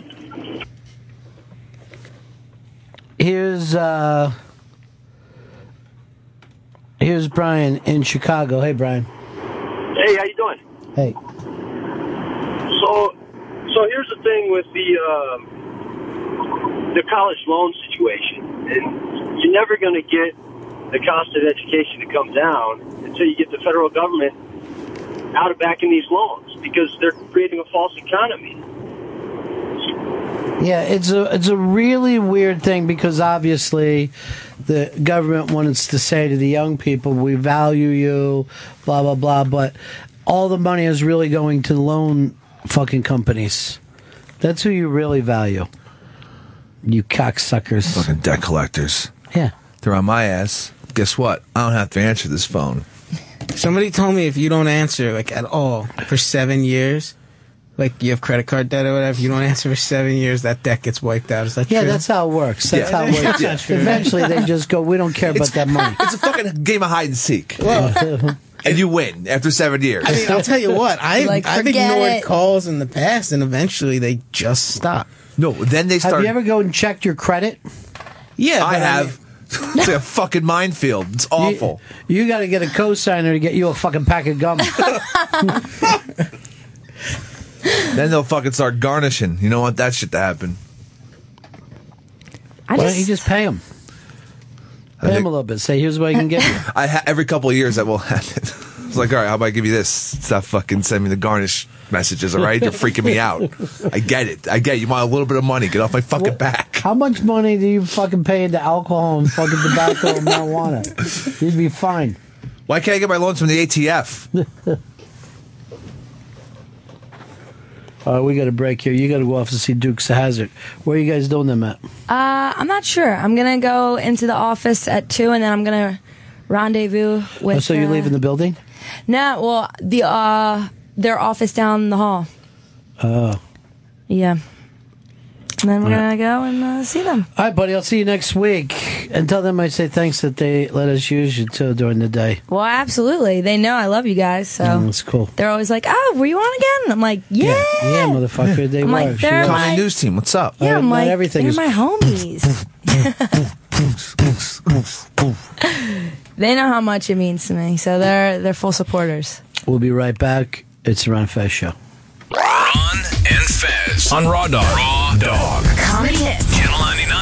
S7: here's uh, here's Brian in Chicago. Hey, Brian.
S12: Hey, how you doing?
S7: Hey.
S12: So, so here's the thing with the um, the college loan situation, and you're never going to get the cost of education to come down until you get the federal government out of backing these loans because they're creating a false economy.
S7: Yeah, it's a it's a really weird thing because obviously the government wants to say to the young people, "We value you," blah blah blah, but all the money is really going to loan fucking companies. That's who you really value. You cocksuckers.
S8: Fucking debt collectors.
S7: Yeah.
S8: They're on my ass. Guess what? I don't have to answer this phone.
S27: Somebody told me if you don't answer like at all for seven years, like you have credit card debt or whatever, you don't answer for seven years, that debt gets wiped out. Is that
S7: Yeah,
S27: true?
S7: that's how it works.
S27: *laughs*
S7: That's
S27: Yeah.
S7: how it works.
S27: That's not true.
S7: Eventually, they just go, "We don't care about that money."
S8: It's a
S27: *laughs*
S8: fucking game of hide and seek.
S7: Well-
S8: and you win after seven years.
S27: I mean, I'll tell you what, I
S28: Like,
S27: I've
S28: forget
S27: ignored
S28: it.
S27: calls in the past, and eventually they just stop.
S8: No, then they
S7: Have you ever go and checked your credit?
S27: Yeah,
S8: I have. *laughs* it's a fucking minefield. It's awful.
S7: You got to get a cosigner to get you a fucking pack
S27: *laughs*
S7: of gum.
S8: then they'll fucking start garnishing. You don't want that shit to happen.
S7: Why don't you just pay them? Pay them a little bit. Say, here's what I can get. you."
S8: *laughs* I ha- every couple of years that will *laughs* happen. It's like, all right, how about I give you this? Stop fucking sending me the garnish messages. All right, you're freaking me out.
S7: *laughs*
S8: I get it. I get it. you want a little bit of money. Get off my fucking back.
S7: How much money do you fucking pay into alcohol and fucking tobacco and marijuana? You'd be fine.
S8: Why can't I get my loans from
S7: *laughs*
S8: the ATF?
S7: All right, we got a break here. You got to go off to see Dukes of Hazard. Where are you guys doing them at?
S28: Uh, I'm not sure. I'm gonna go into the office at two, and then I'm gonna rendezvous with.
S7: Oh, so you're
S28: uh,
S7: leaving the building?
S28: No, well, the uh, their office down the hall.
S7: Oh.
S28: Yeah. And then we're
S7: Yeah.
S28: gonna go and uh, see them.
S7: All right, buddy. I'll see you next week. And tell them I say thanks that they let us use you too during the day.
S28: Well, absolutely. They know I love you guys, so
S7: Mm, that's cool.
S28: they're always like, "Oh, were you on again?" And I'm like, Oh. "Yeah."
S7: Yeah, yeah, motherfucker. They
S28: I'm like,
S7: were. She
S28: they're
S7: was.
S28: my- Comedy
S8: news team. What's up?
S28: Yeah,
S7: Not-
S28: I'm
S7: not
S28: like,
S7: everything
S28: they're
S7: is
S28: my
S7: *laughs*
S28: homies. *laughs* they know how much it means to me, so they're they're full supporters.
S7: We'll be right back. It's the Ron Fez Show.
S2: Ron and Fez on Raw Dog. Raw Dog.
S28: Comedy hits.
S2: Channel 99.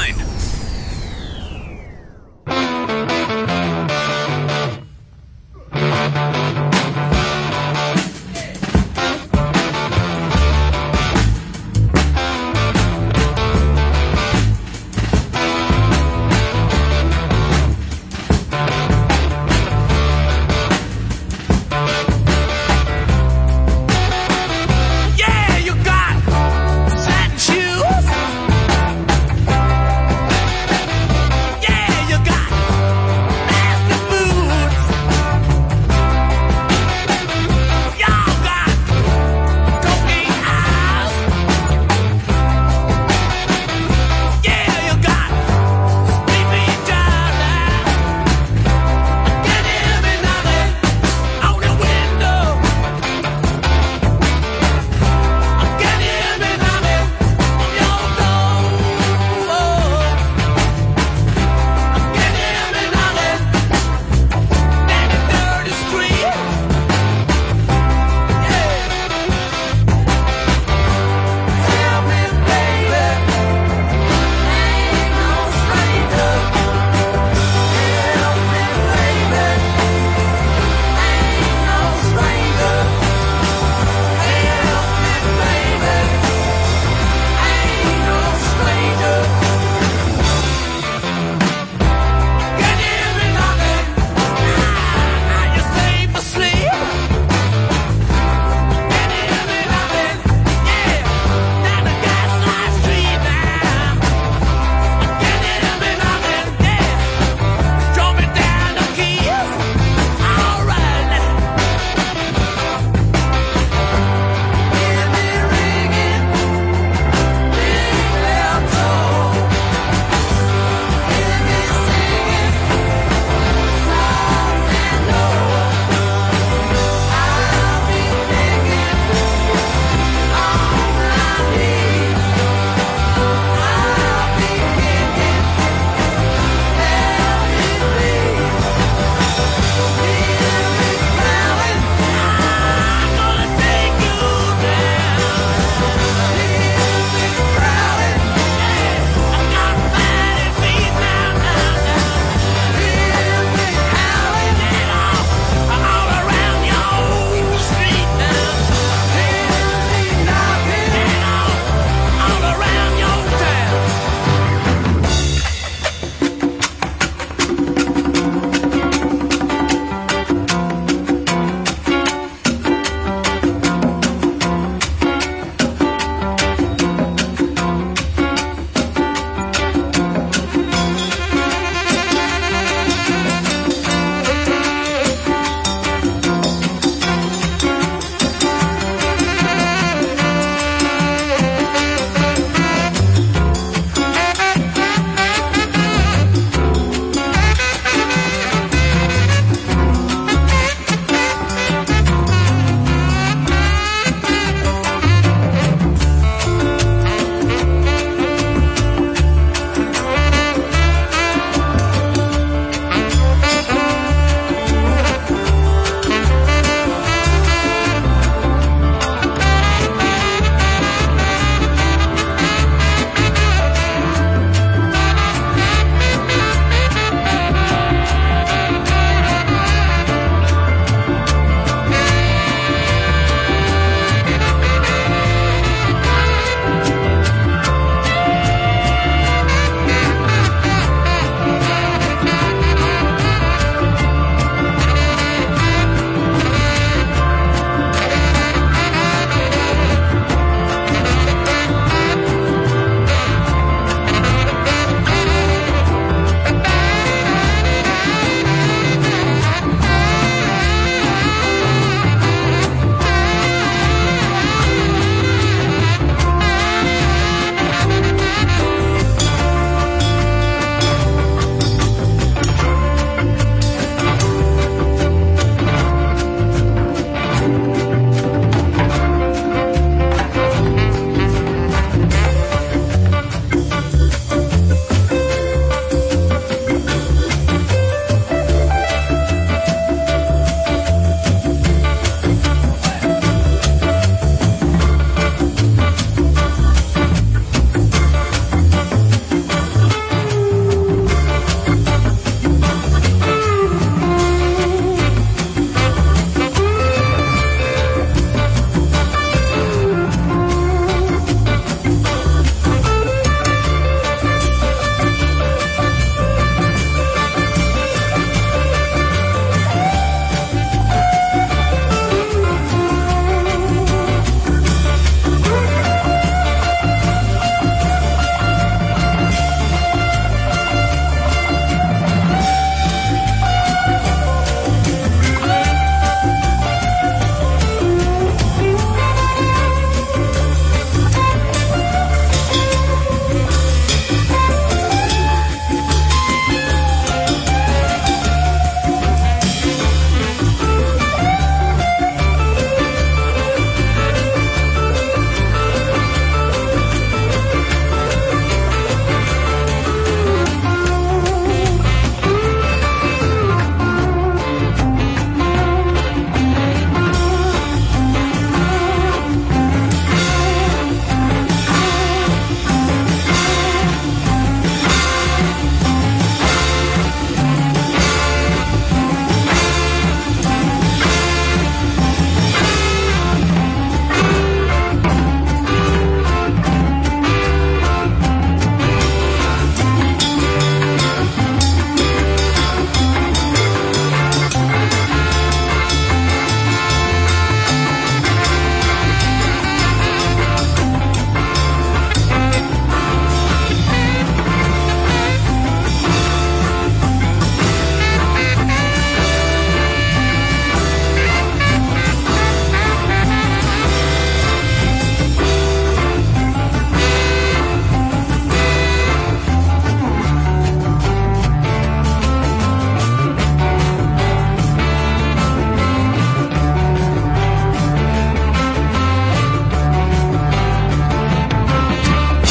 S7: Wow,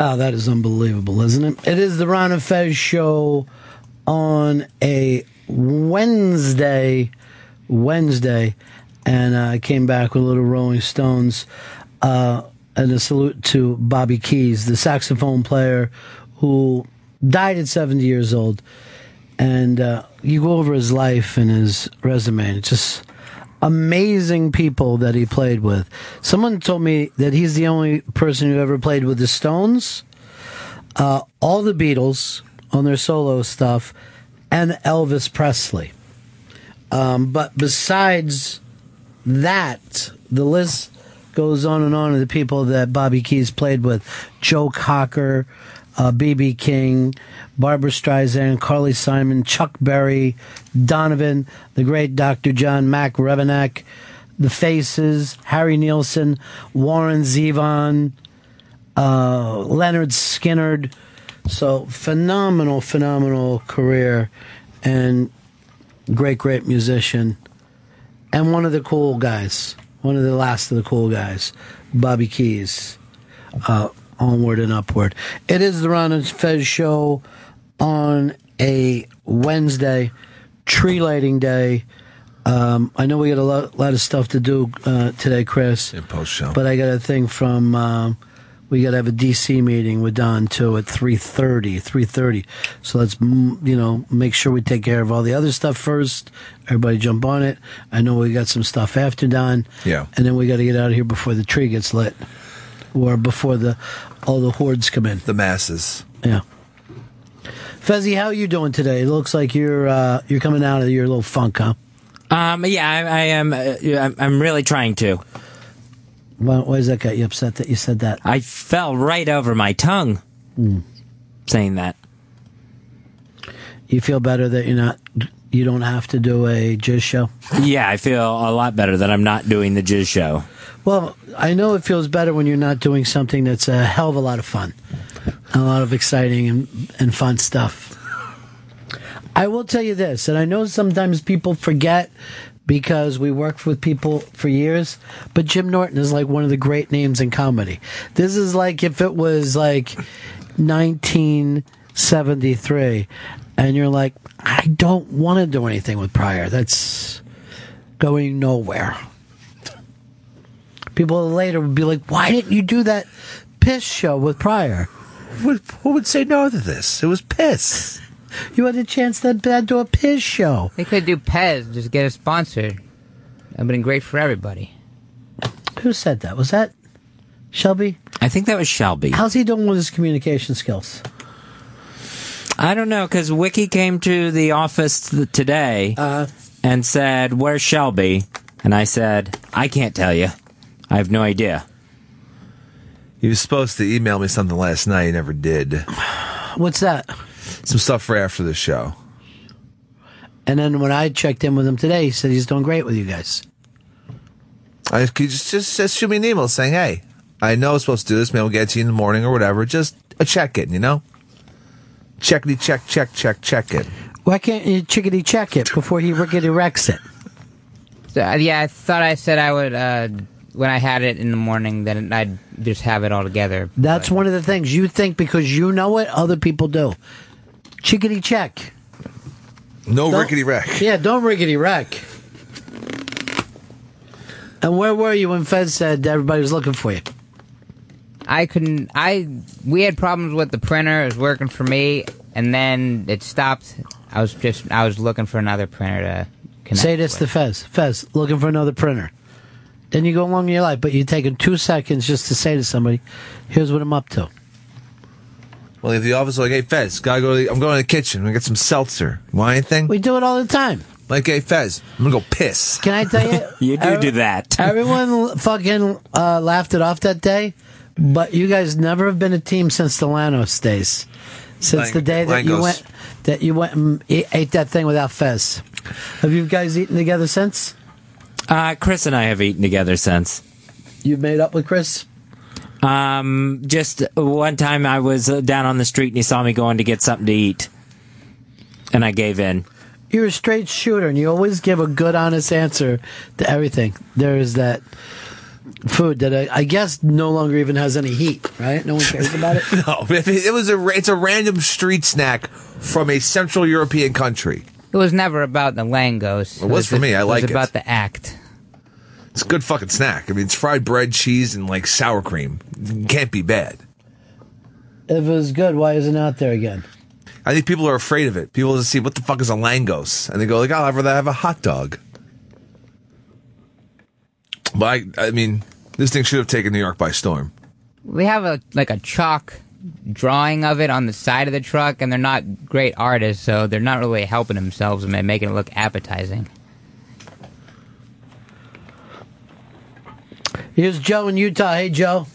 S7: Oh, that is unbelievable, isn't it?
S20: It is the Ron and Fez show on a Wednesday.
S7: Wednesday, and uh, I came back with a little Rolling Stones uh, and a salute to Bobby Keys, the saxophone player who died at 70 years old. And uh, you go over his life and his resume, and it's just amazing people that he played with. Someone told me that he's the only person who ever played with the Stones, uh, all the Beatles on their solo stuff, and Elvis Presley. Um, but besides that, the list goes on and on of the people that Bobby Keys played with Joe Cocker, uh, B.B. King, Barbara Streisand, Carly Simon, Chuck Berry, Donovan, the great Dr. John Mac Revenack, The Faces, Harry Nielsen, Warren Zevon, uh, Leonard Skinnard. So phenomenal, phenomenal career. And great, great musician, and one of the cool guys, one of the last of the cool guys, Bobby Keys, uh, onward and upward. It is the Ron and Fez show on a Wednesday, tree lighting day. Um, I know we got a lot, lot of stuff to do uh, today, Chris.
S8: post show.
S7: But I got a thing from um, we got to have a DC meeting with Don too at 3:30, 3:30. So let's mm, you know make sure we take care of all the other stuff first. Everybody jump on it. I know we got some stuff after Don.
S8: Yeah.
S7: And then we got to get out of here before the tree gets lit or before the all the hordes come in.
S8: The masses.
S7: Yeah. Fezzi, how are you doing today? It looks like you're uh, you're coming out of your little funk, huh?
S14: Um, yeah, I, I am. Uh, yeah, I'm, I'm really trying to.
S7: Why, why does that get you upset that you said that?
S14: I fell right over my tongue
S7: Mm.
S14: saying that.
S7: You feel better that you're not you don't have to do a jizz show.
S14: Yeah, I feel a lot better that I'm not doing the jizz show.
S7: Well, I know it feels better when you're not doing something that's a hell of a lot of fun, a lot of exciting and, and fun stuff. I will tell you this, and I know sometimes people forget because we worked with people for years, but Jim Norton is like one of the great names in comedy. This is like if it was like 1973 and you're like, I don't want to do anything with Pryor. That's going nowhere people later would be like, "Why didn't you do that piss show with Pryor?"
S8: Who would say no to this? It was piss.
S7: *laughs* you had a chance to, to do a piss show.
S26: They could do Pez, just get a sponsor. I've been great for everybody.
S7: Who said that? Was that Shelby?
S14: I think that was Shelby.
S7: How's he doing with his communication skills?
S14: I don't know because Wiki came to the office th- today
S7: Uh.
S14: and said, "Where's Shelby?" And I said, "I can't tell you. I have no idea."
S8: He was supposed to email me something last night. He never did.
S7: What's that?
S8: Some stuff for after the show.
S7: And then when I checked in with him today, he said he's doing great with you guys.
S8: I could you just, just just shoot me an email saying, "Hey, I know I'm supposed to do this. Maybe I'll get to you in the morning or whatever. Just a check in, you know. Checkity check check check check it.
S7: Why can't you chickadee check it before he rickety wrecks it?
S26: So, uh, yeah, I thought I said I would, uh, when I had it in the morning, then I'd just have it all together.
S7: That's one of the things you think because you know it, other people do. Chickadee check.
S8: No
S7: Don't-
S8: rickety wreck.
S7: Yeah, don't rickety wreck. And where were you when Fed said everybody was looking for you?
S26: I couldn't. I we had problems with the printer. It was working for me, and then it stopped. I was just I was looking for another printer to connect.
S7: Say this to Fez. Fez, looking for another printer. Then you go along your life, but you're taking two seconds just to say to somebody, here's what I'm up to.
S8: Well, if the office like, hey Fez, gotta go. To the, I'm going to the kitchen. We get some seltzer. Want anything? We
S7: do it all the time.
S8: Like, hey Fez, I'm gonna go piss.
S7: Can I tell you?
S14: *laughs* You do
S7: Every-
S14: do that.
S7: Everyone l- fucking uh, laughed it off that day, but you guys never have been a team since the Lanos days. Since
S20: Lang-
S7: the day that you
S20: Langos.
S7: went that you went and e- ate that thing without Fez. Have you guys eaten together since?
S14: Uh, Chris and I have eaten together since.
S7: You've made up with Chris.
S14: Um, just one time I was uh, down on the street and he saw me going to get something to eat, and I gave in.
S7: You're a straight shooter, and you always give a good, honest answer to everything. There is that food that uh, I, I guess no longer even has any heat, right? No one cares about it.
S8: *laughs* No, it it was a ra- it's a random street snack from a Central European country.
S26: It was never about the langos.
S8: It was for me. I like it.
S26: was about the act.
S8: It's a good fucking snack. I mean, it's fried bread, cheese, and like sour cream. Can't be bad.
S7: If it was good, why isn't it out there again?
S8: I think people are afraid of it. People just see what the fuck is a langos, and they go like, "I'll rather have a hot dog." But I, I mean, this thing should have taken New York by storm.
S26: They have a like a chalk drawing of it on the side of the truck, and they're not great artists, so they're not really helping themselves and making it look appetizing.
S7: Here's Joe in Utah. Hey, Joe.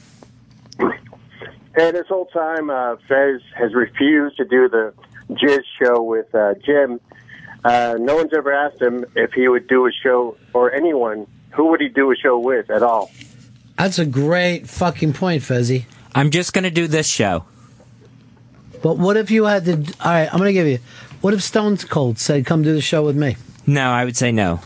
S4: Hey, this whole time, uh, Fez has refused to do the Jizz show with uh, Jim. Uh, no one's ever asked him if he would do a show, or anyone, who would he do a show with at all?
S7: That's a great fucking point, Fezzi.
S14: I'm just going to do this show.
S7: But what if you had to? All right, I'm going to give you. What if Stone Cold said, "Come do the show with me"?
S14: No, I would say no.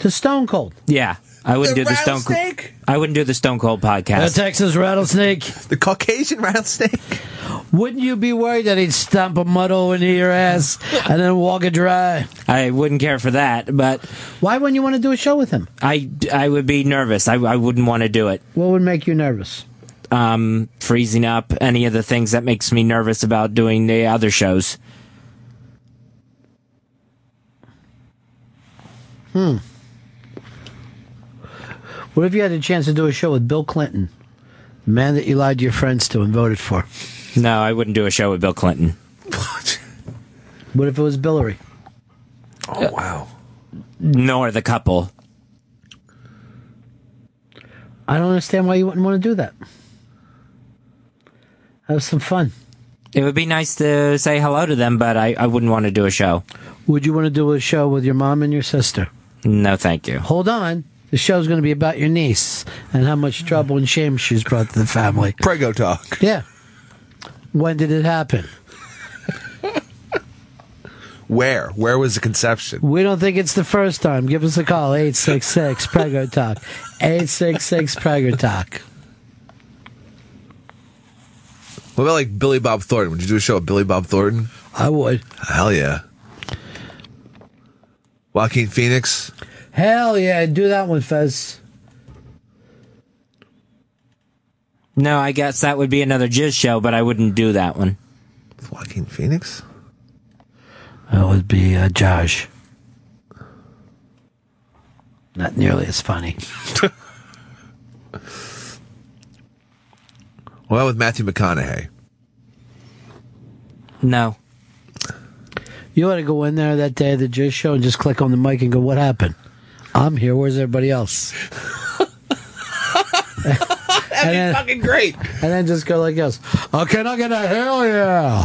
S7: To Stone Cold.
S14: Yeah, I wouldn't do the Stone Cold.
S7: rattlesnake?
S14: I wouldn't do the Stone Cold podcast.
S7: The Texas rattlesnake.
S8: the Caucasian rattlesnake.
S7: Wouldn't you be worried that he'd stomp a muddle into your ass and then walk it dry?
S14: I wouldn't care for that, but
S7: why wouldn't you want to do a show with him?
S14: I, I would be nervous. I, I wouldn't want to do it.
S7: What would make you nervous?
S14: Um, freezing up. Any of the things that makes me nervous about doing the other shows.
S7: Hmm. What if you had a chance to do a show with Bill Clinton, the man that you lied to your friends to and voted for?
S14: No, I wouldn't do a show with Bill Clinton.
S7: What if it was Billary?
S8: Oh wow.
S14: Nor the couple.
S7: I don't understand why you wouldn't want to do that. Have some fun.
S14: It would be nice to say hello to them, but I, I wouldn't want to do a show.
S7: Would you want to do a show with your mom and your sister?
S14: No, thank you.
S7: Hold on. The show's going to be about your niece and how much trouble and shame she's brought to the family.
S8: Prego talk.
S7: Yeah. When did it happen?
S8: Where? Where was the conception?
S7: We don't think it's the first time. Give us a call, 866 Prego Talk. 866 Prego Talk.
S8: What about like Billy Bob Thornton? Would you do a show with Billy Bob Thornton?
S7: I would.
S8: Hell yeah. Joaquin Phoenix.
S7: Hell yeah, do that one, Fez.
S14: No, I guess that would be another Jizz show, but I wouldn't do that one.
S8: Joaquin Phoenix?
S7: That would be uh, Josh. Not nearly as
S8: *laughs*
S7: funny.
S8: What about with Matthew McConaughey?
S14: No.
S7: You ought to go in there that day of the Jizz show and just click on the mic and go, What happened? I'm here. Where's everybody else?
S8: *laughs* That'd
S7: then-
S8: fucking great.
S7: And then just go like this. Oh, can I get a hell yeah?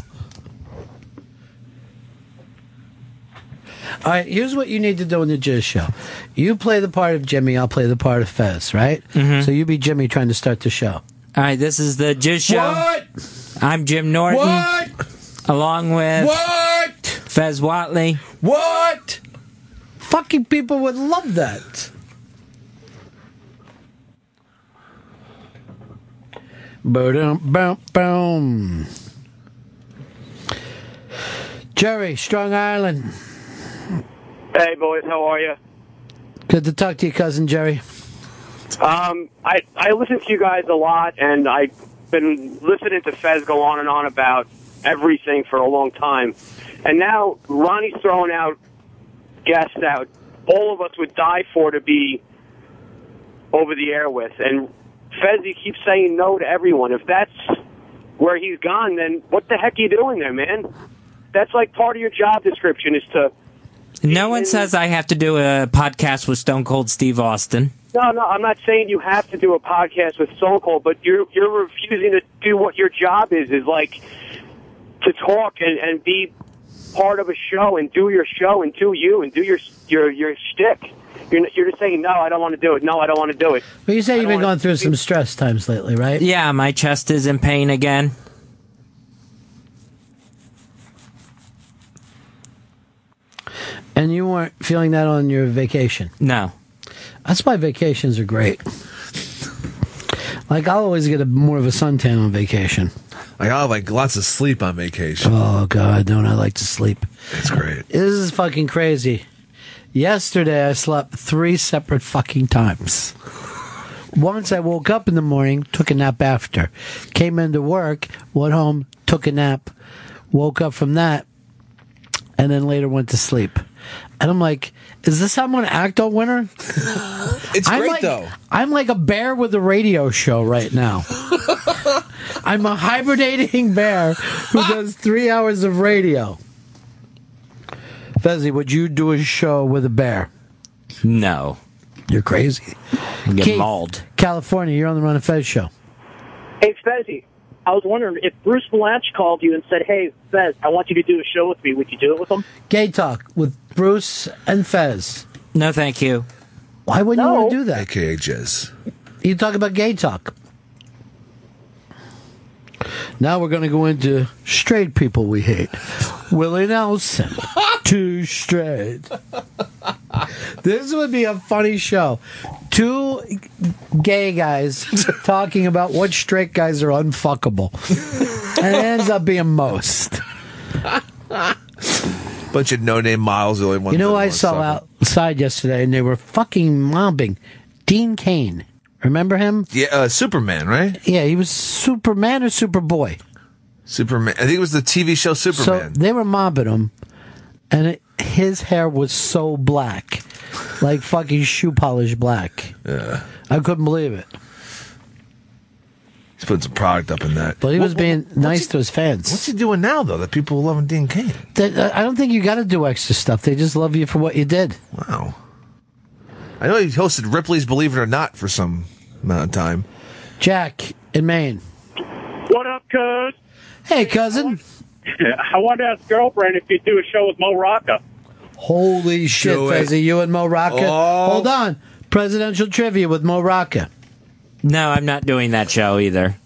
S7: All right, here's what you need to do in the Jizz show. You play the part of Jimmy, I'll play the part of Fez, right?
S14: Mhm.
S7: So you be Jimmy trying to start the show.
S14: All right, this is the Jizz Show.
S7: What?
S14: I'm Jim Norton.
S7: What?
S14: Along with
S8: what?
S14: Fez Watley.
S8: What?
S7: Fucking people would love that. Boom, boom, boom. Jerry, Strong Island.
S12: Hey, boys, how are you?
S7: Good to talk to you, cousin Jerry.
S12: Um, I I listen to you guys a lot, and I've been listening to Fez go on and on about everything for a long time, and now Ronnie's throwing out guests out. All of us would die for to be over the air with, and Fez he keeps saying no to everyone. If that's where he's gone, then what the heck are you doing there, man? That's like part of your job description is to
S14: No one says I have to do a podcast with Stone Cold Steve Austin.
S12: No, no, I'm not saying you have to do a podcast with Stone Cold, but you're you're refusing to do what your job is is like to talk and, and be part of a show and do your show and do you and do your your your shtick. You're you're just saying no, I don't want to do it. No, I don't want to do it.
S7: Well, you say you've been going through some stress times lately, right?
S14: Yeah, my chest is in pain again.
S7: And you weren't feeling that on your vacation.
S14: No.
S7: That's why vacations are great. Like I'll always get a more of a suntan on vacation.
S8: Like I'll have like lots of sleep on vacation. *laughs*
S7: Oh God, don't I like to sleep?
S8: That's great.
S7: This is fucking crazy. Yesterday I slept three separate fucking times. Once I woke up in the morning, took a nap after. Came into work, went home, took a nap, woke up from that, and then later went to sleep. And I'm like, is this how I'm going to act all winter?
S8: *laughs* It's
S7: I'm
S8: great,
S7: like,
S8: though.
S7: I'm like a bear with a radio show right
S8: *laughs*
S7: now. I'm a hibernating bear who
S8: Ah!
S7: does three hours of radio. Fezzi, would you do a show with a bear?
S14: No.
S7: You're crazy.
S14: Get
S7: Keith,
S14: mauled.
S7: California, you're on the Run and Fez show.
S12: Hey, Fezzi, I was wondering if Bruce Valanche called you and said, "Hey, Fez, I want you to do a show with me. Would you do it with him?"
S7: Gay Talk with Bruce and Fez.
S14: No, thank you.
S7: Why wouldn't you want to do that?
S8: AKA Jizz.
S7: You talk about gay talk. Now we're going to go into straight people we hate. Willie Nelson, too straight. This would be a funny show. Two gay guys talking about what straight guys are unfuckable, and it ends up being most.
S8: Bunch of no name models, the only one.
S7: You know,
S8: that
S7: I
S8: wants something.
S7: saw outside yesterday, and they were fucking mobbing Dean Kane. Remember him?
S8: Yeah, uh, Superman, right?
S7: Yeah, he was Superman or Superboy.
S8: Superman. I think it was the TV show Superman.
S7: So they were mobbing him, and it, his hair was so black, like fucking shoe polish black.
S8: yeah.
S7: I couldn't believe it.
S8: He's putting some product up in that.
S7: But he
S8: What-
S7: was being
S8: what's
S7: nice
S8: he-
S7: to his fans.
S8: What's he doing now, though, that people are loving Dean Kane?
S7: That- uh, I I don't think you got to do extra stuff. They just love you for what you did.
S8: Wow. I know he hosted Ripley's Believe It or Not for some amount of time.
S7: Jack in Maine.
S18: What up, cuz?
S7: Hey, cousin.
S18: I wanted to ask girlfriend if you'd do a show with Mo Rocca.
S7: Holy shit,
S18: Do it.
S7: Fezzi. You and Mo Rocca.
S18: Oh.
S7: Hold on. Presidential trivia with Mo Rocca.
S14: No, I'm not doing that show either.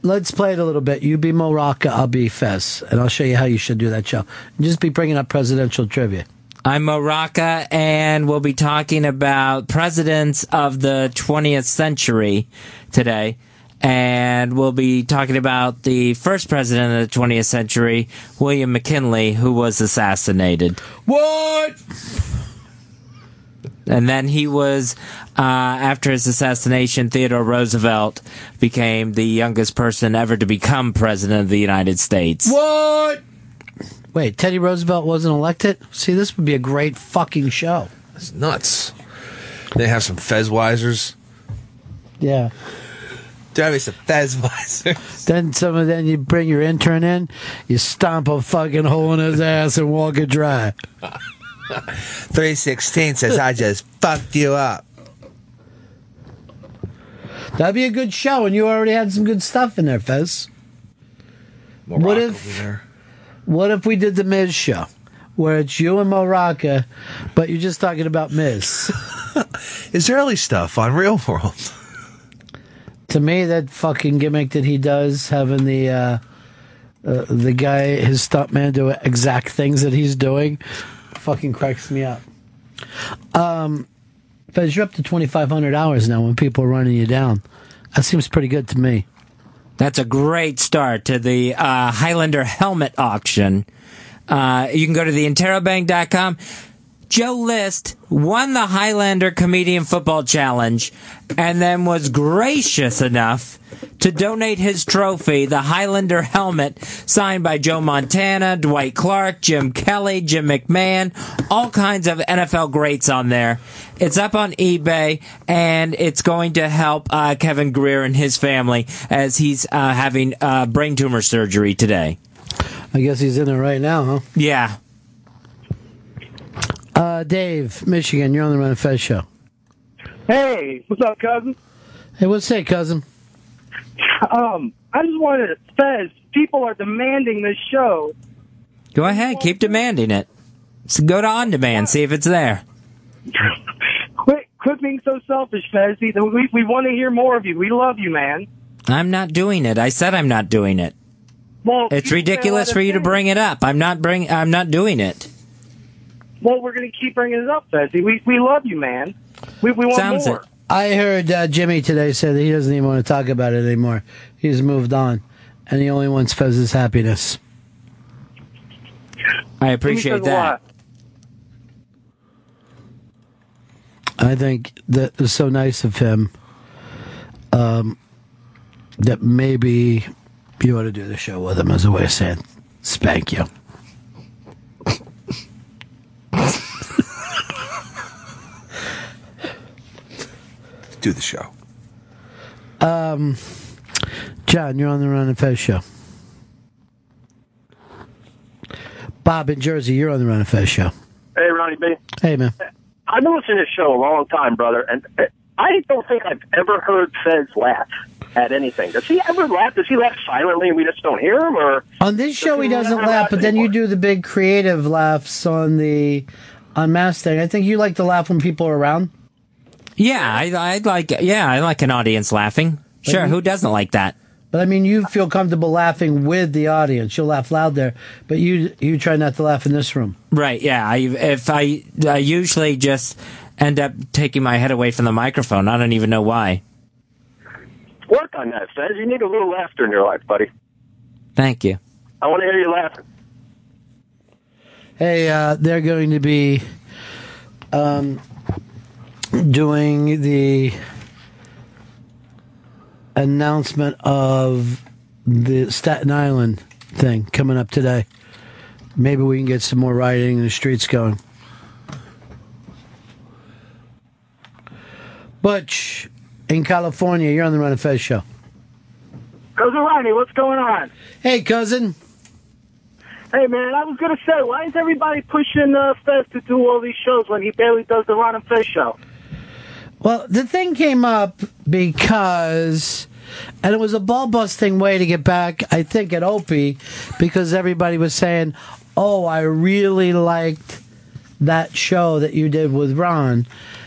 S7: Let's play it a little bit. You be Mo Rocca, I'll be Fez. And I'll show you how you should do that show. Just be bringing up presidential trivia.
S14: I'm Moraka, and we'll be talking about presidents of the 20th century today. And we'll be talking about the first president of the 20th century, William McKinley, who was assassinated.
S7: What?
S14: And then he was, uh, after his assassination, Theodore Roosevelt became the youngest person ever to become president of the United States.
S7: What? Wait, Teddy Roosevelt wasn't elected? See, this would be a great fucking show.
S8: It's nuts. They have some Fezweisers.
S7: Yeah.
S8: There be some *laughs* Fezweisers.
S7: Then some of then you bring your intern in, you stomp a fucking hole in his ass and walk it dry.
S8: *laughs* 316 says, I just fucked you up.
S7: That'd be a good show, and you already had some good stuff in there, Fez. what if what if we did the Miz show? Where it's you and Moraka, but you're just talking about
S8: *laughs*
S7: Miz.
S8: Israeli stuff on Real World.
S7: to me, that fucking gimmick that he does, having the uh, uh, the guy, his stuntman, do exact things that he's doing, fucking cracks me up. Um, Fez, you're up to 2,500 hours now when people are running you down. That seems pretty good to me.
S14: That's a great start to the uh, Highlander helmet auction. Uh, you can go to theinterrobang.com. Joe List won the Highlander Comedian Football Challenge and then was gracious enough to donate his trophy, the Highlander helmet, signed by Joe Montana, Dwight Clark, Jim Kelly, Jim McMahon, all kinds of NFL greats on there. It's up on eBay and it's going to help uh, Kevin Greer and his family as he's uh, having uh, brain tumor surgery today.
S7: I guess he's in there right now, huh?
S14: Yeah.
S7: Uh, Dave, Michigan, you're on the Run and Fez show.
S18: Hey, what's up, cousin?
S7: Hey, what's that, cousin?
S18: Um, I just wanted to Fez. People are demanding this show.
S14: Go ahead, keep demanding it. So go to on demand, see if it's there.
S18: Quit, quit being so selfish, Fez. We we want to hear more of you. We love you, man.
S14: I'm not doing it. I said I'm not doing it.
S10: Oh,
S18: Well,
S14: It's
S18: you can't
S14: ridiculous
S18: let
S14: for
S18: us
S14: you to
S18: in.
S14: bring it up. I'm not bring. I'm not doing it.
S18: Well, we're going to keep bringing it up, Fezzy. We we love you, man. We we want
S14: Sounds
S18: more.
S14: it.
S7: I heard uh, Jimmy today say that he doesn't even want to talk about it anymore. He's moved on, and he only wants Fez's happiness.
S14: I appreciate that.
S7: I think that it was so nice of him um, that maybe you ought to do the show with him as a way of saying, spank you.
S8: Do the show.
S7: Um, John, you're on the Ron and Fez show. Bob in Jersey, you're on the Ron and Fez show.
S21: Hey, Ronnie B.
S7: Hey, man.
S21: I've been listening to this show a long time, brother, and uh, I don't think I've ever heard Fez laugh at anything. Does he ever laugh? Does he laugh silently and we just don't hear him? Or
S7: On this show, he doesn't laugh, but then you do the big creative laughs on the on mass thing. I think you like to laugh when people are around.
S14: Yeah, I, I like. Yeah, I like an audience laughing. Sure, who doesn't like that?
S7: But I mean, you feel comfortable laughing with the audience. You'll laugh loud there, but you you try not to laugh in this room.
S14: Right. Yeah. I if I I usually just end up taking my head away from the microphone. I don't even know why.
S21: work on that, Fez. You need a little laughter in your life, buddy.
S14: Thank you.
S21: I want to hear you laughing.
S7: Hey, uh, they're going to be um, doing the announcement of the Staten Island thing coming up today. Maybe we can get some more rioting in the streets going. Butch in California, you're on the Run and Fez show.
S22: Cousin Ronnie, what's going on?
S7: Hey, cousin.
S22: Hey, man, I was going to say, why is everybody pushing uh, Fez to do all these shows when he barely does the Ron and Fez show?
S7: Well, the thing came up because, and it was a ball busting way to get back, I think, at Opie, because everybody was saying, oh, I really liked that show that you did with Ron.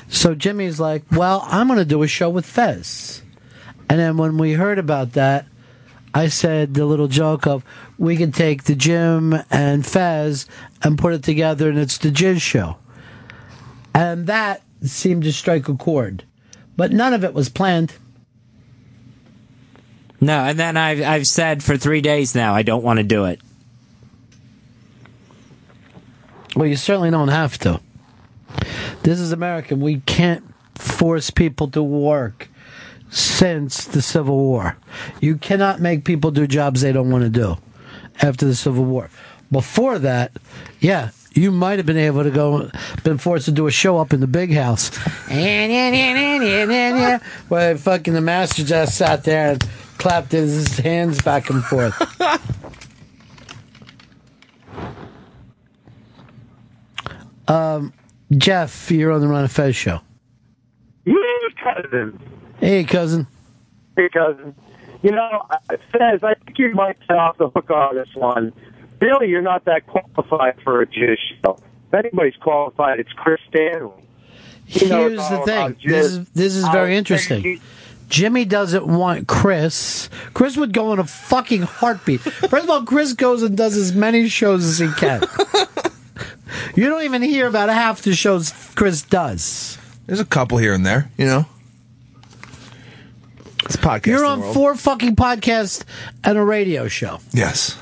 S7: So Jimmy's like, well, I'm going to do a show with Fez. And then when we heard about that, I said the little joke of, we could take the Jim and Fez and put it together, and it's the Jizz show. And that seemed to strike a chord. But none of it was planned.
S14: No, and then I've I've said for three days now I don't want to do it.
S7: Well, you certainly don't have to. This is America. We can't force people to work since the Civil War. You cannot make people do jobs they don't want to do after the Civil War. Before that, yeah, you might have been able to go, been forced to do a show up in the big house. Where fucking the master just sat there and clapped his hands back and forth. *laughs* Um, Jeff, you're on the Ron and Fez show.
S22: Yeah, cousin.
S7: Hey, cousin.
S22: Hey, cousin. You know, I- Fez, I think you might get off the hook on this one. Really, you're not that qualified for a jizz show. If anybody's qualified, it's Chris Stanley. He knows
S7: Here's
S22: all
S7: the
S22: about
S7: thing. This is,
S22: jizz.
S7: this is
S22: I
S7: very
S22: think
S7: interesting. Jimmy doesn't want Chris. Chris would go in a fucking heartbeat. First of all, Chris goes and does as many shows as he can. you don't even hear about half the shows Chris does.
S8: There's a couple here and there, you know. It's podcast.
S7: You're on four fucking podcasts and a radio show.
S8: Yes.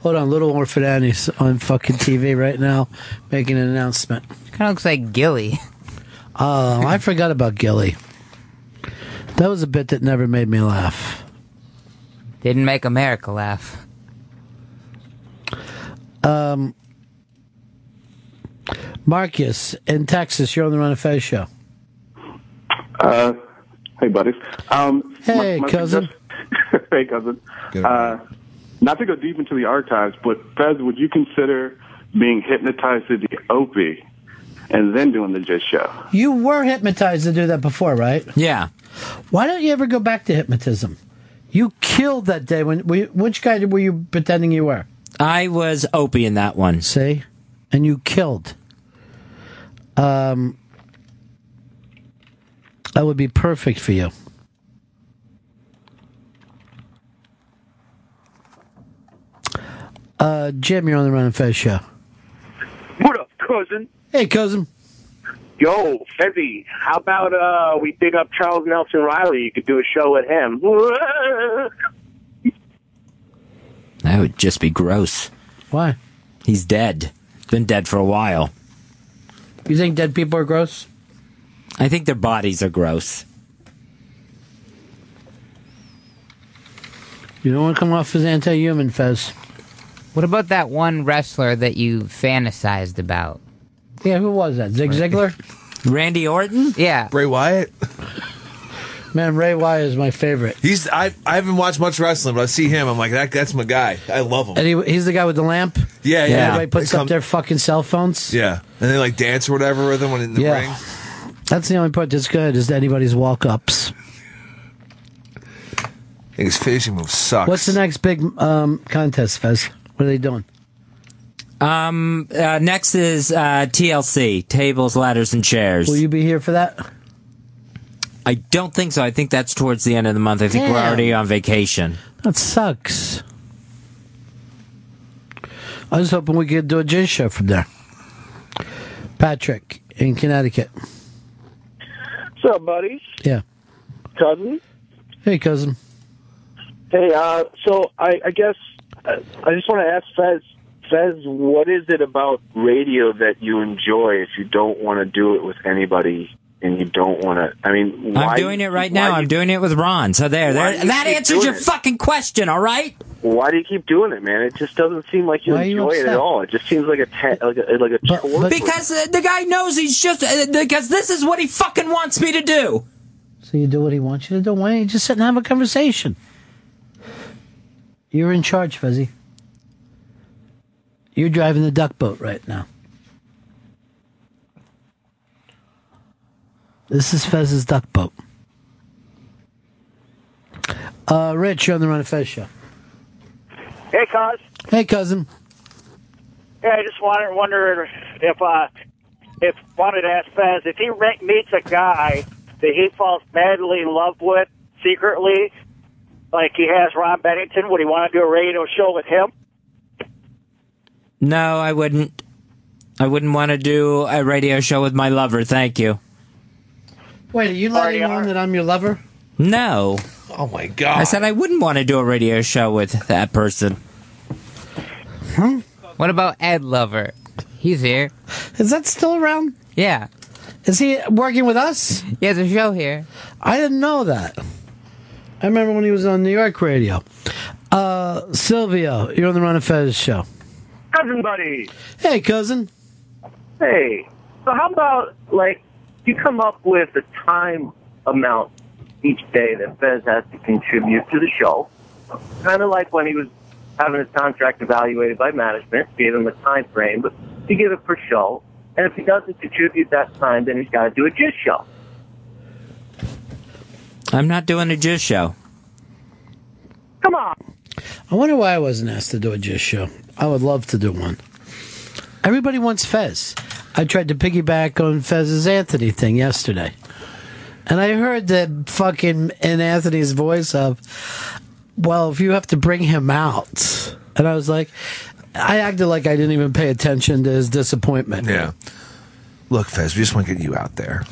S7: Hold on, Little Orphan Annie's on fucking TV right now making an announcement.
S26: Kind of looks like Gilly. *laughs*
S7: Oh, I forgot about Gilly. That was a bit that never made me laugh.
S26: Didn't make America laugh.
S7: Um, Marcus in Texas, you're on the Run of Fez show.
S23: Uh, hey, buddies. Um,
S7: Hey, cousin.
S23: suggest- *laughs* hey, cousin. Uh, not to go deep into the archives, but Fez, would you consider being hypnotized to the Opie and then doing the Jizz Show?
S7: You were hypnotized to do that before, right?
S14: Yeah.
S7: Why don't you ever go back to hypnotism? You killed that day when. were you- Which guy were you pretending you were?
S14: I was Opie in that one.
S7: See, and you killed. Um, that would be perfect for you. Uh, Jim, you're on the Run and Fez show.
S30: What up, cousin?
S7: Hey, cousin.
S24: Yo, Fezzi, how about uh, we dig up Charles Nelson Riley? You could do a show
S3: *laughs*
S24: with him.
S14: That would just be gross.
S7: Why?
S14: He's dead. Been dead for a while.
S7: You think dead people are gross?
S14: I think their bodies are gross.
S7: You don't want to come off as anti-human, Fez.
S26: What about that one wrestler that you fantasized about?
S7: Yeah, who was that? Zig Ziglar?
S26: *laughs*
S14: Randy Orton?
S26: Yeah.
S8: Bray Wyatt?
S7: Man, Ray Wyatt is my favorite.
S8: He's I I haven't watched much wrestling, but I see him. I'm like that. That's my guy. I love him.
S7: And he, he's the guy with the lamp.
S8: Yeah,
S7: And
S8: yeah.
S7: Everybody puts
S8: They
S7: up
S8: come-
S7: their fucking cell phones.
S8: yeah, and they like dance or whatever with him when in the
S7: Yeah.
S8: ring.
S7: That's the only part that's good is anybody's walk-ups.
S8: I think his finishing move sucks.
S7: What's the next big um, contest, Fez? What are they doing?
S14: Um, uh, next is uh, TLC, Tables, Ladders, and Chairs.
S7: Will you be here for that?
S14: I don't think so. I think that's towards the end of the month. I think we're
S7: Damn.
S14: already on vacation.
S7: That sucks. I was hoping we could do a jazz show from there. Patrick in Connecticut.
S25: What's up, buddies?
S7: Yeah.
S25: Cousin?
S7: Hey, cousin.
S25: Hey, uh, so I, I guess uh, I just want to ask Fez, Fez, what is it about radio that you enjoy if you don't want to do it with anybody and you don't want to? I mean, why,
S14: I'm doing it right now. I'm doing it with Ron. So there,
S25: Why
S14: there.
S25: you
S14: That
S25: keep
S14: answers
S25: doing
S14: your
S25: it?
S14: fucking question. All right.
S25: Why do you keep doing it, man? It just doesn't seem like you
S14: Why are you
S25: enjoy it
S14: upset?
S25: at all. It just seems like a te- like a, like a chore.
S14: because uh, the guy knows he's just uh, because this is what he fucking wants me to do.
S7: So you do what he wants you to do. Why don't you just sit and have a conversation? You're in charge, Fuzzy. You're driving the duck boat right now. This is Fez's duck boat. Uh, Rich, you're on the Run of Fez show.
S13: Hey, Cos.
S7: Hey, cousin.
S13: Hey, I just wonder, wonder if uh, if wanted to ask Fez if he re- meets a guy that he falls madly in love with secretly, like he has Ron Bennington. Would he want to do a radio show with him?
S14: No, I wouldn't. I wouldn't want to do a radio show with my lover. Thank you.
S7: Wait, are you letting on that I'm your lover?
S14: No.
S8: Oh my god.
S14: I said I wouldn't want to do a radio show with that person.
S26: What about Ed Lover? He's here.
S7: Is that still around?
S26: Yeah.
S7: Is he working with us?
S26: He has a show here.
S7: I didn't know that. I remember when he was on New York radio. Uh, Silvio, you're on the Run of Fez show.
S13: Cousin buddy.
S7: Hey, cousin.
S25: Hey, so how about like you come up with a time amount each day that Fez has to contribute to the show? Kind of like when he was having his contract evaluated by management, gave him a time frame, but you give it per show. And if he doesn't contribute that time, then he's got to do a just show.
S14: I'm not doing a jizz show.
S25: Come on.
S7: I wonder why I wasn't asked to do a Jizz show. I would love to do one. Everybody wants Fez. I tried to piggyback on Fez's Anthony thing yesterday. And I heard the fucking in Anthony's voice of, well, if you have to bring him out. And I was like, I acted like I didn't even pay attention to his disappointment.
S8: Yeah. Look, Fez, we just want to get you out there.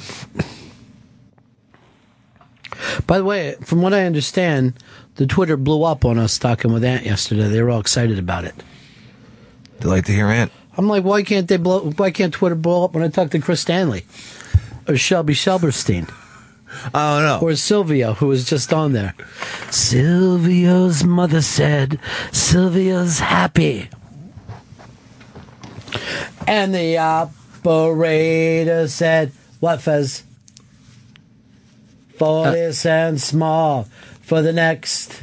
S7: By the way, from what I understand, the Twitter blew up on us talking with Ant yesterday. They were all excited about it.
S8: They like to hear Ant.
S7: I'm like, why can't they blow? Why can't Twitter blow up when I talk to Chris Stanley or Shelby Shelberstein?
S8: I don't know.
S7: Or Silvio, who was just on there. Silvio's mother said Silvio's happy. And the operator said, What, Fez? 40 cents more for the next.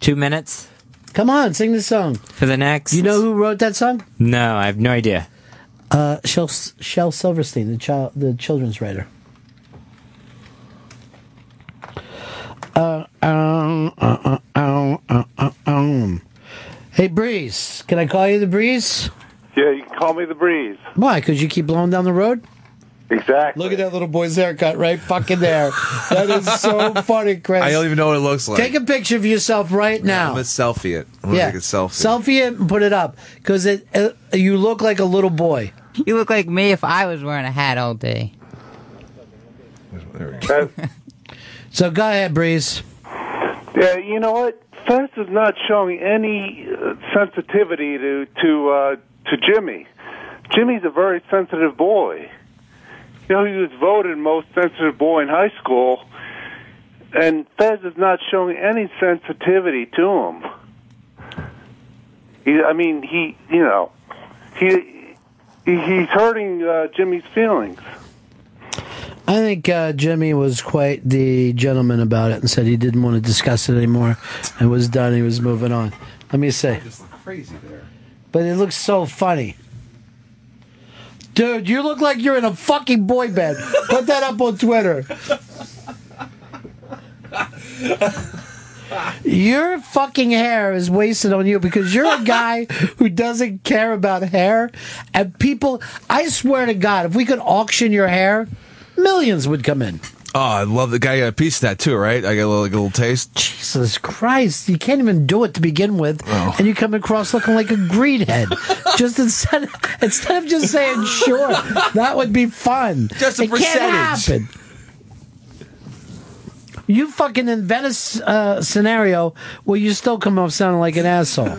S14: Two minutes
S7: Come on, sing the song.
S14: for the next.
S7: You know who wrote that song?
S14: No, I have no idea.
S7: Uh, Shel, Shel Silverstein, the child, the children's writer. Uh, um, uh, uh, um, uh, uh, um. Hey, Breeze, can I call you the Breeze?
S30: Yeah, you can call me the breeze.
S7: Why? Because you keep blowing down the road?
S30: Exactly.
S7: Look at that little boy's haircut right fucking there. that is so funny, Chris.
S8: I don't even know what it looks like.
S7: Take a picture of yourself right now.
S8: I'm gonna selfie it. I'm gonna take a selfie.
S7: Selfie it and put it up because it, it you look like a little boy.
S26: You look like me if I was wearing a hat all day.
S7: So go ahead, Breeze.
S30: Yeah, you know what? Fez is not showing any uh, sensitivity to to uh, to Jimmy. Jimmy's a very sensitive boy. You know, he was voted most sensitive boy in high school, and Fez is not showing any sensitivity to him. He, I mean, he, you know, he, he he's hurting uh, Jimmy's feelings.
S7: I think uh, Jimmy was quite the gentleman about it and said he didn't want to discuss it anymore and was done. He was moving on. Let me say.
S8: Crazy there.
S7: But it looks so funny. Dude, you look like you're in a fucking boy band. Put that up on Twitter. Your fucking hair is wasted on you because you're a guy who doesn't care about hair. And people, I swear to God, if we could auction your hair, millions would come in.
S8: Oh, I love the guy. Got a piece of that too, right? I got a little, like, a little taste.
S7: Jesus Christ, you can't even do it to begin with,
S8: Oh.
S7: and you come across looking like a
S8: *laughs*
S7: greedhead. just instead, instead of just saying sure, that would be fun.
S8: Just a
S7: it
S8: percentage.
S7: Can't happen. You fucking invent a s- uh, scenario where you still come up sounding like an
S8: *laughs*
S7: asshole.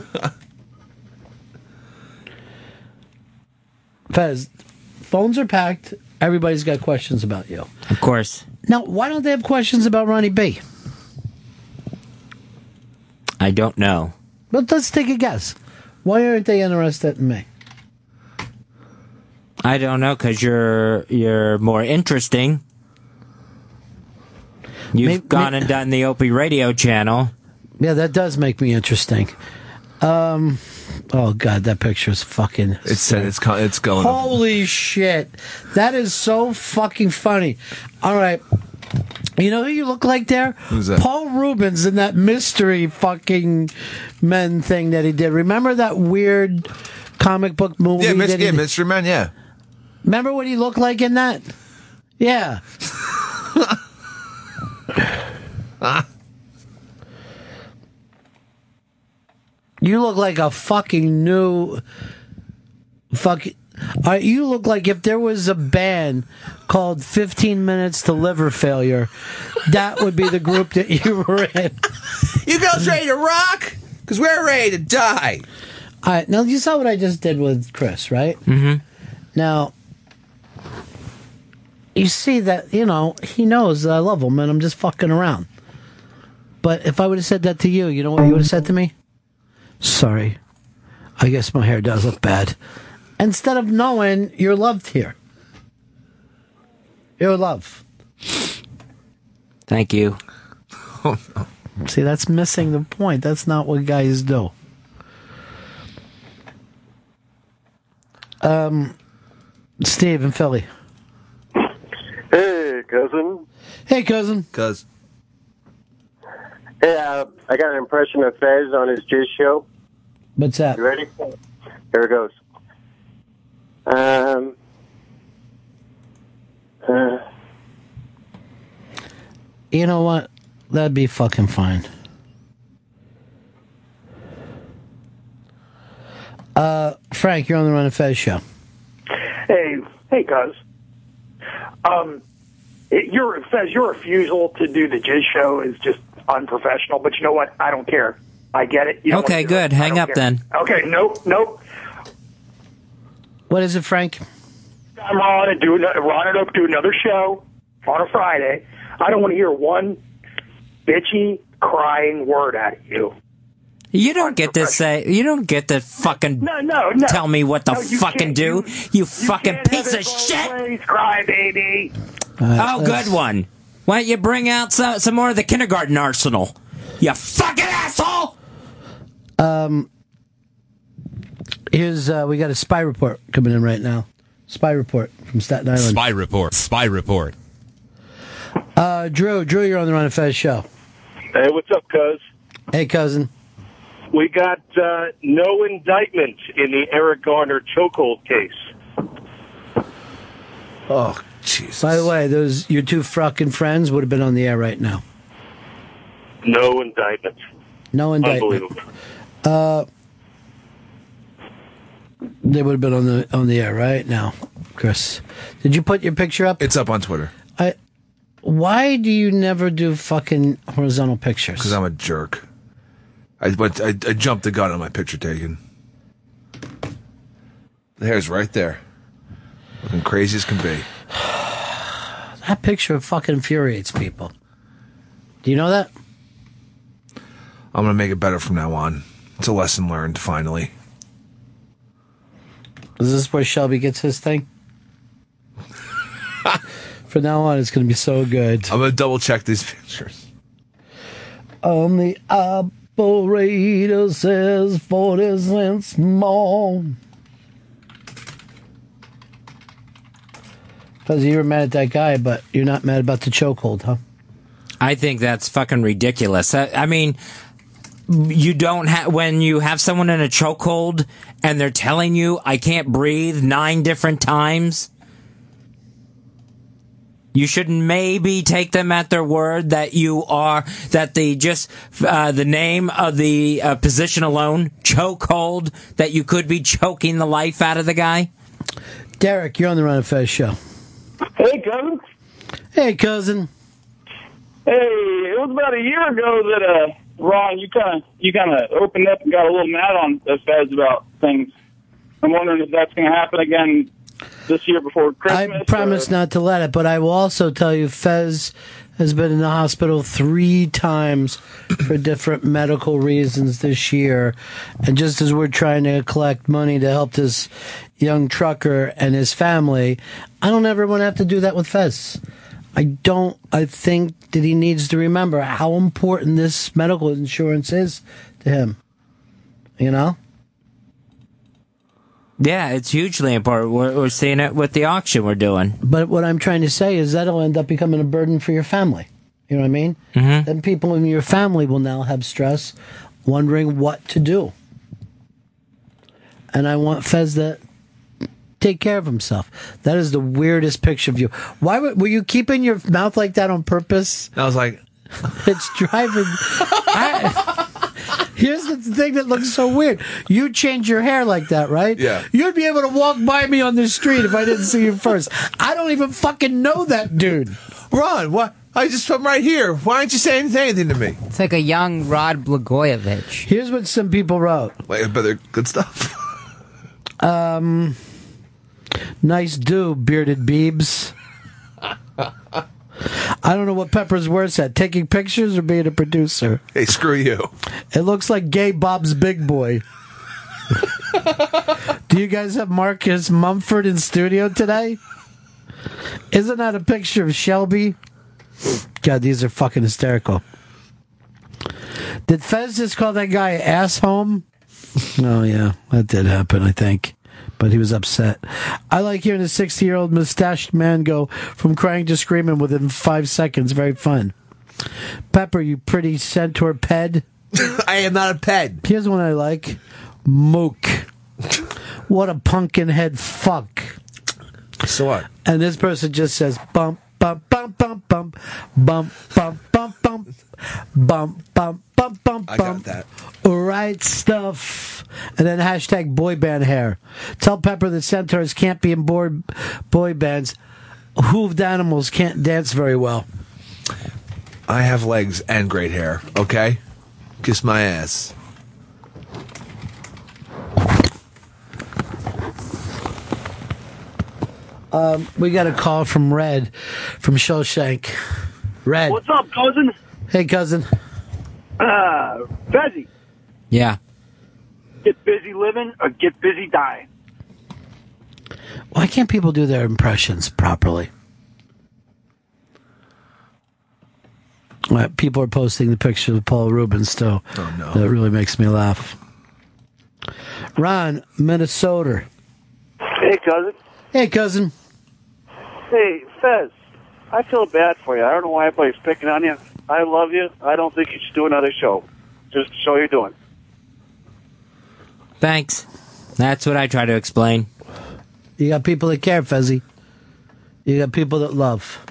S7: Fez, phones are packed. Everybody's got questions about you.
S14: Of course.
S7: Now, why don't they have questions about Ronnie B?
S14: I don't know.
S7: But let's take a guess. Why aren't they interested in me?
S14: I don't know because you're you're more interesting. You've gone and done the Opie radio channel.
S7: Yeah, that does make me interesting. Um, oh god, that picture is fucking.
S8: It's it's co- it's going. up.
S7: Holy shit, that is so fucking funny. All right, you know who you look like there?
S8: Who's that?
S7: Paul Rubens in that mystery fucking men thing that he did. Remember that weird comic book movie?
S8: Yeah, Mis-
S7: that he
S8: yeah,
S7: did?
S8: Mystery Men. Yeah,
S7: Remember what he looked like in that? Yeah. you look like a fucking new fuck. All right, you look like if there was a band called 15 Minutes to Liver Failure, that would be the group that you were in.
S8: You girls ready to rock? Because we're ready to die.
S7: All right, now you saw what I just did with Chris, right?
S14: Mm-hmm.
S7: Now, you see that, you know, he knows that I love him and I'm just fucking around. But if I would have said that to you, you know what you would have said to me? Sorry. I guess my hair does look bad. Instead of knowing you're loved here, you're loved.
S14: Thank you.
S7: See, that's missing the point. That's not what guys do. Um, Steve in Philly.
S4: Hey, cousin.
S7: Hey, cousin.
S8: Cuz.
S4: Hey, uh, I got an impression of Fez on his Jizz show.
S7: What's that?
S4: You ready? Here it goes. Um. uh,
S7: You know what? That'd be fucking fine. Uh, Frank, you're on the Run and Fez show.
S3: Hey, hey, cuz. Um, it, your says your refusal to do the Jizz show is just unprofessional. But you know what? I don't care. I get it. You don't
S14: Okay,
S3: wanna do it.
S14: good.
S3: I
S14: Hang
S3: don't
S14: up then.
S3: Okay, nope, nope.
S7: What is it, Frank?
S3: I'm on and do ano- Ron and Oak do another show on a Friday. I don't want to hear one bitchy crying word out of you.
S14: You don't get to say. You don't get to fucking.
S3: No, no, no.
S14: Tell me what to
S3: No, you
S14: fucking
S3: can't.
S14: do. You,
S3: You-
S14: fucking piece of shit.
S3: Please cry, baby.
S7: Uh,
S14: oh, good one. Why don't you bring out some, some more of the kindergarten arsenal? You fucking asshole.
S7: Um, here's uh, we got a spy report coming in right now. Spy report from Staten Island.
S16: Spy report. Spy report.
S7: Uh, Drew, Drew, you're on the Run and Fez show.
S5: Hey, what's up, cuz?
S7: Hey, cousin.
S5: We got uh, no indictment in the Eric Garner chokehold case.
S7: Oh, jeez. By the way, those your two fucking friends would have been on the air right now.
S5: No indictment.
S7: No indictment.
S5: Unbelievable.
S7: Uh, They would have been on the on the air right now, Chris. Did you put your picture up?
S8: It's up on Twitter.
S7: I. Why do you never do fucking horizontal pictures?
S8: Because I'm a jerk. I but I, I jumped the gun on my picture taken. The hair's right there, looking crazy as can be.
S7: That picture fucking infuriates people. Do you know that?
S8: I'm gonna make it better from now on. It's a lesson learned. Finally,
S7: Is this where Shelby gets his thing? *laughs* From now on, it's going to be so good.
S8: I'm gonna double check these pictures.
S7: Um, the operator says 40 cents more. Fuzzy, you were mad at that guy, but you're not mad about the chokehold, huh?
S14: I think that's fucking ridiculous. I, I mean, you don't have when you have someone in a chokehold and they're telling you I can't breathe nine different times. You should maybe take them at their word that you are that the just uh, the name of the uh, position alone chokehold that you could be choking the life out of the guy.
S7: Derek, you're on the Run of Fez show.
S29: Hey, cousin.
S7: Hey, cousin.
S29: Hey, it was about a year ago that uh, Ron, you kind of you kind of opened up and got a little mad on the feds about things. I'm wondering if that's going to happen again this year before Christmas.
S7: I promise not to let it, but I will also tell you Fez has been in the hospital three times for different medical reasons this year. And just as we're trying to collect money to help this young trucker and his family, I don't ever want to have to do that with Fez. I don't, I think that he needs to remember how important this medical insurance is to him. You know?
S14: Yeah, it's hugely important. We're, we're seeing it with the auction we're doing.
S7: But what I'm trying to say is that'll end up becoming a burden for your family. You know what I mean?
S14: Mhm.
S7: Then people in your family will now have stress, wondering what to do. And I want Fez to take care of himself. That is the weirdest picture of you. Why would, were you keeping your mouth like that on purpose?
S8: I was like,
S7: it's driving. I- here's the thing that looks so weird. You change your hair like that, right?
S8: Yeah.
S7: You'd be able to walk by me on the street if I didn't see you first. I don't even fucking know that dude.
S8: Ron, what? I just I'm right here. Why aren't you saying anything to me?
S26: It's like a young Rod Blagojevich.
S7: Here's what some people wrote.
S8: Like, but they're good stuff. *laughs*
S7: Um, nice do, bearded Beebs. I don't know what Pepper's worse at, taking pictures or being a producer.
S8: Hey, screw you.
S7: It looks like gay Bob's big boy. Do you guys have Marcus Mumford in studio today? Isn't that a picture of Shelby? God, these are fucking hysterical. Did Fez just call that guy ass home? Oh yeah, that did happen, I think. But he was upset. I like hearing a sixty-year-old mustached man go from crying to screaming within five seconds. Very fun. Pepper, you pretty centaur ped.
S8: *laughs* I am not a ped.
S7: Here's one I like. Mook. what a pumpkin head fuck.
S8: So what?
S7: And this person just says bump bump bump bump bump bump bump bump bump bump bump bump bump
S8: I got
S7: bump.
S8: that.
S7: Right stuff. And then hashtag boy band hair. Tell Pepper the centaurs can't be in board boy bands. Hooved animals can't dance very well.
S8: I have legs and great hair. Okay, kiss my ass.
S7: Um, we got a call from Red from Shawshank. Red. What's
S16: up, cousin?
S7: Hey, cousin.
S16: Uh, Fezzi,
S14: Yeah.
S16: get busy living or get busy dying.
S7: Why can't people do their impressions properly? All right, people are posting the picture of Paul Rubens still. Oh, no. That really makes me laugh. Ron, Minnesota.
S16: Hey, cousin.
S7: Hey, cousin.
S16: Hey, Fez, I feel bad for you. I don't know why everybody's picking on you. I love you. I don't think you should do another show. Just the show you're doing.
S14: Thanks. That's what I try to explain.
S7: You got people that care, Fezzi. You got people that love.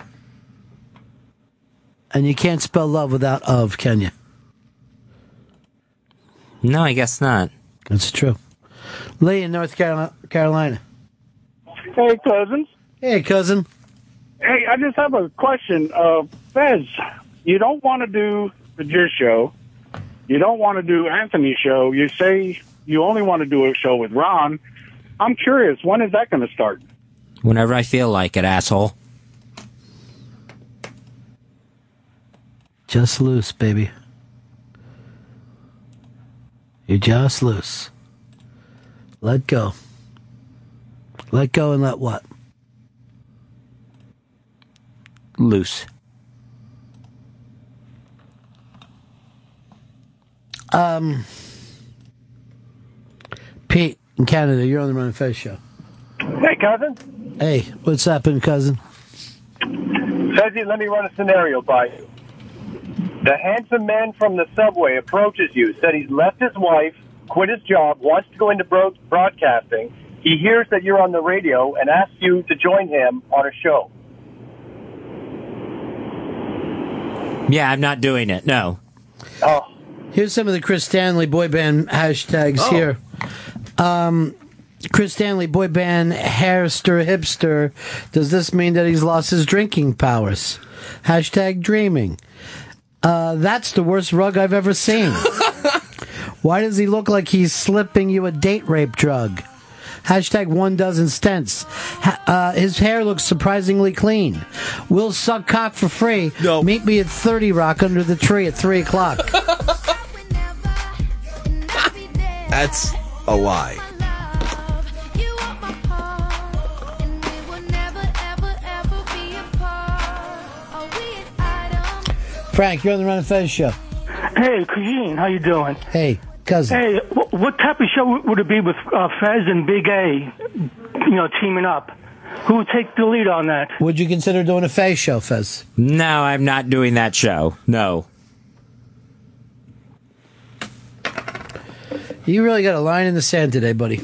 S7: And you can't spell love without of, can you?
S14: No, I guess not.
S7: That's true. Lee in North Carol- Carolina.
S31: Hey, cousins.
S7: Hey, cousin.
S31: Hey, I just have a question. Uh, Fez, you don't want to do the Jizz show. You don't want to do Anthony's show. You say you only want to do a show with Ron. I'm curious, when is that going to start?
S14: Whenever I feel like it, asshole.
S7: Just loose, baby. You're just loose. Let go. Let go and let what?
S14: Loose.
S7: Um, Pete in Canada, you're on the Run and Fez show.
S12: Hey, cousin.
S7: Hey, what's happening, cousin?
S12: Fezzi, let me run a scenario by you. The handsome man from the subway approaches you, said he's left his wife, quit his job, wants to go into bro- broadcasting. He hears that you're on the radio and asks you to join him on a show.
S14: Yeah, I'm not doing it. No.
S7: Oh. Here's some of the Chris Stanley boy band hashtags here. Um, Chris Stanley boy band hairster hipster. Does this mean that he's lost his drinking powers? Hashtag dreaming. Uh, that's the worst rug I've ever seen. Why does he look like he's slipping you a date rape drug? Hashtag one dozen stents. Ha- uh, his hair looks surprisingly clean. Will suck cock for free. No. Meet me at 30 Rock under the tree at 3 o'clock.
S8: That's
S5: *laughs*
S8: a lie.
S7: Frank, you're on the Run and Fez show.
S12: Hey, Eugene, how you doing?
S7: Hey, cousin.
S12: Hey, wh- what type of show would it be with uh, Fez and Big A, you know, teaming up? Who would take the lead on that?
S7: Would you consider doing a Fez show, Fez?
S14: No, I'm not doing that show. No.
S7: You really got a line in the sand today, buddy.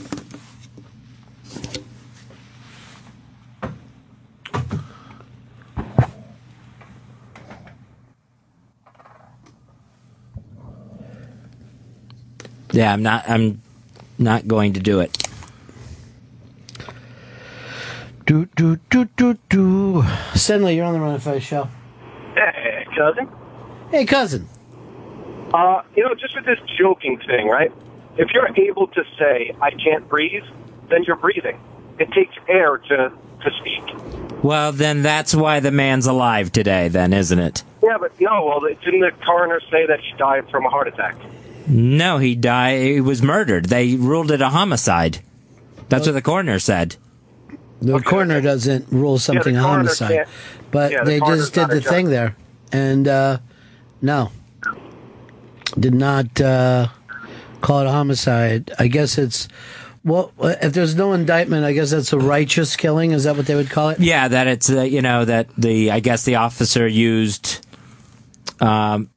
S14: Yeah, I'm not. I'm not going to do it.
S7: Do do do do do. Suddenly, you're on the Run and Fez show.
S12: Hey, Eh, cousin.
S7: Hey, cousin.
S12: Uh, you know, just with this joking thing, right? If you're able to say, I can't breathe, then you're breathing. It takes air to, to speak.
S14: Well, then that's why the man's alive today, then, isn't it?
S12: Yeah, but no, well, didn't the coroner say that she died from a heart attack?
S14: No, he died. He was murdered. They ruled it a homicide. That's what the coroner said.
S7: The coroner doesn't rule something a
S14: coroner
S7: homicide,
S14: can't-
S7: but
S14: yeah, the
S7: they
S14: coroner's
S7: just did
S14: not a
S7: the
S14: judge.
S7: thing there, and uh, no, did not uh, call it a homicide. I guess it's well, uh, if there's no indictment, I guess that's a righteous killing. Is that what they would call it?
S14: Yeah, that it's uh, you know that the I guess the officer used um,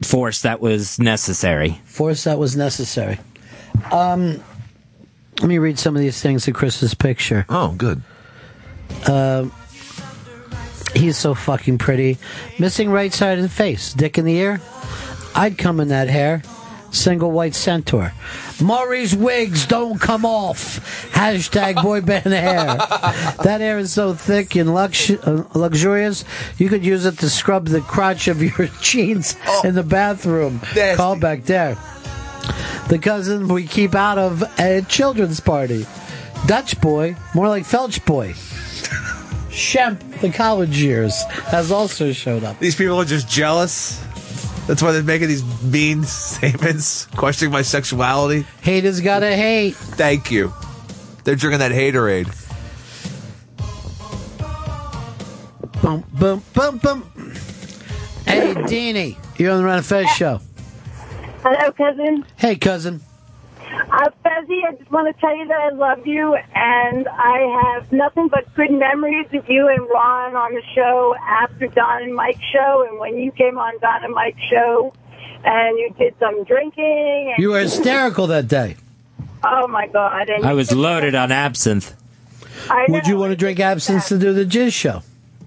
S14: force that was necessary.
S7: Force that was necessary. Um, let me read some of these things to Chris's picture.
S8: Oh, good.
S7: Uh, he's so fucking pretty. Missing right side of the face, dick in the ear. I'd come in that hair. Single white centaur. Maury's wigs don't come off. Hashtag boy band hair. That hair is so thick and lux- uh, luxurious, you could use it to scrub the crotch of your *laughs* jeans in the bathroom. Call back there. The cousin we keep out of a children's party. Dutch boy, more like Felch boy. Shemp, the college years, has also showed up.
S8: These people are just jealous. That's why they're making these mean *laughs* statements, questioning my sexuality.
S7: Haters gotta hate.
S8: Thank you. They're drinking that haterade.
S7: Boom, boom, boom, boom. Hey, Deanie, you're on the Ron and Fez show.
S6: Hello, cousin.
S7: Hey, cousin.
S6: Uh, Fezzi, I just want to tell you that I love you, and I have nothing but good memories of you and Ron on the show after Don and Mike's show, and when you came on Don and Mike's show, and you did some drinking. And,
S7: You were hysterical that day.
S6: Oh my God! And
S14: I was loaded on absinthe.
S6: I
S7: Would you want to drink absinthe to do the Jizz show?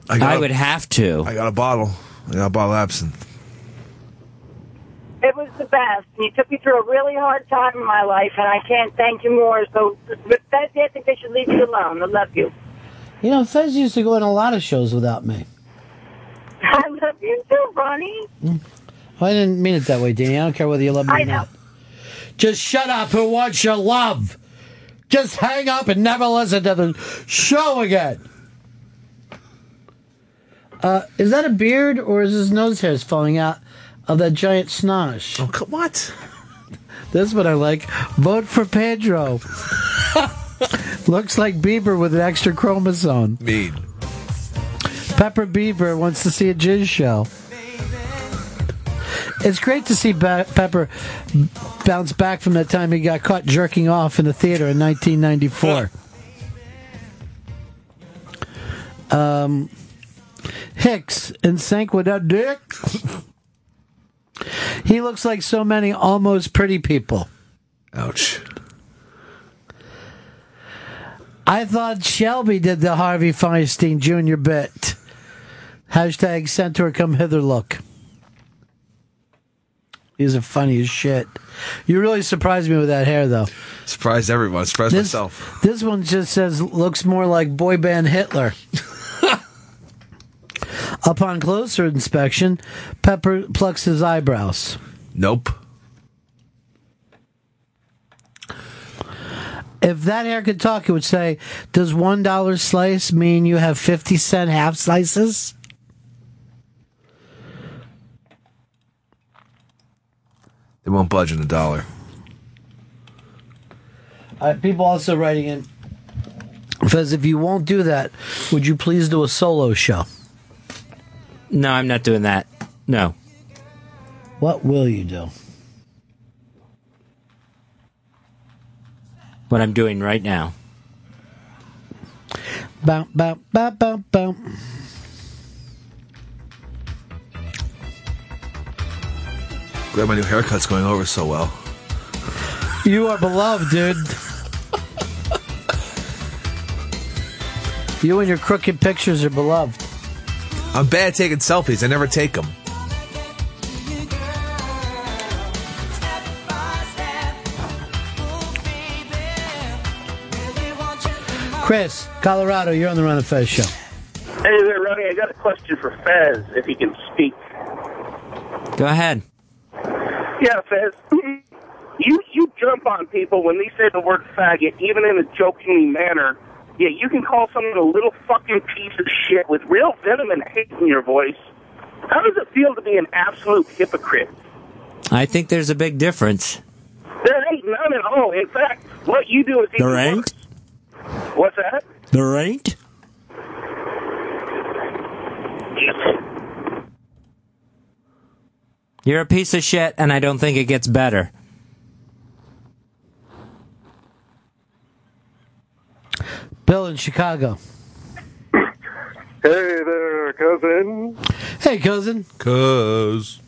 S8: I,
S14: would have to.
S8: I got a bottle. I got a bottle of absinthe.
S6: It was
S27: the best. You took me through a really hard time in my life, and I can't thank you more. So, with that, I think they should leave you alone. I love you. *laughs*
S7: You know, Fez used to go on a lot of shows without me.
S27: I love you too, Ronnie.
S7: Well, I didn't mean it that way, Danny. I don't care whether you love me
S27: I
S7: or not. Just shut up. Who wants your love? Just hang up and never listen to the show again. Uh, is that a beard or is his nose hairs falling out of that giant snosh? Oh, *laughs* what? That's what I like. Vote for *laughs* Pedro. Looks like Bieber with an extra chromosome.
S8: Mean.
S7: Pepper Bieber wants to see a jizz show. It's great to see Be- Pepper bounce back from that time he got caught jerking off in the theater in 1994. um, Hicks and sank with that dick. he looks like so many almost pretty people. Ouch. I thought Shelby did the Harvey Feinstein Jr. bit. Hashtag centaur come hither look. These are funny as shit. You really surprised me with that hair, though.
S8: Surprised everyone. Surprised
S7: This-
S8: myself.
S7: This one just says looks more like boy band Hitler. Upon closer inspection, Pepper plucks his eyebrows.
S8: Nope.
S7: If that hair could talk, it would say, "Does one dollar slice mean you have fifty cent half slices?"
S8: They won't budge in a dollar.
S7: Uh, people also writing in. Because if you won't do that, would you please do a solo show?
S14: No, I'm not doing that. No.
S7: What will you do?
S14: What I'm doing right now.
S7: Bow, bow, bow, bow, bow.
S8: Glad my new haircut's going over so well.
S7: You are beloved, dude. you and your crooked pictures are beloved.
S8: I'm bad at taking selfies. I never take them.
S7: Chris, Colorado, you're on the Ron and Fez show.
S2: Hey there, Ronnie. I got a question for Fez, if he can speak.
S14: Go ahead.
S2: Yeah, Fez. You you jump on people when they say the word faggot, even in a joking manner. Yeah, you can call someone a little fucking piece of shit with real venom and hate in your voice. How does it feel to be an absolute hypocrite?
S14: I think there's a big difference.
S2: There ain't none at all. In fact, what you do is even
S14: There ain't?
S2: worse. What's that?
S14: There ain't? You're a piece of shit, and I don't think it gets better.
S7: Bill in Chicago.
S22: Hey there, cousin.
S7: Hey, cousin.
S8: Cuz.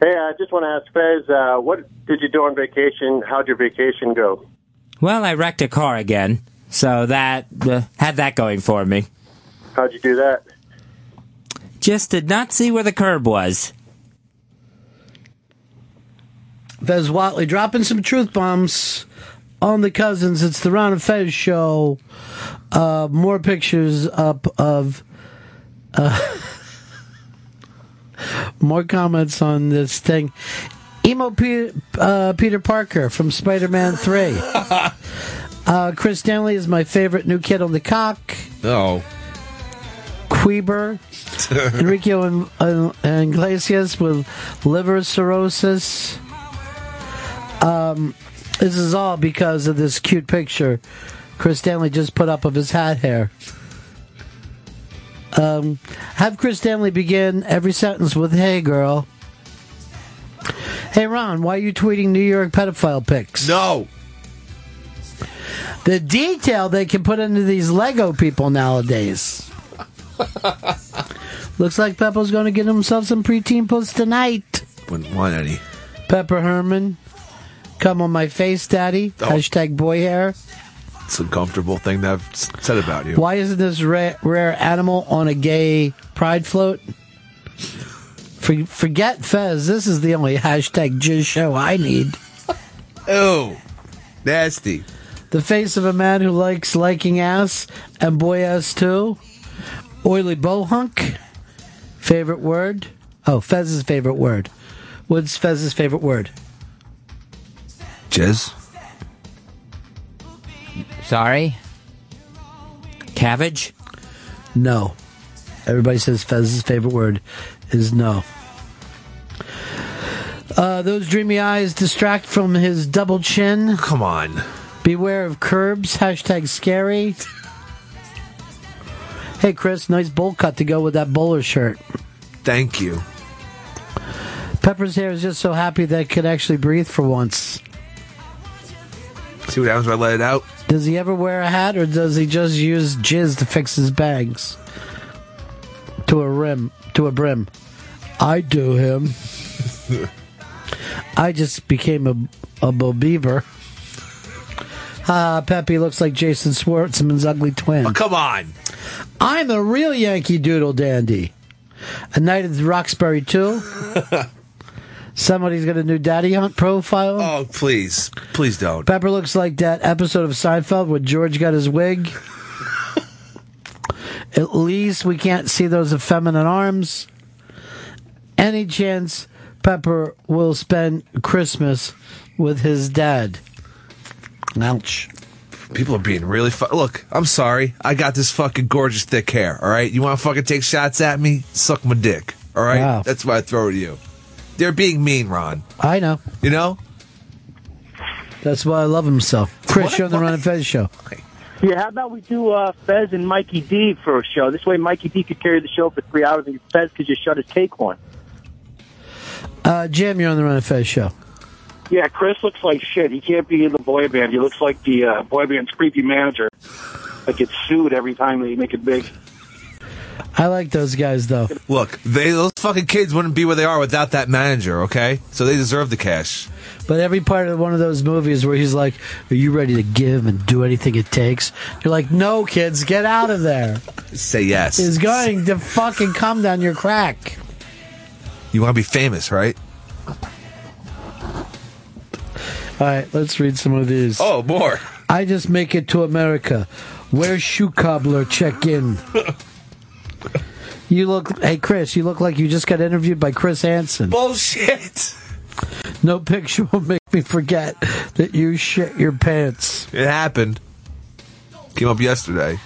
S4: Hey, I just want to ask Fez, uh, what did you do on vacation? How'd your vacation go?
S14: Well, I wrecked a car again, so that uh, had that going for me.
S4: How'd you do that?
S14: Just did not see where the curb was.
S7: Fez Watley dropping some truth bombs on the cousins. It's the Ron and Fez show. Uh, more pictures up of. Uh, *laughs* more comments on this thing. Emo Peter, uh, Peter Parker from Spider Man 3.
S8: *laughs*
S7: uh, Chris Stanley is my favorite new kid on the cock.
S8: Oh.
S7: Queber, Enrico and, uh, Iglesias with liver cirrhosis. Um, this is all because of this cute picture Chris Stanley just put up of his hat hair. Um, have Chris Stanley begin every sentence with "Hey, girl." Hey, Ron, why are you tweeting New York pedophile pics?
S8: No.
S7: The detail they can put into these Lego people nowadays. Looks like Peppo's going to get himself some preteen puss tonight.
S8: Wouldn't want any.
S7: Pepper Herman, come on my face, daddy. Hashtag boy hair.
S8: It's an uncomfortable thing to have s- said about you.
S7: Why isn't this rare, rare animal on a gay pride float? For, forget Fez. This is the only hashtag jizz show I need.
S8: Ew. Nasty.
S7: The face of a man who likes liking ass and boy ass too. Oily bohunk. Favorite word? Oh, Fez's favorite word. What's Fez's favorite word?
S8: Jizz.
S26: Sorry?
S14: Cabbage?
S7: No. Everybody says Fez's favorite word is no. Uh, those dreamy eyes distract from his double chin.
S8: Come on.
S7: Beware of curbs. Hashtag scary. hey, Chris, nice bowl cut to go with that bowler shirt.
S8: Thank you.
S7: Pepper's hair is just so happy that it could actually breathe for once.
S8: See what happens when I let it out?
S7: Does he ever wear a hat or does he just use jizz to fix his bags? To a rim, to a brim. I do
S8: *laughs*
S7: him. I just became a, a Bo Beaver. Ha, Peppy looks like Jason Schwartzman's ugly twin.
S8: Oh, come on.
S7: I'm a real Yankee Doodle Dandy. A night at Roxbury
S8: *laughs*
S7: too. Somebody's got a new Daddy Hunt profile.
S8: Oh, please. Please don't.
S7: Pepper looks like that episode of Seinfeld where George got his wig. At least we can't see those effeminate arms. Any chance Pepper will spend Christmas with his dad? Ouch.
S8: People are being really fu- look. I'm sorry. I got this fucking gorgeous thick hair. All right, you want to fucking take shots at me? Suck my dick. All right,
S7: Wow.
S8: that's why I throw it at you. They're being mean, Ron.
S7: I know.
S8: You know?
S7: That's why I love him so. Chris, you're on the Ron and Fez show.
S20: Yeah, how about we do uh, Fez and Mikey D for a show? This way, Mikey D could carry the show for three hours, and Fez could just shut his cake on.
S7: Uh, Jim, you're on the Ron and Fez show.
S12: Yeah, Chris looks like shit. He can't be in the boy band. He looks like the uh, boy band's creepy manager that gets sued every time they make it big.
S7: I like those guys though.
S8: Look, they those fucking kids wouldn't be where they are without that manager. Okay, so they deserve the cash.
S7: But every part of one of those movies where he's like, "Are you ready to give and do anything it takes?" You're like, "No, kids, get out of there."
S8: Say yes.
S7: Is going to fucking come down your crack.
S8: You want to be famous, right?
S7: All right, let's read some of these.
S8: Oh, more.
S7: I just make it to America. Where shoe cobbler check in. you look, hey Chris, you look like you just got interviewed by Chris Hansen.
S8: *laughs* Bullshit.
S7: No picture will make me forget that you shit your pants.
S8: It happened. Came up yesterday.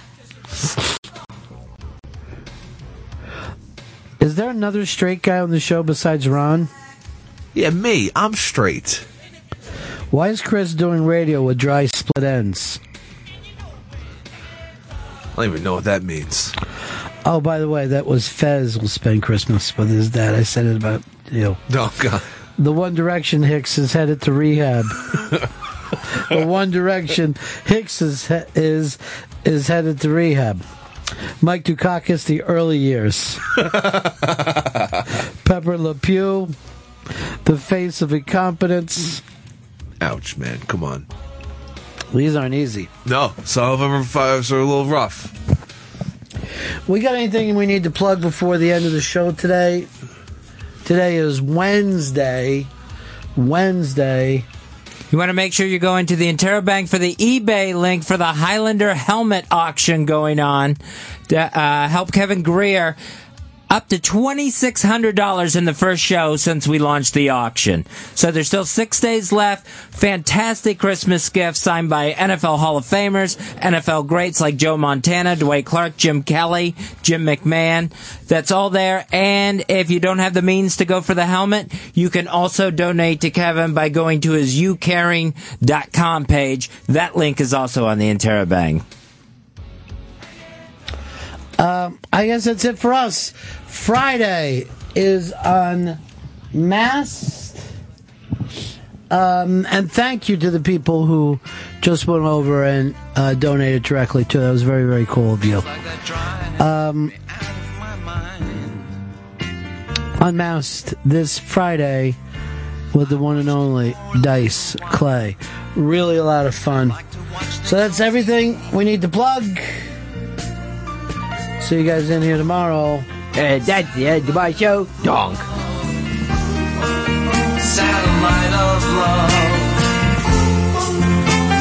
S7: Is there another straight guy on the show besides Ron?
S8: Yeah, me. I'm straight.
S7: Why is Chris doing radio with dry split ends?
S8: I don't even know what that means.
S7: Oh, by the way, that was Fez will spend Christmas with his dad. I said it about you.
S8: Oh *laughs* God.
S7: The One Direction Hicks is headed to rehab. the One Direction Hicks is he- is is headed to rehab. Mike Dukakis, the early years. Pepper LePew, the face of incompetence.
S8: Ouch, man. Come on.
S7: These aren't easy.
S8: No, some of them are, fi- are a little rough.
S7: We got anything we need to plug before the end of the show today? Today is Wednesday. Wednesday.
S14: You want to make sure you're going to the Interrobank for the eBay link for the Highlander helmet auction going on. To, uh, help Kevin Greer up to $2,600 in the first show since we launched the auction. So there's still six days left. Fantastic Christmas gifts signed by NFL Hall of Famers, NFL greats like Joe Montana, Dwight Clark, Jim Kelly, Jim McMahon. That's all there. And if you don't have the means to go for the helmet, you can also donate to Kevin by going to his youcaring.com page. That link is also on the Interrobang.
S7: Um, I guess that's it for us. Friday is unmasked. Um, and thank you to the people who just went over and uh, donated directly to. That was very, very cool of you. Um, unmasked this Friday with the one and only Dice Clay. Really a lot of fun. So that's everything we need to plug. See you guys in here tomorrow.
S18: Uh, that's the end of my show. Donk. Satellite of love.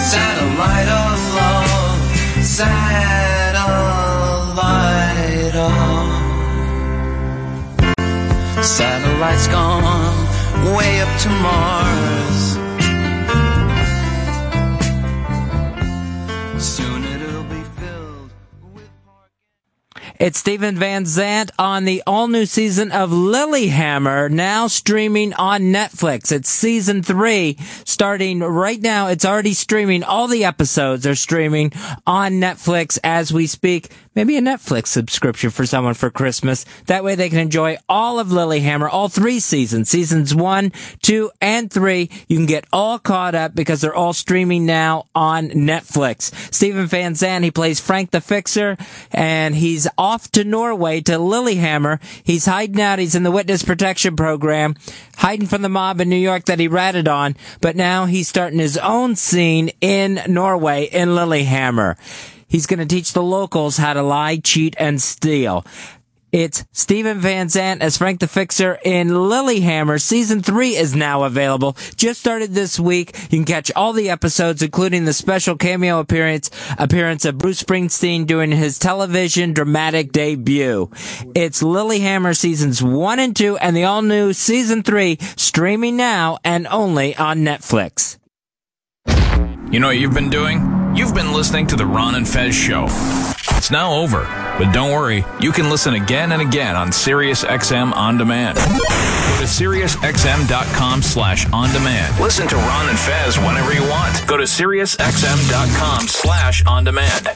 S18: Satellite of love. Satellite of. Satellite's gone way up to Mars. Soon it'll be filled.
S14: It's Stephen Van Zant on the all new season of Lilyhammer, now streaming on Netflix. It's season three, starting right now. It's already streaming. All the episodes are streaming on Netflix as we speak. Maybe a Netflix subscription for someone for Christmas. That way they can enjoy all of Lilyhammer, all three seasons, seasons one, two, and three. You can get all caught up because they're all streaming now on Netflix. Stephen Van Zandt, he plays Frank the Fixer, and he's off to Norway to Lilyhammer. He's hiding out. He's in the witness protection program, hiding from the mob in New York that he ratted on, but now he's starting his own scene in Norway in Lilyhammer. He's going to teach the locals how to lie, cheat, and steal. It's Stephen Van Zandt as Frank the Fixer in Lilyhammer. Season 3 is now available. Just started this week. You can catch all the episodes, including the special cameo appearance, appearance of Bruce Springsteen doing his television dramatic debut. It's Lilyhammer Seasons 1 and 2 and the all new Season 3 streaming now and only on Netflix.
S21: You know what you've been doing? You've been listening to the Ron and Fez show. It's now over, but don't worry, you can listen again and again on SiriusXM On Demand. Go to SiriusXM.com slash On Demand. Listen to Ron and Fez whenever you want. Go to SiriusXM.com slash On Demand.